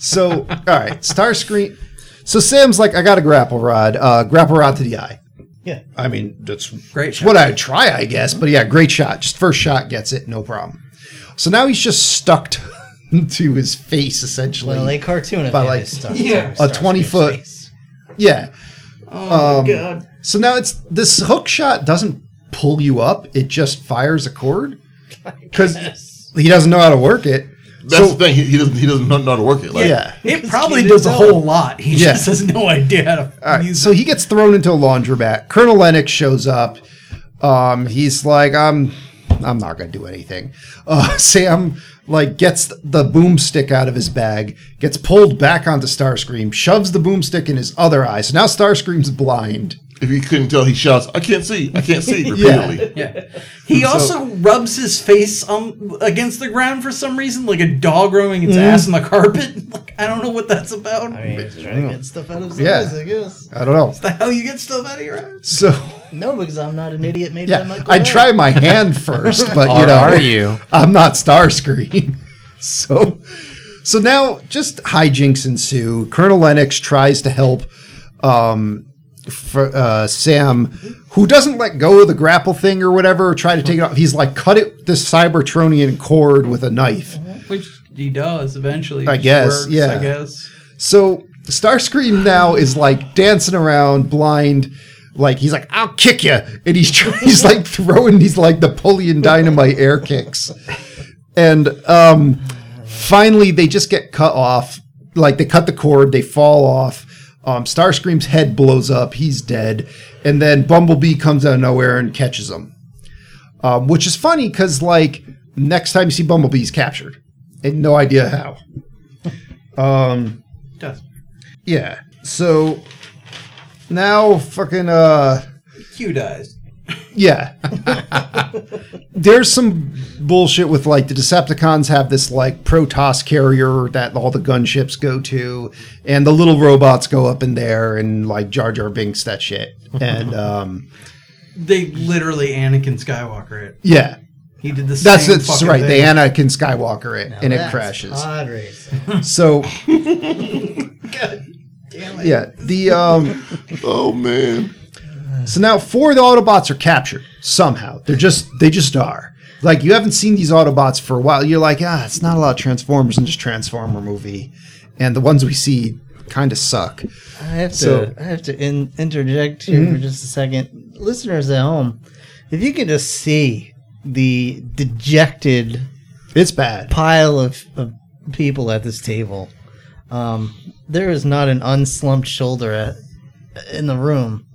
So, all right, Starscream. So Sam's like, I got a grapple rod. Uh, grapple rod to the eye. Yeah. I mean, that's Great it's what I would try, I guess. But yeah, great shot. Just first shot gets it, no problem. So now he's just stuck to, to his face, essentially. Well, they cartoon it. By, like, a 20 foot- yeah. Um, Oh, my God. So now it's this hook shot doesn't pull you up; it just fires a cord because he doesn't know how to work it. That's so the thing. He, he doesn't he doesn't know how to work it. Like, yeah. It probably he does a didn't whole lot. He Yeah. just has no idea how to All right, use so he gets thrown into a laundromat. Colonel Lennox shows up. Um, he's like, "I'm, I'm not gonna do anything." Uh, Sam like gets the boomstick out of his bag, gets pulled back onto Starscream, shoves the boomstick in his other eye. So now Starscream's blind. If you couldn't tell, he shouts, "I can't see! I can't see!" repeatedly. Yeah. He also rubs his face um against the ground for some reason, like a dog rubbing its ass on the carpet. Like I don't know what that's about. I mean, he's trying to get stuff out of his Yeah. eyes, I guess. I don't know. How you get stuff out of your ass? So No, because I'm not an idiot made by yeah, Michael. I Bay. try my hand first, but you Or know, are you? I'm not Starscream. so, so now just hijinks ensue. Colonel Lennox tries to help um, for, uh, Sam, who doesn't let go of the grapple thing or whatever, or try to take it off. He's like, cut it this Cybertronian cord with a knife. Which he does eventually. I It guess, works, yeah. I guess. So Starscream now is like dancing around blind. Like he's like, I'll kick you, and he's tr- he's like throwing these like Napoleon Dynamite air kicks, and um, finally they just get cut off. Like they cut the cord, they fall off. Um, Starscream's head blows up, he's dead, and then Bumblebee comes out of nowhere and catches him, um, which is funny because like next time you see Bumblebee, he's captured, and no idea how. Um, Does. Yeah. So now fucking uh Q dies. yeah. There's some bullshit with like the Decepticons have this like Protoss carrier that all the gunships go to, and the little robots go up in there and like Jar Jar Binks that shit. And um They literally Anakin Skywalker it. yeah. He did the That's same it's fucking right. Thing. They Anakin Skywalker it and it That's crashes. pod racing. So Yeah, the um Oh man. So now four of the Autobots are captured somehow. They're just they just are. Like you haven't seen these Autobots for a while. You're like, ah, it's not a lot of Transformers in this Transformer movie. And the ones we see kind of suck. I have to, So- Mm-hmm. I have to in, interject here for just a second, listeners at home. If you could just see the dejected It's bad. pile of, of people at this table, um, there is not an unslumped shoulder at, in the room.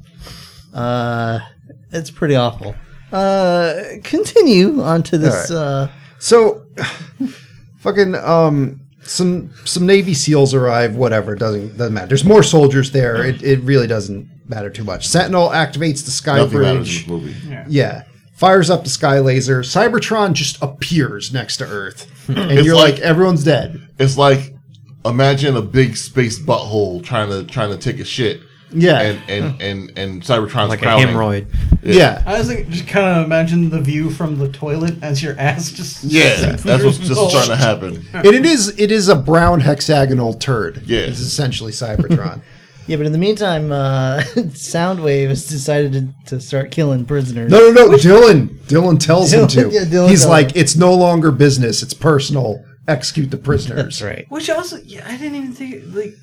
Uh, it's pretty awful. Uh, continue on to this. All Uh, So fucking um some some Navy SEALs arrive, whatever, doesn't doesn't matter. There's more soldiers there. It it really doesn't matter too much. Sentinel activates the sky Nothing bridge. matters in this movie. Yeah. Fires up the sky laser. Cybertron just appears next to Earth. And It's you're like- like, everyone's dead. It's like imagine a big space butthole trying to trying to take a shit. Yeah. And and and and Cybertron's like a crowding. hemorrhoid. Yeah. I was like, just kind of imagine the view from the toilet as your ass just. Oh, Yeah, sinks that's what's through just Oh, the trying to happen. And it is it is a brown hexagonal turd. Yeah. It's essentially Cybertron. yeah, but in the meantime, uh, Soundwave has decided to, to start killing prisoners. no, no, no. Dylan. Dylan tells him to. Dylan- yeah, Dylan He's tells like, him. it's no longer business, it's personal. Execute the prisoners. That's right. Which also, yeah, I didn't even think like.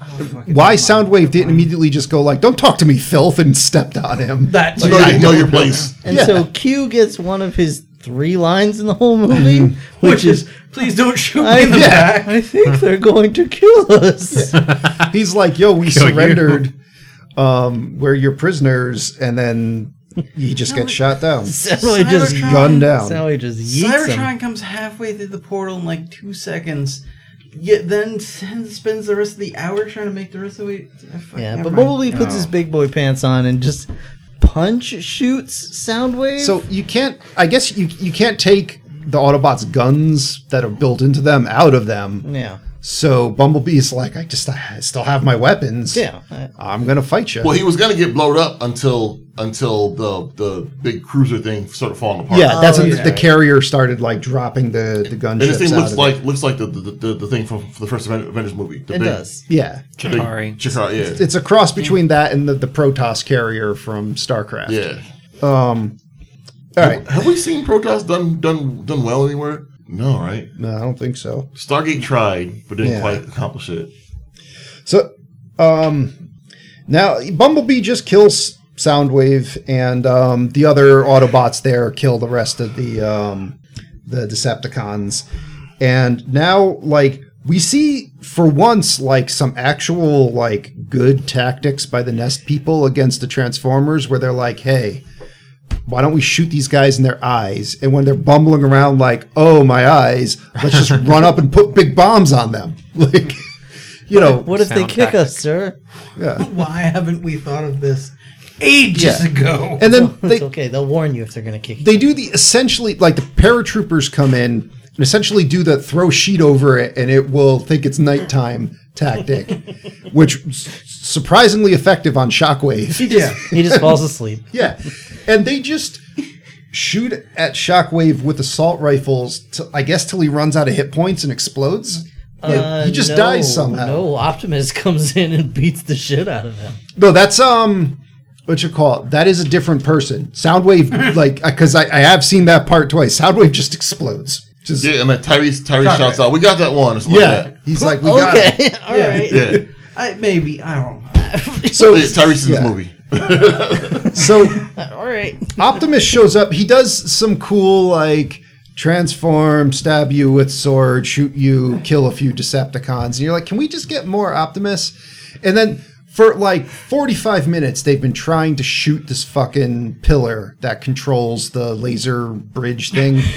oh, fucking Why never mind. Soundwave didn't immediately just go like, "Don't talk to me, filth," and stepped on him? That's You know, right. you know your place. And Yeah. so Q gets one of his three lines in the whole movie, which is, please don't I, shoot me Mm-hmm. in the Yeah. back. I think they're going to kill us. He's like, "Yo, we Kill you. surrendered. Um, we're your prisoners," and then he just gets shot down, Soundwave just, Cybertron- gunned down. Soundwave just yeets him. Cybertron comes halfway through the portal in like two seconds. Yet then sends- spends the rest of the hour trying to make the rest of the way. I fuck- Yeah, never but mind. Bumblebee puts his big boy pants on and just punch shoots Soundwave. So you can't. I guess you you can't take the Autobots' guns that are built into them out of them. yeah, So Bumblebee's like, I just I still have my weapons. yeah, I- I'm gonna fight you. Well, he was gonna get blown up until until the the big cruiser thing started falling apart. yeah, that's when Oh, yeah. the, the carrier started like dropping the the gunships. And this thing out looks of like it. looks like the the, the, the thing from, from the first Aven- Avengers movie. The it big- does. yeah, big Chitauri. Chitauri, yeah, it's a cross between that and the the Protoss carrier from StarCraft. yeah. All right. Have we seen Protoss done done done well anywhere? No, right? No, I don't think so. Stargate tried, but didn't Yeah. quite accomplish it. So, um, now Bumblebee just kills Soundwave, and um, the other Autobots there kill the rest of the um, the Decepticons, and now like we see for once like some actual like good tactics by the Nest people against the Transformers, where they're like, hey. Why don't we shoot these guys in their eyes? And when they're bumbling around like, "Oh, my eyes," let's just run up and put big bombs on them. Like, you know, What if they Sound kick tactic. us, sir? Why haven't we thought of this ages Yeah. ago? And then It's they, okay. They'll warn you if they're gonna kick you. they do the essentially like the paratroopers come in and essentially do the throw sheet over it and it will think it's nighttime tactic, which s- surprisingly effective on Shockwave. Yeah. He just falls asleep. Yeah. And they just shoot at Shockwave with assault rifles, to, I guess, till he runs out of hit points and explodes. Like, Uh, he just no, dies somehow. No, Optimus comes in and beats the shit out of him. No, that's um, what you call it? That is a different person. Soundwave, like, because I, I have seen that part twice. Soundwave just explodes. Just yeah, Yeah, and then Tyrese Tyrese shouts out, "We got that one." It's like that. he's like, we got it. Okay, all Yeah. right. Yeah, I, maybe I don't. know. So it's Tyrese in yeah. this movie. So all right. Optimus shows up. He does some cool like transform, stab you with sword, shoot you, kill a few Decepticons, and you're like, can we just get more Optimus? And then. For like 45 minutes, they've been trying to shoot this fucking pillar that controls the laser bridge thing.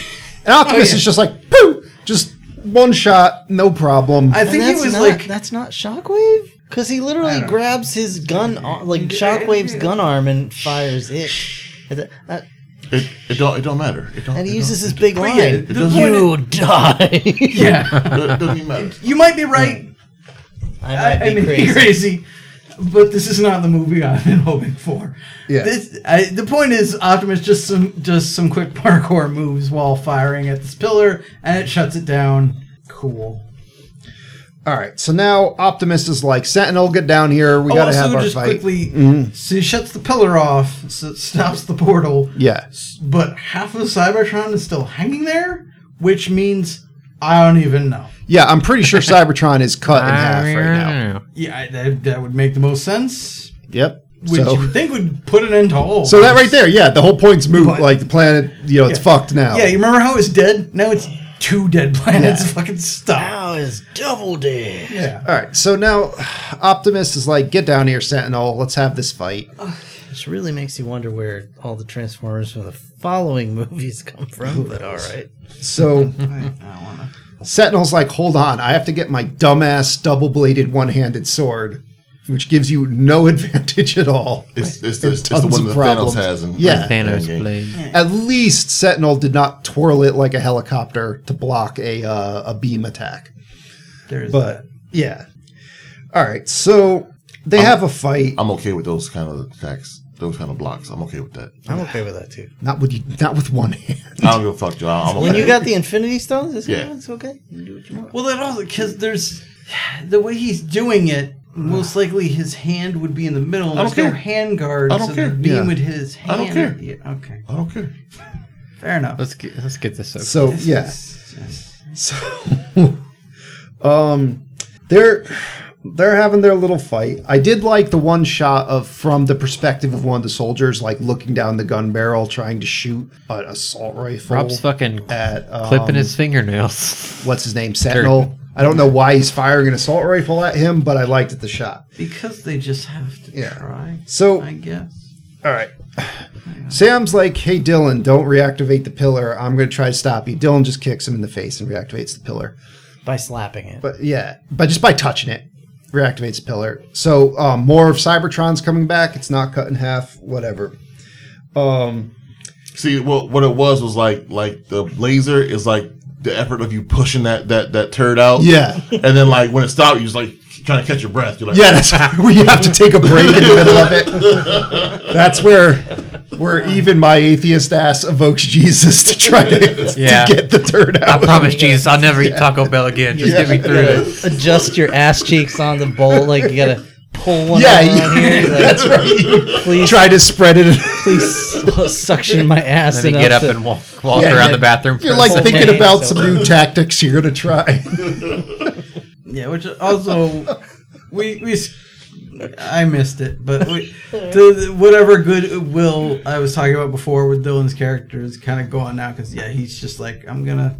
Oh, And Optimus is just like, pooh, just one shot, no problem. I think And it that's was not- like that's not Shockwave. Because he literally grabs his gun, ar- like Shockwave's gun arm, and fires it. At the- uh, It, it don't it don't matter. It don't, And he it uses don't- his big But yeah, line. It the doesn't- point You die. yeah, it doesn't- it doesn't even matter. you might be right. I I, might I be may crazy. be crazy, but this is not the movie I've been hoping for. Yeah. This, I, the point is, Optimus just some just some quick parkour moves while firing at this pillar, and it shuts it down. Cool. All right, so now Optimus is like, Sentinel, get down here. We Oh, gotta also, have our just fight. Mm-hmm. quickly, so he shuts the pillar off, so it stops the portal. Yeah. S- But half of Cybertron is still hanging there, which means I don't even know. Yeah, I'm pretty sure Cybertron is cut in half right now. Yeah, I- that, that would make the most sense, Yep. which so, you would think would put an end to all. so that right there, yeah, the whole point's moot. But- like the planet, you know, it's Yeah. fucked now. Yeah, you remember how it was dead? Now it's two dead planets. Fucking stop. Now is double dead. Yeah. All right, so now Optimus is like, get down here, Sentinel. Let's have this fight. Which really makes you wonder where all the Transformers from the following movies come from. But all right, So Sentinel's like, hold on, I have to get my dumbass double bladed one handed sword, which gives you no advantage at all. It's it's, the, And it's the tons one of that problems. Thanos has in Yeah. in Thanos Endgame. blade. At least Sentinel did not twirl it like a helicopter to block a uh, a beam attack. There is But yeah. All right, so they have a fight. I'm okay with those kind of attacks, those kind of blocks. I'm okay with that. I'm okay with that too. Not with you, not with one hand. I don't give a fuck, Joe. I'm okay. When you got the Infinity Stones, it's, Yeah. it's okay. You can do what you want. Well, that also because there's the way he's doing it. Most likely, his hand would be in the middle. And I there's don't no care. hand guard, I don't so care. the beam Yeah. would hit his hand. I don't care. Yeah, okay, I don't care. fair enough. Let's get let's get this over. So This yeah. is just- So, um, they're they're having their little fight. I did like the one shot of from the perspective of one of the soldiers, like looking down the gun barrel, trying to shoot an assault rifle. Rob's fucking at um, clipping his fingernails. what's his name Sentinel. I don't know why he's firing an assault rifle at him, but I liked it the shot. because they just have to Yeah. try. So I guess. All right. Sam's like, hey, Dylan, don't reactivate the pillar. I'm going to try to stop you. Dylan just kicks him in the face and reactivates the pillar. By slapping it. But yeah, but just by touching it, reactivates the pillar. So um, more of Cybertron's coming back. It's not cut in half, whatever. Um, See, what what it was was like like the laser is like the effort of you pushing that that that turd out. Yeah. And then like when it stopped, you was like trying to catch your breath. You're like, yeah, that's where you have to take a break in the middle of it. That's where where even my atheist ass evokes Jesus to try to, Yeah. to get the turd I out. promise Jesus, I'll never eat Taco Bell again. Just get me through this. Adjust your ass cheeks on the bowl. Like you gotta pull one Yeah, out yeah, here. Like, that's right. Please, Try to spread it. please suction my ass. Then you enough get up to- and walk walk Yeah, around yeah. the bathroom. You're like Full thinking name, about so- some new tactics you're gonna try. Yeah, which also we we s- I missed it, but we, the, the- whatever goodwill I was talking about before with Dylan's character is kind of gone now because yeah, he's just like I'm gonna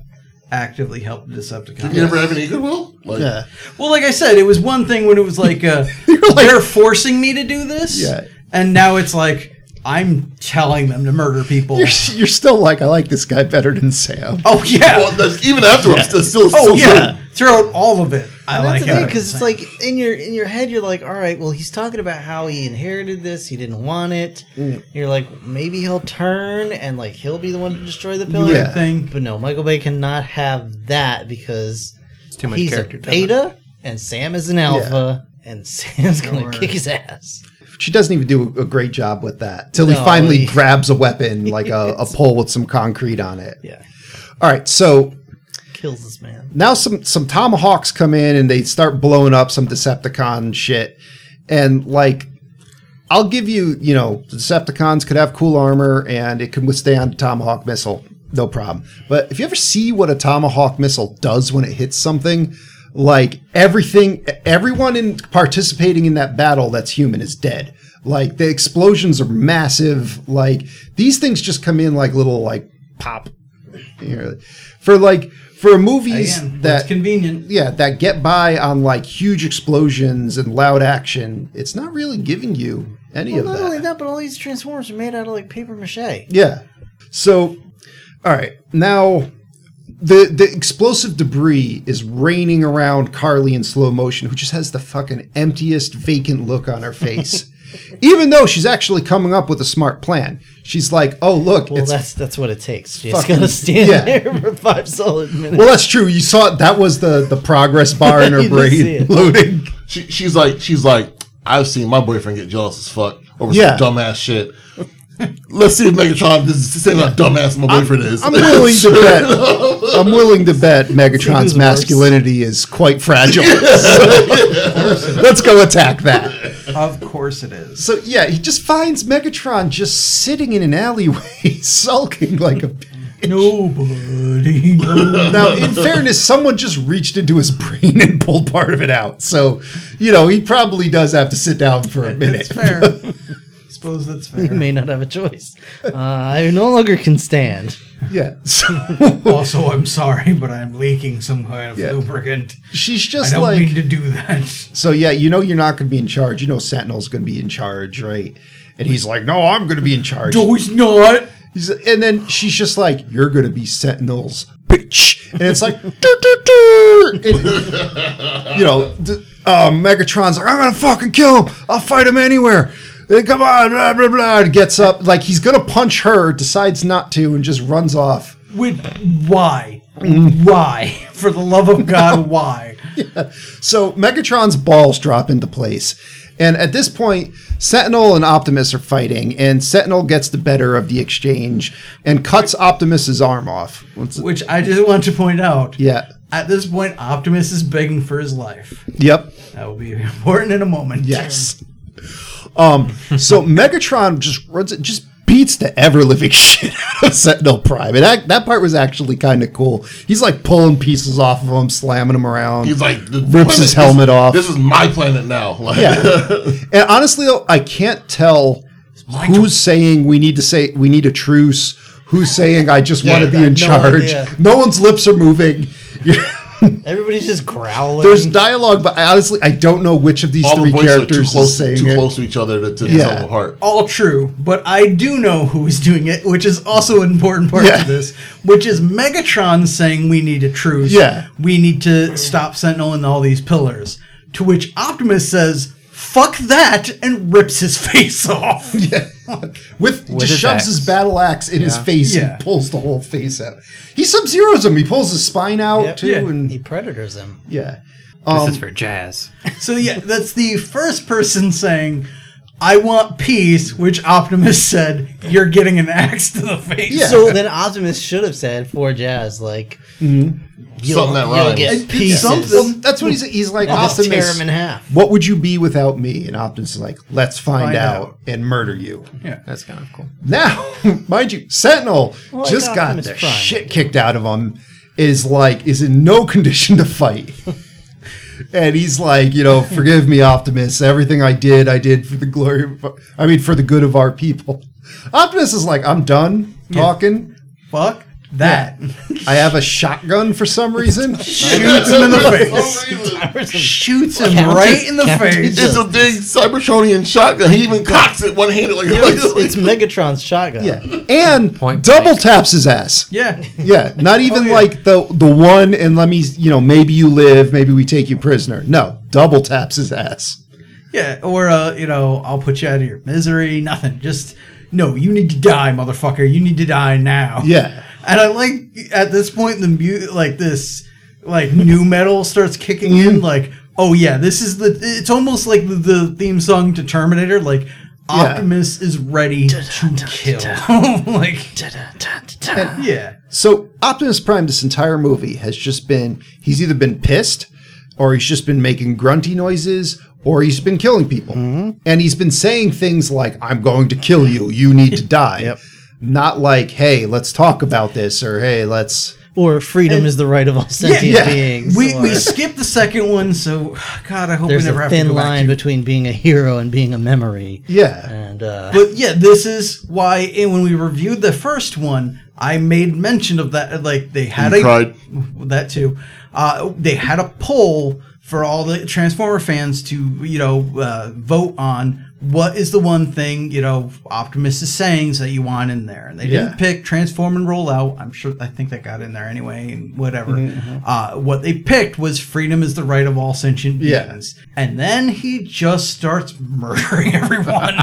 actively help the Decepticons. You ever have any goodwill? Like, Yeah. Well, like I said, it was one thing when it was like, uh, like- they're forcing me to do this, Yeah. and now it's like I'm telling them to murder people. You're, you're still like, I like this guy better than Sam. oh yeah, Well, that's, even afterwards, it's still. oh still yeah, throw out all of it. I That's like the thing, uh, it because it's like in your in your head, you're like, all right, well, he's talking about how he inherited this, he didn't want it. Mm. You're like, maybe he'll turn and like he'll be the one to destroy the pillar. Yeah. thing. But no, Michael Bay cannot have that because too much he's a character development. beta and Sam is an alpha, and Sam's gonna kick his ass. She doesn't even do a great job with that. Till he No, finally he- grabs a weapon, like a, a pole with some concrete on it. Yeah, All right, so kills this man. now some some tomahawks come in and they start blowing up some Decepticon shit, and like. I'll give you, you know, the Decepticons could have cool armor and it can withstand a Tomahawk missile, no problem. But if you ever see what a Tomahawk missile does when it hits something, like everything, everyone in participating in that battle that's human is dead. Like the explosions are massive. Like these things just come in like little like pop. You know, For like for movies Again, that it's convenient. yeah, that get by on like huge explosions and loud action, it's not really giving you any Well, of not that. only that, but all these transformers are made out of like paper mache. Yeah. So, all right. Now the the explosive debris is raining around Carly in slow motion, who just has the fucking emptiest vacant look on her face. Even though she's actually coming up with a smart plan, she's like, "Oh look, Well, it's that's that's what it takes. She's fucking- gonna stand yeah. there for five solid minutes. well, that's true. You saw it. that was the the progress bar in You her did see brain it. loading. She, she's like, she's like, I've seen my boyfriend get jealous as fuck over Yeah. some dumbass shit. Let's see if Megatron this is the same how dumbass my boyfriend is. I'm willing to bet. I'm willing to bet Megatron's worse. masculinity is quite fragile. So, let's go attack that. Of course it is. So yeah, he just finds Megatron just sitting in an alleyway, sulking like a. Nobody. Now, in fairness, someone just reached into his brain and pulled part of it out. So, you know, he probably does have to sit down for a minute. That's fair. I suppose that's You fair. may not have a choice. Uh, I no longer can stand. Yeah. So Also, I'm sorry, but I'm leaking some kind of Yeah. lubricant. she's I just don't like. mean to do that. So yeah, you know you're not going to be in charge. You know Sentinel's going to be in charge, right? And he's like, "No, I'm going to be in charge." he's not. He's, and then she's just like, "You're going to be Sentinel's bitch," and it's like, "Doo, doo, doo." And, you know, d- uh, Megatron's like, "I'm going to fucking kill him. I'll fight him anywhere." And come on, blah blah blah. And gets up, like he's going to punch her, decides not to, and just runs off. With why? Why? For the love of God, why? So Megatron's balls drop into place. And at this point, Sentinel and Optimus are fighting, and Sentinel gets the better of the exchange and cuts Optimus's arm off. What's it- Which I just want to point out. Yeah. At this point, Optimus is begging for his life. Yep. That will be important in a moment. Yes. Um. So Megatron just runs it, just beats the ever living shit out of Sentinel Prime, and that, that part was actually kind of cool. He's like pulling pieces off of him, slamming him around. He's like, the Rips planet- his helmet this- off. This is my planet now. Like, Yeah. and honestly, though, I can't tell who's saying we need to say we need a truce. Who's saying I just want to be in no charge? idea. No one's lips are moving. Everybody's just growling. There's dialogue, but I honestly, I don't know which of these all three the voices are characters too is close, saying too it. close to each other to, to Yeah. yeah. tell apart. All true, but I do know who is doing it, which is also an important part Yeah. of this, which is Megatron saying we need a truce. Yeah. We need to stop Sentinel and all these pillars. To which Optimus says, fuck that, and rips his face off. With, just his shoves axe. his battle axe in his face Yeah. and pulls the whole face out. He sub zeros him. He pulls his spine out Yep. too, Yeah. he and predators him. yeah, This um, is for jazz. So yeah, that's the first person saying, I want peace, which Optimus said, you're getting an axe to the face. Yeah. So then Optimus should have said for Jazz, like Mm-hmm. you'll, Something that you'll rhymes. get It's pieces. well, something. that's what he's he's like. I'll just Oh, tear Optimus, him in half. what would you be without me? And Optimus is like, let's find, Find out, out. and murder you. That's kind of cool. Now, mind you, Sentinel Well, I just got got him as the prime. shit kicked out of him. Is like is in no condition to fight, and he's like, you know, forgive me, Optimus. Everything I did, I did for the glory. Of, I mean, for the good of our people. Optimus is like, I'm done talking. Fuck that. I have a shotgun for some reason. Shoots him in the face. it's Shoots him Counter- right in the counter- face. a big Cybertronian shotgun. He even cocks it one handed like, like It's Megatron's shotgun. yeah, and Point double blank. taps his ass. Yeah. Yeah, not even like the the one and let me you know maybe you live maybe we take you prisoner. No, double taps his ass. Yeah, or uh, you know, I'll put you out of your misery. Nothing. Just no. You need to die, motherfucker. You need to die now. Yeah, And I like at this point the mu- like this like new metal starts kicking in. Like oh yeah, this is the. It's almost like the, the theme song to Terminator. Like Optimus is ready to kill. like yeah. so Optimus Prime this entire movie has just been he's either been pissed or he's just been making grunty noises or he's been killing people and he's been saying things like I'm going to kill you, you need to die. Not like hey, let's talk about this or hey, let's Or freedom is the right of all sentient yeah. beings. We, or we skipped the second one, so God, I hope there's we never a have to thin go back line to it. between being a hero and being a memory. yeah. And uh, But yeah, this is why eh, when we reviewed the first one, I made mention of that. Like they had You a cried. that too. Uh, they had a poll for all the Transformer fans to, you know, uh, vote on what is the one thing, you know, Optimus is saying that you want in there. And they Yeah. didn't pick Transform and Roll Out. I'm sure, I think that got in there anyway, and whatever. Mm-hmm, Uh, what they picked was Freedom is the Right of All Sentient Yeah. Beings. And then he just starts murdering everyone.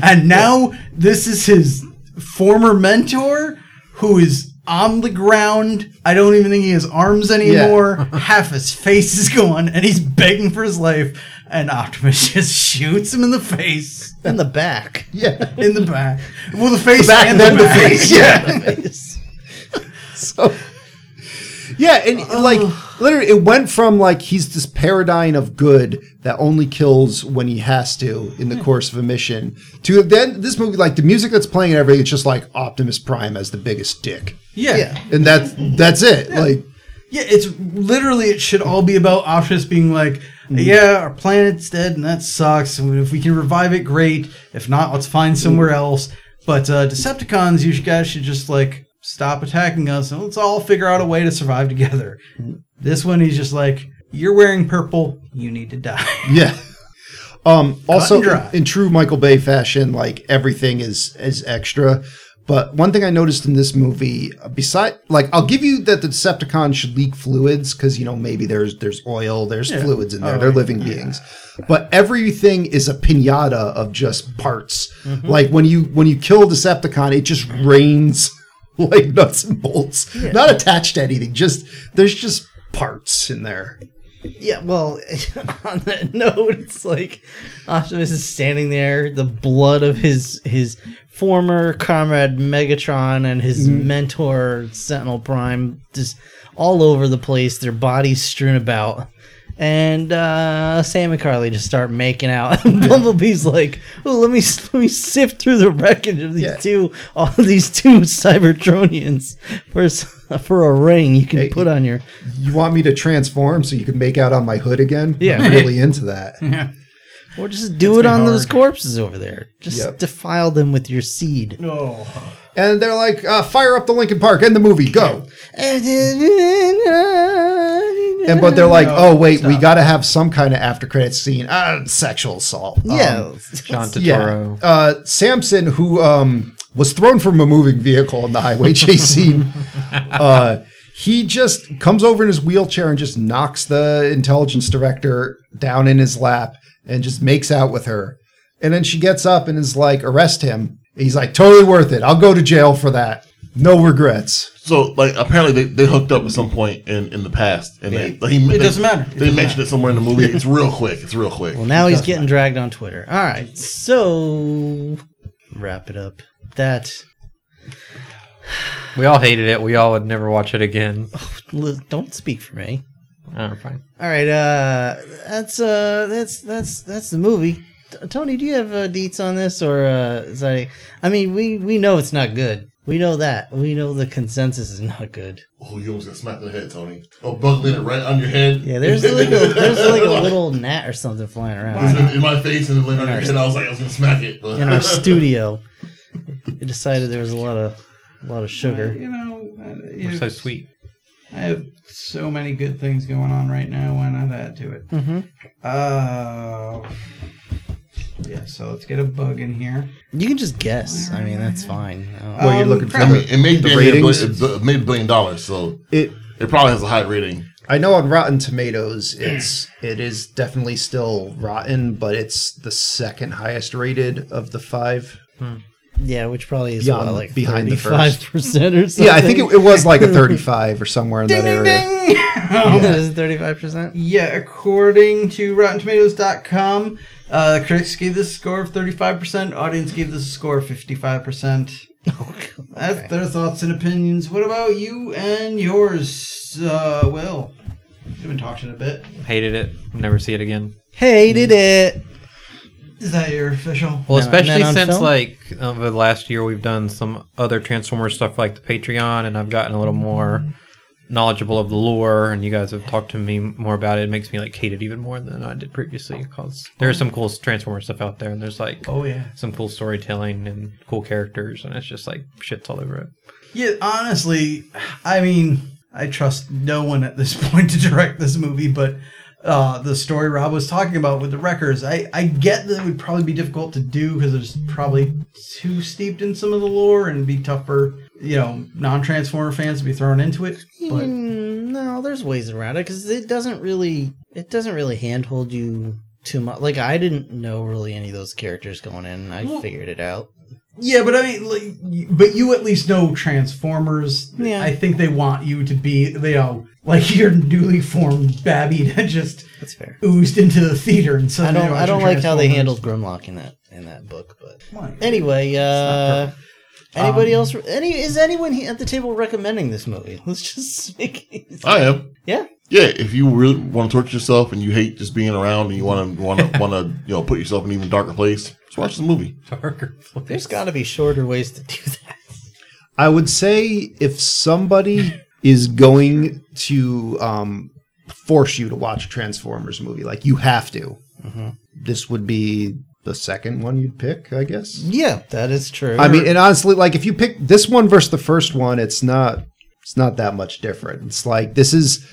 and now this is his former mentor who is on the ground. I don't even think he has arms anymore. Half his face is gone, and he's begging for his life. And Optimus just shoots him in the face, In the back. Yeah. in the back. Well, the face Back and the and then the back. face. Yeah. so Oh. yeah and like literally it went from like he's this paradigm of good that only kills when he has to in the course of a mission to then this movie like the music that's playing and everything it's just like optimus prime as the biggest dick Yeah. yeah, Yeah. and that's that's it like It's literally it should all be about Optimus being like, Mm-hmm. yeah, our planet's dead, and that sucks. And if we can revive it, great. If not, let's find Mm-hmm. somewhere else. But uh, Decepticons, you guys should just like stop attacking us, and let's all figure out a way to survive together. Mm-hmm. This one, he's just like, you're wearing purple, you need to die. yeah um also and dry. in true michael bay fashion like everything is is extra but one thing i noticed in this movie beside like i'll give you that the decepticons should leak fluids because you know maybe there's there's oil there's fluids Oh, in there they're living beings but everything is a piñata of just parts Mm-hmm. like when you when you kill a decepticon it just rains like nuts and bolts not attached to anything just there's just parts in there Yeah, well, on that note, it's like Optimus is standing there, the blood of his his former comrade Megatron and his Mm-hmm. mentor Sentinel Prime just all over the place, their bodies strewn about. And uh, Sam and Carly just start making out. Bumblebee's like, "Oh, let me let me sift through the wreckage of these Yeah. two, all of these two Cybertronians for s- for a ring you can Hey, put on your." you want me to transform so you can make out on my hood again? Yeah. I'm really into that. Or just do it on those corpses over there. Just Yep. defile them with your seed. And they're like, uh, fire up the Lincoln Park, end the movie, go. And And but they're like, oh wait, we got to have some kind of after credits scene. Uh, sexual assault. Um, yeah, John yeah. Turturro. Uh, Samson, who um, was thrown from a moving vehicle in the highway chase scene, uh, he just comes over in his wheelchair and just knocks the intelligence director down in his lap and just makes out with her. And then she gets up and is like, arrest him. He's like, totally worth it. I'll go to jail for that. No regrets. So, like, apparently they, they hooked up at some point in, in the past, and they, like, he, it doesn't matter. It They doesn't mentioned it somewhere in the movie. It's real quick. It's real quick. well now he's getting dragged on Twitter. All right, so wrap it up. That We all hated it. We all would never watch it again. li- don't speak for me. Oh, fine. All right, uh, that's uh, that's that's that's the movie. T- Tony, do you have uh, deets on this, or uh, is that? I mean, we we know it's not good. We know that. We know the consensus is not good. Oh, you almost got smacked in the head, Tony. Oh, bug it right on your head. Yeah, there's like a, there's like a little gnat or something flying It was around in, in my face and it landed on your head. I was like, I was gonna smack it. But in our studio. We decided there was a lot of a lot of sugar. You know, uh, We're you- so sweet. I have so many good things going on right now. Why not add to it? Mm-hmm. Mhm. Uh, yeah. So let's get a bug in here. You can just guess. I mean, that's fine. Uh, I Well, you're Um, looking for I mean, it made The damn near a ratings? billion- it made a billion dollars, so it. it probably has a high rating. I know on Rotten Tomatoes, it's it is definitely still rotten, but it's the second highest rated of the five. don't- yeah, which probably is Yeah, what, I'm like behind the thirty-five first. percent or something. Yeah, I think it, it was like a 35 or somewhere in that area. thirty-five percent. Yeah, according to RottenTomatoes.com, uh, the critics gave this a score of 35%, audience gave this a score of 55%. That's their thoughts and opinions. What about you and yours, uh, Will? We've been talking a bit. Hated it. Never see it again. Hmm. Hated it. Is that your official? Well, Not- especially not on since film? like over the last year, we've done some other Transformers stuff like the Patreon, and I've gotten a little more knowledgeable of the lore. And you guys have talked to me more about it. It makes me like hate it even more than I did previously because there's some cool Transformers stuff out there, and there's like Oh, yeah. some cool storytelling and cool characters, and it's just like shits all over it. Yeah, honestly, I mean, I trust no one at this point to direct this movie, but uh, the story Rob was talking about with the wreckers. I, I get that it would probably be difficult to do because it's probably too steeped in some of the lore and be tough for you know non Transformer fans to be thrown into it. But Mm, no, there's ways around it because it doesn't really it doesn't really handhold you too much. Like I didn't know really any of those characters going in. I Well- figured it out. yeah, but I mean, like, y- but you at least know Transformers. Yeah. I think they want you to be you know like your newly formed babby that just That's fair. oozed into the theater and I suddenly don't you're I don't watching like how they Transformers. handled Grimlock in that in that book, but Why? anyway, not uh anybody Um, else any is anyone he- at the table recommending this movie? Let's just make it I am. Yeah. Yeah, if you really want to torture yourself and you hate just being around and you want to want to want to you know put yourself in an even darker place, just watch this movie. Darker place. There's got to be shorter ways to do that. I would say if somebody is going to um, force you to watch a Transformers movie, like you have to, Mm-hmm. this would be the second one you'd pick, I guess. Yeah, that is true. I mean, and honestly, like if you pick this one versus the first one, it's not it's not that much different. It's like this is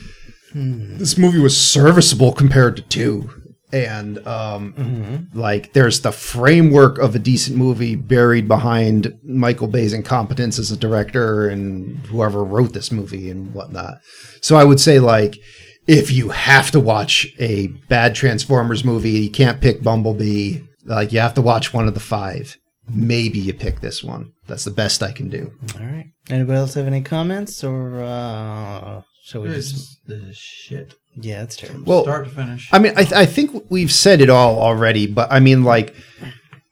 Hmm. this movie was serviceable compared to two. And um, like there's the framework of a decent movie buried behind Michael Bay's incompetence as a director and whoever wrote this movie and whatnot. So I would say like if you have to watch a bad Transformers movie, you can't pick Bumblebee. Like you have to watch one of the five. Maybe you pick this one. That's the best I can do. all right. Anybody else have any comments or uh shall we just It's the shit. Yeah, that's terrible. Well, Start to finish. I mean, I, th- I think we've said it all already, but I mean, like,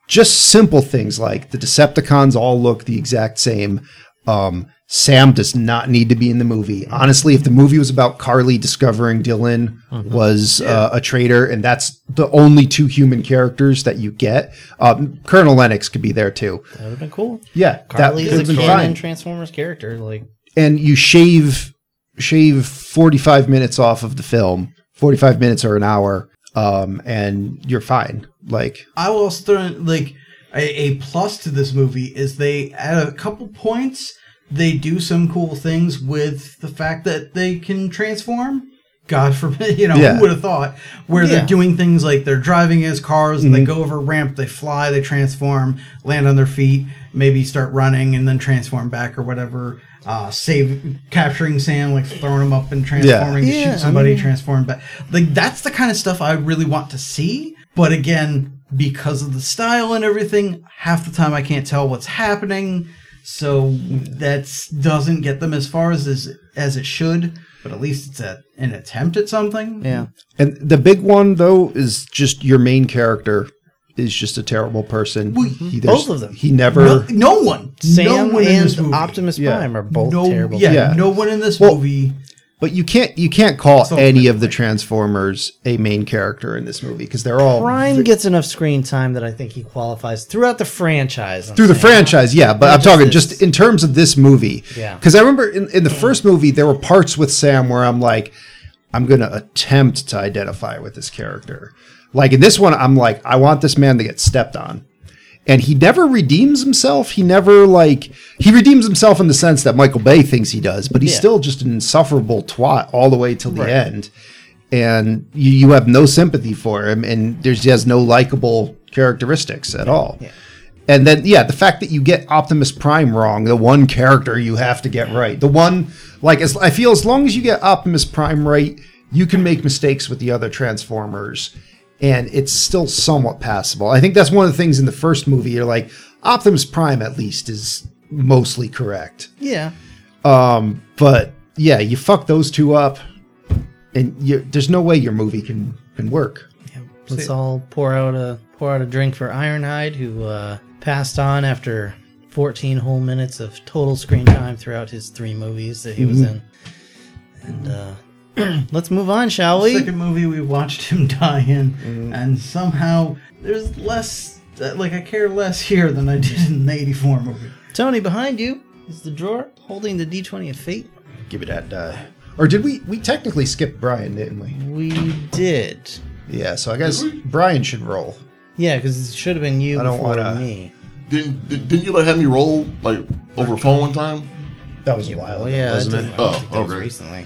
just simple things like the Decepticons all look the exact same. Um, Sam does not need to be in the movie. Honestly, if the movie was about Carly discovering Dylan was uh, a traitor, and that's the only two human characters that you get, um, Colonel Lennox could be there too. That would have been cool. Yeah, Carly that is a could've been canon fine. Transformers character. Like, and you shave shave 45 minutes off of the film 45 minutes or an hour um and you're fine like I will throw like a, a plus to this movie is they at a couple points they do some cool things with the fact that they can transform. God forbid, you know, Yeah. who would have thought? Where Yeah. they're doing things like they're driving as cars, they go over a ramp, they fly, they transform, land on their feet, maybe start running and then transform back or whatever. Uh, save capturing Sam, like throwing him up and transforming to Yeah, I shoot somebody, mean- transform back. Like that's the kind of stuff I really want to see. But again, because of the style and everything, half the time I can't tell what's happening. So that's doesn't get them as far as as, as it should. But at least it's a, an attempt at something. yeah, and the big one though is just your main character is just a terrible person Well, he, there's- both of them. he never No, no one, Sam no one in this and movie. Optimus Yeah. Prime are both no, terrible. Yeah, Yeah. no one in this Well, movie. but you can't you can't call So- any of the transformers a main character in this movie because they're all Prime gets enough screen time that I think he qualifies throughout the franchise. I'm through the saying. franchise, yeah. But Yeah, I'm just talking this- just in terms of this movie, Yeah. Because I remember in, in the first movie there were parts with Sam where I'm like, I'm gonna attempt to identify with this character. Like in this one, I'm like, I want this man to get stepped on. And he never redeems himself. He never like he redeems himself in the sense that Michael Bay thinks he does, but he's Yeah. still just an insufferable twat all the way till the end. And you, you have no sympathy for him, and there's he has no likable characteristics at all. And then, yeah, the fact that you get Optimus Prime wrong, the one character you have to get right, the one like as I feel, as long as you get Optimus Prime right, you can make mistakes with the other Transformers, and it's still somewhat passable. I think that's one of the things in the first movie. You're like Optimus Prime at least is mostly correct, Yeah, but yeah, you fuck those two up, and you, there's no way your movie can can work. let's all pour out a pour out a drink for Ironhide, who uh, passed on after 14 whole minutes of total screen time throughout his three movies that he was in. Mm-hmm. And uh, let's move on, shall we? second movie we watched him die in, Mm-hmm. and somehow there's less. uh, Like I care less here than I did in the '84 movie. Tony, behind you is the drawer holding the D20 of fate. Give it that die. Or did we? We technically skipped Brian, didn't we? We did. Yeah, so I guess Brian should roll. Yeah, because it should have been you I don't before wanna- me. Didn't did, didn't you like have me roll like over the phone one time? That was a while Oh ago, yeah, that wasn't didn't- it? I don't Oh, think that was okay. recently.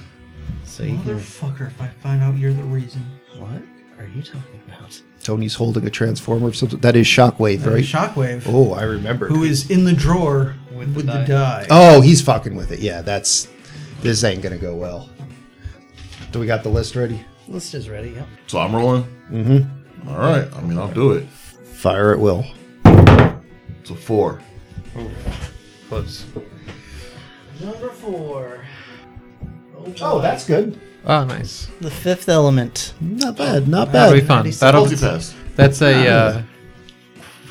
So you can Motherfucker! If I find out you're the reason, What are you talking about? Tony's holding a transformer of some That is Shockwave, right? Shockwave, oh, I remember. who is in the drawer with, the, die. Oh, he's fucking with it. Yeah, that's. This ain't gonna go well. Do we got the list ready? List is ready. Yep. So I'm rolling. Mm-hmm. right. I mean, I'll do it. Fire at will. It's a four. Close. Number four. Oh, that's good. Oh, nice. The fifth element. Not bad. Not That'll be bad. fun. That'll, Multi-pass. that's a uh,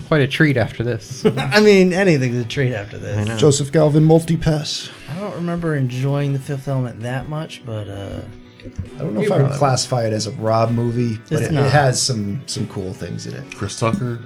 quite a treat after this. I mean, anything's a treat after this. I, Joseph Galvin multi-pass. don't remember enjoying the fifth element that much, but uh, I don't know if I would classify it as a Rob movie, but It's it, it not. has some some cool things in it. Chris Tucker.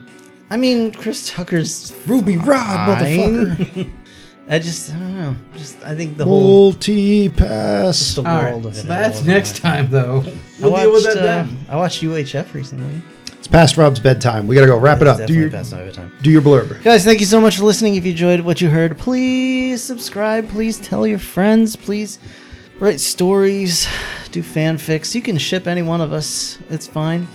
I mean, Chris Tucker's Ruby Rob, motherfucker. fine. I just, I don't know. Just, I think the whole Multi-pass. the All world of right, it. so that's next time though. I We'll watched, deal with that uh, then. I watched UHF recently. It's past Rob's bedtime. We gotta go wrap it It's up. Do definitely your past my bedtime. do your blurb. Guys, thank you so much for listening. If you enjoyed what you heard, please subscribe. Please tell your friends. Please write stories. Do fanfics. You can ship any one of us. It's fine.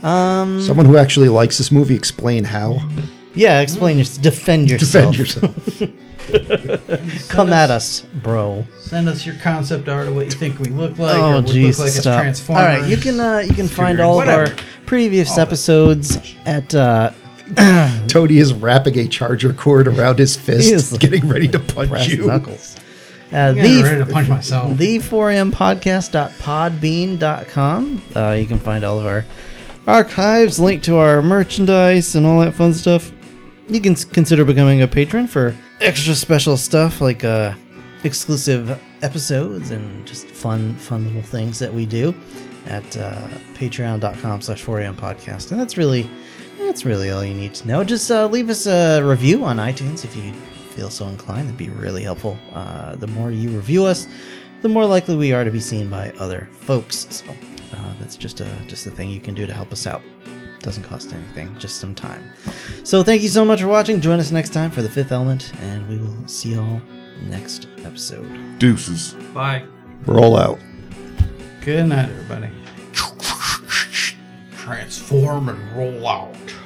Someone who actually likes this movie, explain how. Yeah, explain your defend yourself. Defend yourself. Come at us, bro. Send us your concept art of what you think we look like. or oh, would jeez, look like stop. as Transformers. All right, you can uh, you can find all of our whatever. previous episodes at uh, Tony is wrapping a charger cord around his fist, He is like- getting ready to punch Brass you. Knuckles. Uh, I'm getting the ready to punch myself. the 4M podcast.podbean.com. Uh, you can find all of our archives, link to our merchandise, and all that fun stuff. You can s- consider becoming a patron for extra special stuff like uh, exclusive episodes and just fun, fun little things that we do at uh, patreon.com slash 4am podcast. And that's really, that's really all you need to know. Just uh, leave us a review on iTunes if you feel so inclined. That'd be really helpful. Uh, the more you review us, the more likely we are to be seen by other folks. So uh, that's just a just a thing you can do to help us out. Doesn't cost anything, just some time. So thank you so much for watching. Join us next time for the Fifth Element, and we will see y'all next episode. Deuces. Bye. Roll out. Good night, everybody. Transform and roll out.